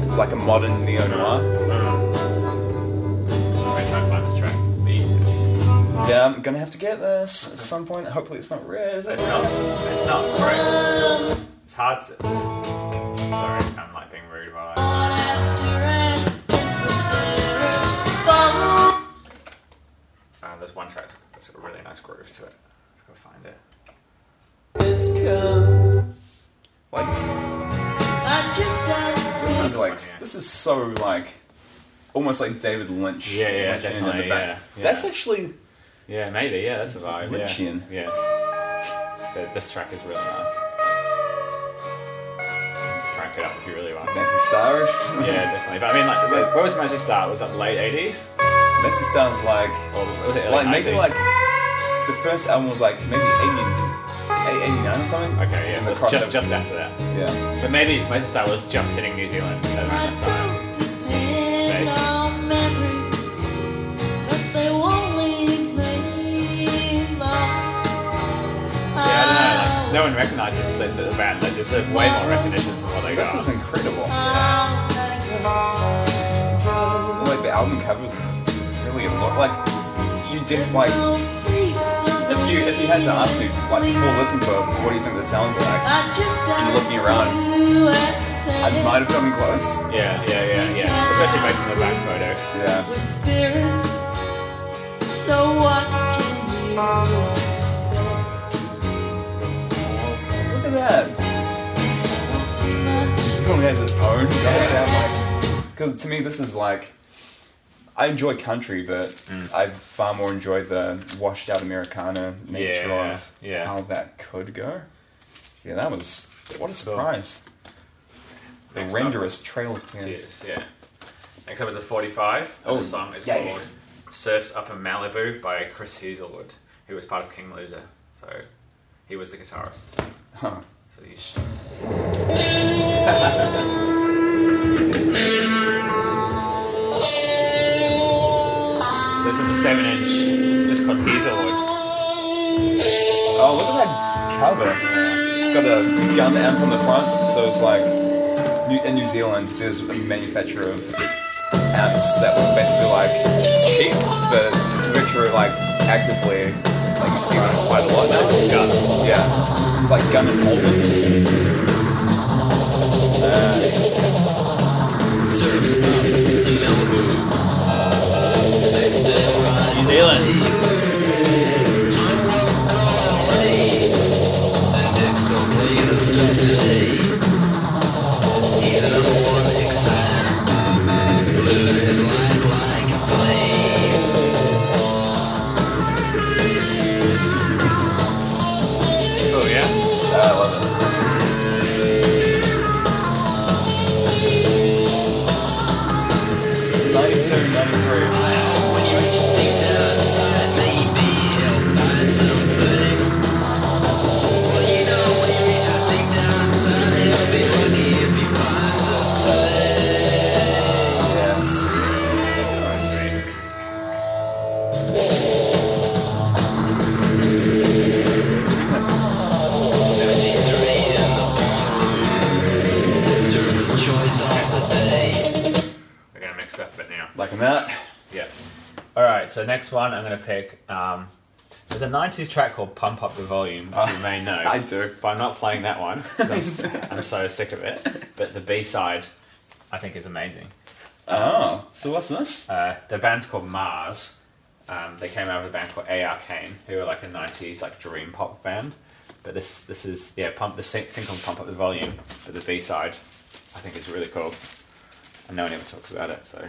S2: it's like a modern neo noir.
S3: I'm trying to find this track. The-
S2: Yeah, I'm gonna have to get this at some point. Hopefully, it's not rare. Is it?
S3: It's not. It's not. Right. It's hard to. Sorry, I'm like being rude while I. Um, there's one track that's got a really nice groove to it. Let's go find it.
S2: This is like this is so like almost like David Lynch.
S3: Yeah, yeah,
S2: Lynchian in the
S3: definitely,
S2: back.
S3: yeah, yeah.
S2: That's actually
S3: Yeah, maybe. Yeah, that's a vibe.
S2: Lynchian.
S3: Yeah. yeah. But this track is really nice. Crank it up if you really want.
S2: Nancy Star.
S3: Yeah, definitely. But I mean, like, where- where was Magic Star? Was that late 80s?
S2: Nancy Star's like
S3: Or was it early
S2: like maybe
S3: 90s?
S2: like the first album was like maybe 80, 89 or something.
S3: Okay, yeah,
S2: It
S3: so it's
S2: was a crossover.
S3: just, just after that.
S2: Yeah.
S3: But maybe Magic Star was just hitting New Zealand at this time. Maybe. Yeah, I don't know. Like, no one recognises the, the, the band. They deserve way more recognition for what they
S2: This
S3: got.
S2: is incredible. Like the album covers really a lot. Like you did like if you if you had to ask me like for listen to it, what do you think this sounds like? And looking around, I might have gotten close.
S3: Yeah, yeah, yeah, yeah. Especially based on the back photo.
S2: Yeah. Look at that. This one has its own goddamn like. Because to me, this is like. I enjoy country, but
S3: Mm.
S2: I far more enjoy the washed out Americana nature
S3: Yeah,
S2: of
S3: yeah.
S2: how that could go. Yeah, that was. What a surprise. The
S3: Next up.
S2: renderous Trail of Tears.
S3: Cheers, yeah. Next up is a 45.
S2: Oh,
S3: and the song is
S2: yeah.
S3: called Surfs Up in Malibu by Chris Hazelwood, who was part of King Loser. So he was the guitarist.
S2: Huh.
S3: So you sh- This is a 7 inch, just called Hazelwood.
S2: Oh, look at that cover. It's got a gun amp on the front, so it's like New- in New Zealand, there's a manufacturer of amps that were basically like cheap, but which were like actively like you see them quite a lot now. Gun. Yeah, it's like gun and Holden.
S14: Serves up in Malibu. And then rise
S3: New Zealand.
S14: leaves. And next on Blazing Stone today, he's another one excited. Living his life like a flame.
S3: Oh, yeah?
S2: I love it. Ninety-two, ninety-three.
S14: When you reach deep down inside, maybe he'll find something. Well, you know, when he reaches deep down inside, he'll
S3: so next one I'm going to pick. Um, there's a 90s track called Pump Up the Volume, which you may know. I do. But I'm not playing that one 'cause I'm, s- I'm so sick of it. But the B side, I think, is amazing.
S2: Oh, so what's this?
S3: Uh, the band's called Mars. Um, they came out of a band called AR Kane, who are like a 90s like dream pop band. But this this is, yeah, pump the sing- single Pump Up the Volume, but the B side, I think, is really cool. And no one ever talks about it, so.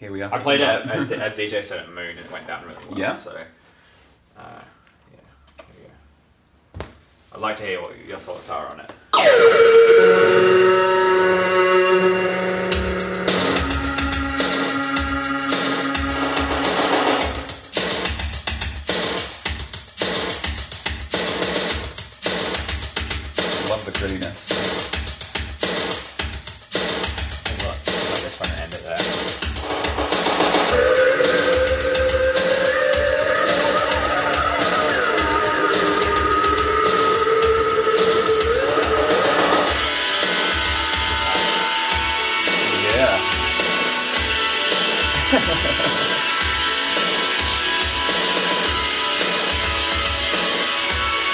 S2: Here we are.
S3: I played it
S2: talking
S3: at,
S2: about
S3: at, at DJ set at Moon and it went down really well.
S2: Yeah.
S3: So, uh, yeah, there we go. I'd like to hear what your thoughts are on it.
S2: Love the grittiness.
S3: I'd like this one to end it there.
S2: Yeah.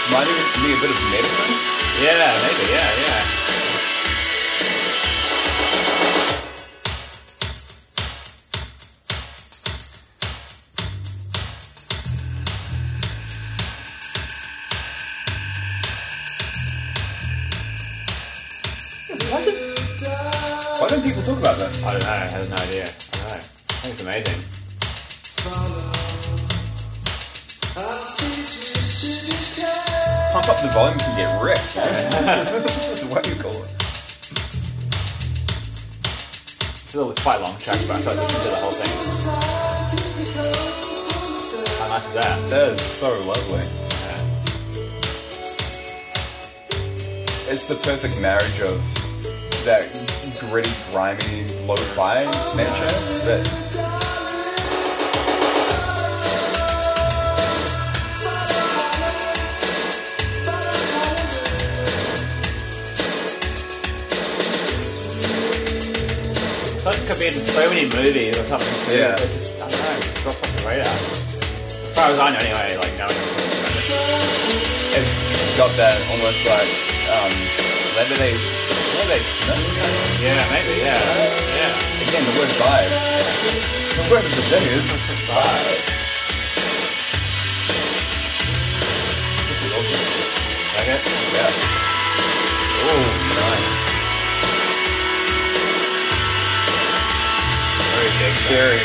S2: Reminded me a bit of medicine.
S3: Yeah, maybe, yeah, yeah.
S2: Why don't people talk about this?
S3: I don't know, I have no idea. I don't know. I think it's amazing.
S2: Pump up the volume can get ripped. That's what you call it.
S3: It's a little it's quite a long track, but I thought listen to the whole thing. How nice is that?
S2: That is so lovely. It's the perfect marriage of that gritty, grimy, lo-fi nature that
S3: It's like it could be in so many movies or something. too.
S2: Yeah.
S3: It's just, I don't know, it's dropped off the radar. As far as I know, anyway, like, no one
S2: it's got that almost like um, lemonade, lemonade Smith.
S3: Yeah, maybe, yeah. Yeah.
S2: Again, the word vibe. The word of the day is vibe.
S3: This is awesome. Like it?
S2: Yeah. Oh,
S3: Very big.
S2: nice. Very.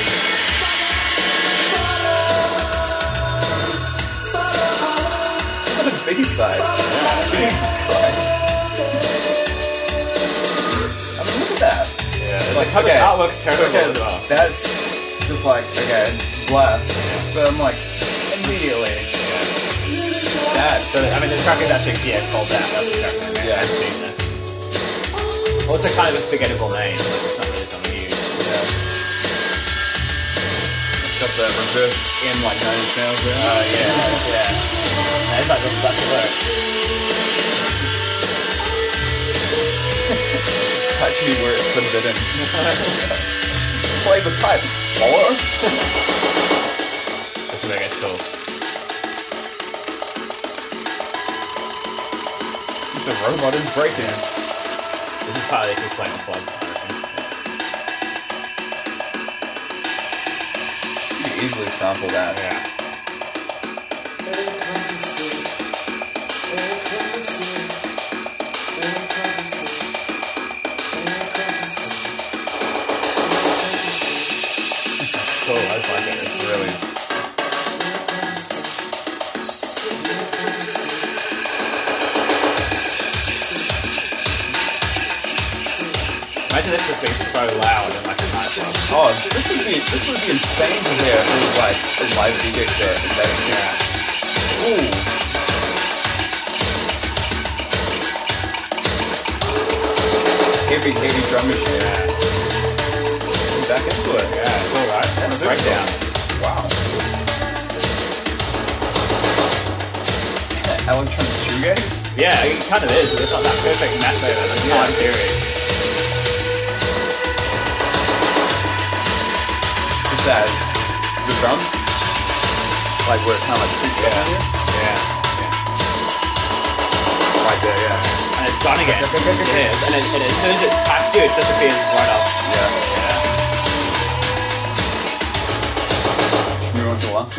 S2: What a biggie side. Jesus Christ. I mean, look at that.
S3: Yeah.
S2: Like,
S3: Like, how
S2: okay.
S3: the artwork's terrible as well.
S2: That's just like, okay, blah. But I'm like, immediately.
S3: So,
S2: That,
S3: I mean, the track is actually, yeah, called that. That's the track. I mean,
S2: Yeah.
S3: I've seen this. Also, kind of a forgettable name. Like, it's not really something you.
S2: yeah. It's got the reverse in like 90 sounds there.
S3: Oh, yeah, yeah. That's like, that's the work.
S2: Touch me where it's forbidden. Play the pipes, or
S3: This is where it gets cool.
S2: the robot is breaking.
S3: This is probably if you're playing a plug. I reckon.
S2: You could easily sample that.
S3: Yeah. Cool, I like it. It's really. Imagine this would be so loud and like a nightclub.
S2: Oh, this would be this would be insane to hear if it was like a live DJ show. and that is- Ooh. Heavy, heavy drum machine. Back into it.
S3: Yeah, cool, right? That's a
S2: Super
S3: breakdown.
S2: cool. Wow. Yeah, Electronic shoegaze?
S3: Yeah, it kind of is. It's like that perfect match over the
S2: Yeah.
S3: time period.
S2: Is that the drums? like where it's kind of like creeping yeah. Yeah. yeah. Right there, yeah.
S15: And it's gone again. It is. And, it, and as soon as it's past you, it disappears right up. Yeah.
S2: You want the last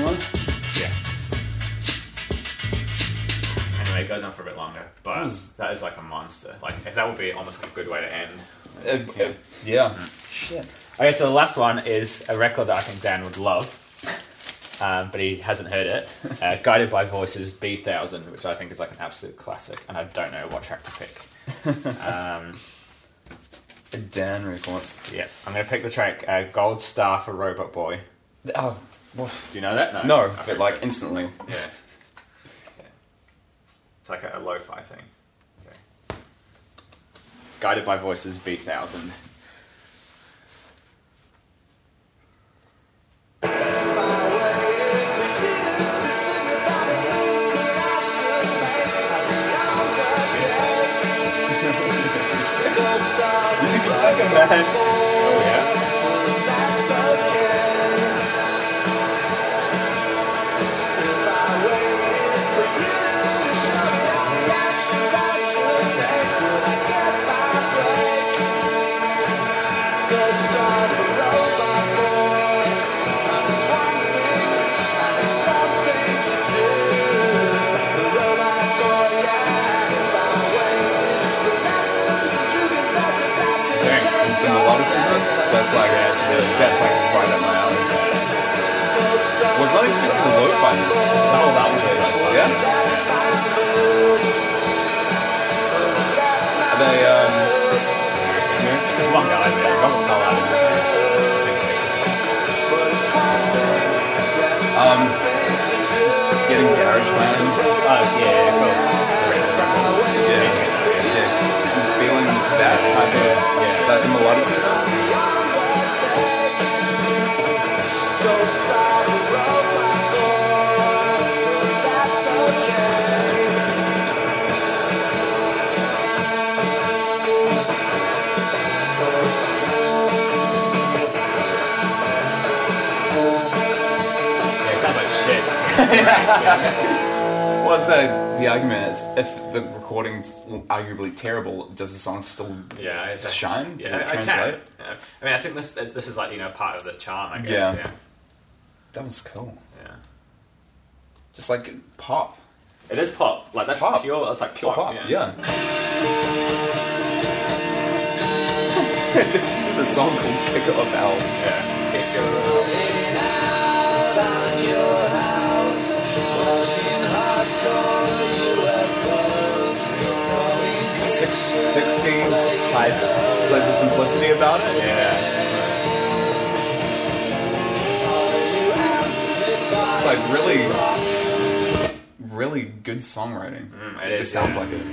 S2: one?
S3: Anyway, it goes on for a bit longer, but that is, like a monster. Like if that would be almost like a good way to end.
S2: yeah. Uh, yeah.
S3: Shit. Okay, so the last one is a record that I think Dan would love, um, but he hasn't heard it. Uh, Guided by Voices B thousand, which I think is like an absolute classic, and I don't know what track to pick. Um,
S2: a Dan record.
S3: Yeah, I'm gonna pick the track uh, "Gold Star for Robot Boy."
S2: Oh,
S3: do you know that?
S2: No, but like instantly.
S3: Yeah. Yeah. It's like a, a lo-fi thing. Okay. Guided by Voices B1000. Oh,
S2: That's like that's like right up my alley. Was not expecting the lo-fi this. No, that was really nice. Yeah. Are they um?
S3: Just one guy there. Russell
S2: Um, getting garage band.
S3: Oh yeah, cool.
S2: Yeah, yeah. Feeling that type of yeah. that melodicism.
S3: Yeah, it sounds like shit.
S2: Well, it's uh, the, the argument is if the recording's arguably terrible, does the song still
S3: Yeah, it's a-
S2: shine? Does
S3: Yeah,
S2: it
S3: I can.
S2: translate?
S3: Yeah. I mean, I think this this is like you know part of the charm. I guess.
S2: Yeah.
S3: Yeah.
S2: That was cool.
S3: yeah.
S2: Just like pop.
S3: It is pop. Like that's
S2: It's pop.
S3: pure. That's like
S2: Pure pop, yeah. it's a song called Kick It Up Elves.
S3: Yeah. Kick It
S2: Six, 16s type, there's a simplicity about it.
S3: Yeah.
S2: It's like really, really good songwriting.
S3: Mm, it
S2: it
S3: is,
S2: just sounds
S3: yeah.
S2: like it.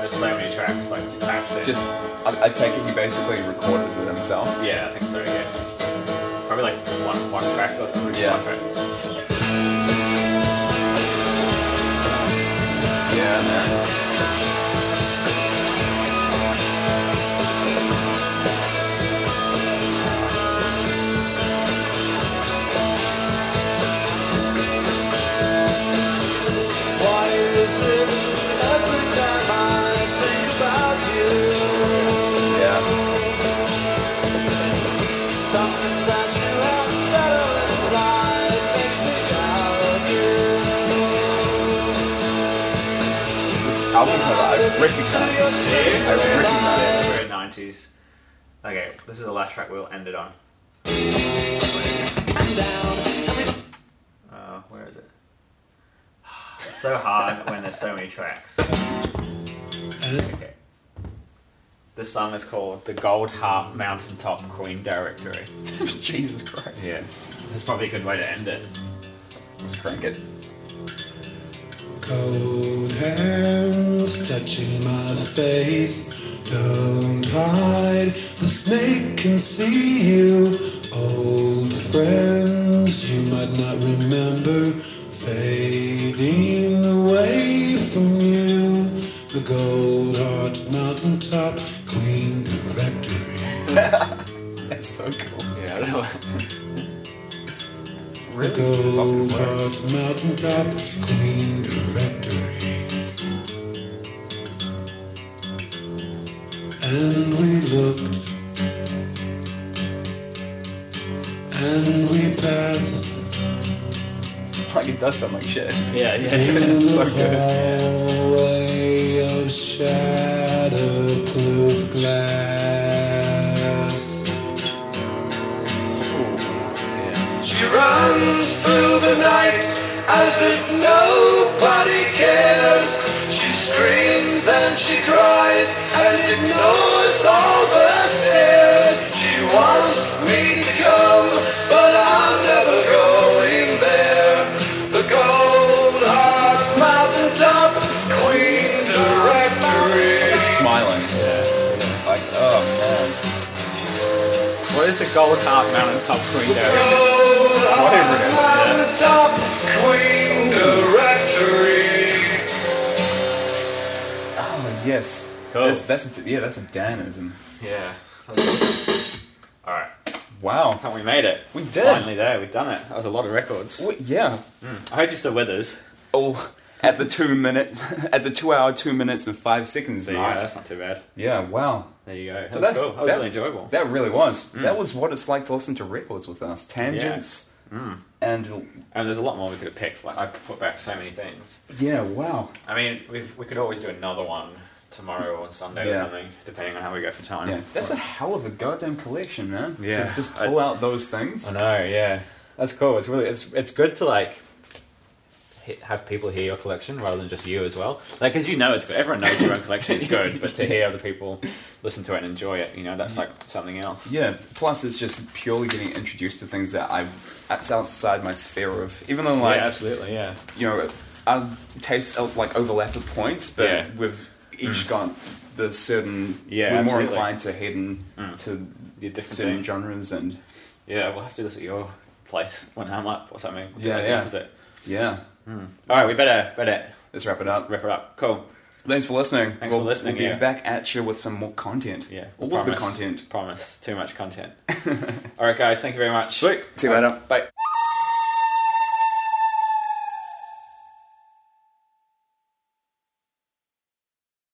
S3: There's so many tracks like just packed in.
S2: Just, I, I take it he basically recorded it himself.
S3: yeah, I think so. Yeah. Probably like one one track or something.
S2: Yeah.
S3: One track.
S2: Yeah, man. Yeah. This album cover, I recognize. I recognize.
S3: Very 90s. Okay, this is the last track we'll end it on. Uh, where is it? It's so hard when there's so many tracks. Okay. This song is called The Gold Heart Mountaintop Queen Directory.
S2: Jesus Christ.
S3: Yeah. This is probably a good way to end it.
S2: Let's crank it.
S5: Cold hands touching my face. Don't hide, the snake can see you. Old friends you might not remember fading away from you. The gold heart
S2: Really fucking works.
S5: Mountaintop Queen Directory. And we look. And we passed.
S2: Like it does sound like shit.
S5: Yeah, yeah.
S2: it's so good.
S5: Way of shatterproof glass. She runs through the night as if nobody cares. She screams and she cries and ignores all the stares. She wants me to come, but I'm never going there. The Gold Heart Mountaintop Queen Directory.
S2: It's smiling.
S16: Yeah.
S2: Like, oh man.
S3: What is the Gold Heart Mountaintop Queen there?
S5: Whatever
S3: it is.
S5: Mountaintop Queen Directory.
S2: Oh yes. That's, that's a, yeah, that's a Danism.
S3: Yeah. All right.
S2: Wow.
S3: And Oh, we made it.
S2: We did.
S3: Finally there. We've done it. That was a lot of records.
S2: yeah.
S3: Mm. I hope you're still with us.
S2: Oh, at the two minutes, at the two hour, two minutes and five seconds.
S3: So, yeah,
S2: mark.
S3: that's not too bad.
S2: Yeah, wow.
S3: There you go. That
S2: So
S3: was
S2: that-
S3: cool. That was
S2: that-
S3: really enjoyable.
S2: That really was.
S3: Mm.
S2: That was what it's like to listen to records with us. Tangents
S3: Yeah. Mm.
S2: and
S3: And there's a lot more we could have picked. Like I put back so many things.
S2: yeah, wow.
S3: I mean, we've, we could always do another one tomorrow or Sunday
S2: Yeah.
S3: or something, depending on how we go for time.
S2: Yeah, that's a hell of a goddamn collection, man.
S3: Yeah.
S2: to just pull out those things.
S3: I know, yeah. That's cool. It's really it's it's good to like hit, have people hear your collection rather than just you as well. Like, because you know it's good. Everyone knows your own collection is good, but to hear other people listen to it and enjoy it, you know, that's like something else.
S2: Yeah, plus it's just purely getting introduced to things that I that's outside my sphere of. Even though like
S3: yeah, absolutely, yeah.
S2: you know, our tastes uh, like overlap at points, but
S3: Yeah. Mm.
S2: we've each got the certain.
S3: Yeah,
S2: we're more
S3: absolutely. Mm.
S2: inclined to head in to
S3: Yeah, different
S2: certain
S3: things.
S2: genres and
S3: Yeah, we'll have to do this at your place when I'm up or something. We'll do,
S2: Yeah,
S3: like, the
S2: yeah.
S3: opposite.
S2: yeah.
S3: All right, we better better
S2: Let's wrap it up.
S3: wrap it up. Cool.
S2: Thanks for listening.
S3: Thanks
S2: We'll-
S3: for listening,
S2: We'll be
S3: yeah.
S2: back at you with some more content.
S3: Yeah,
S2: all of the
S3: promise-
S2: content.
S3: Promise, too much content. All right, guys, thank you very much.
S2: Sweet. See you later.
S3: Bye.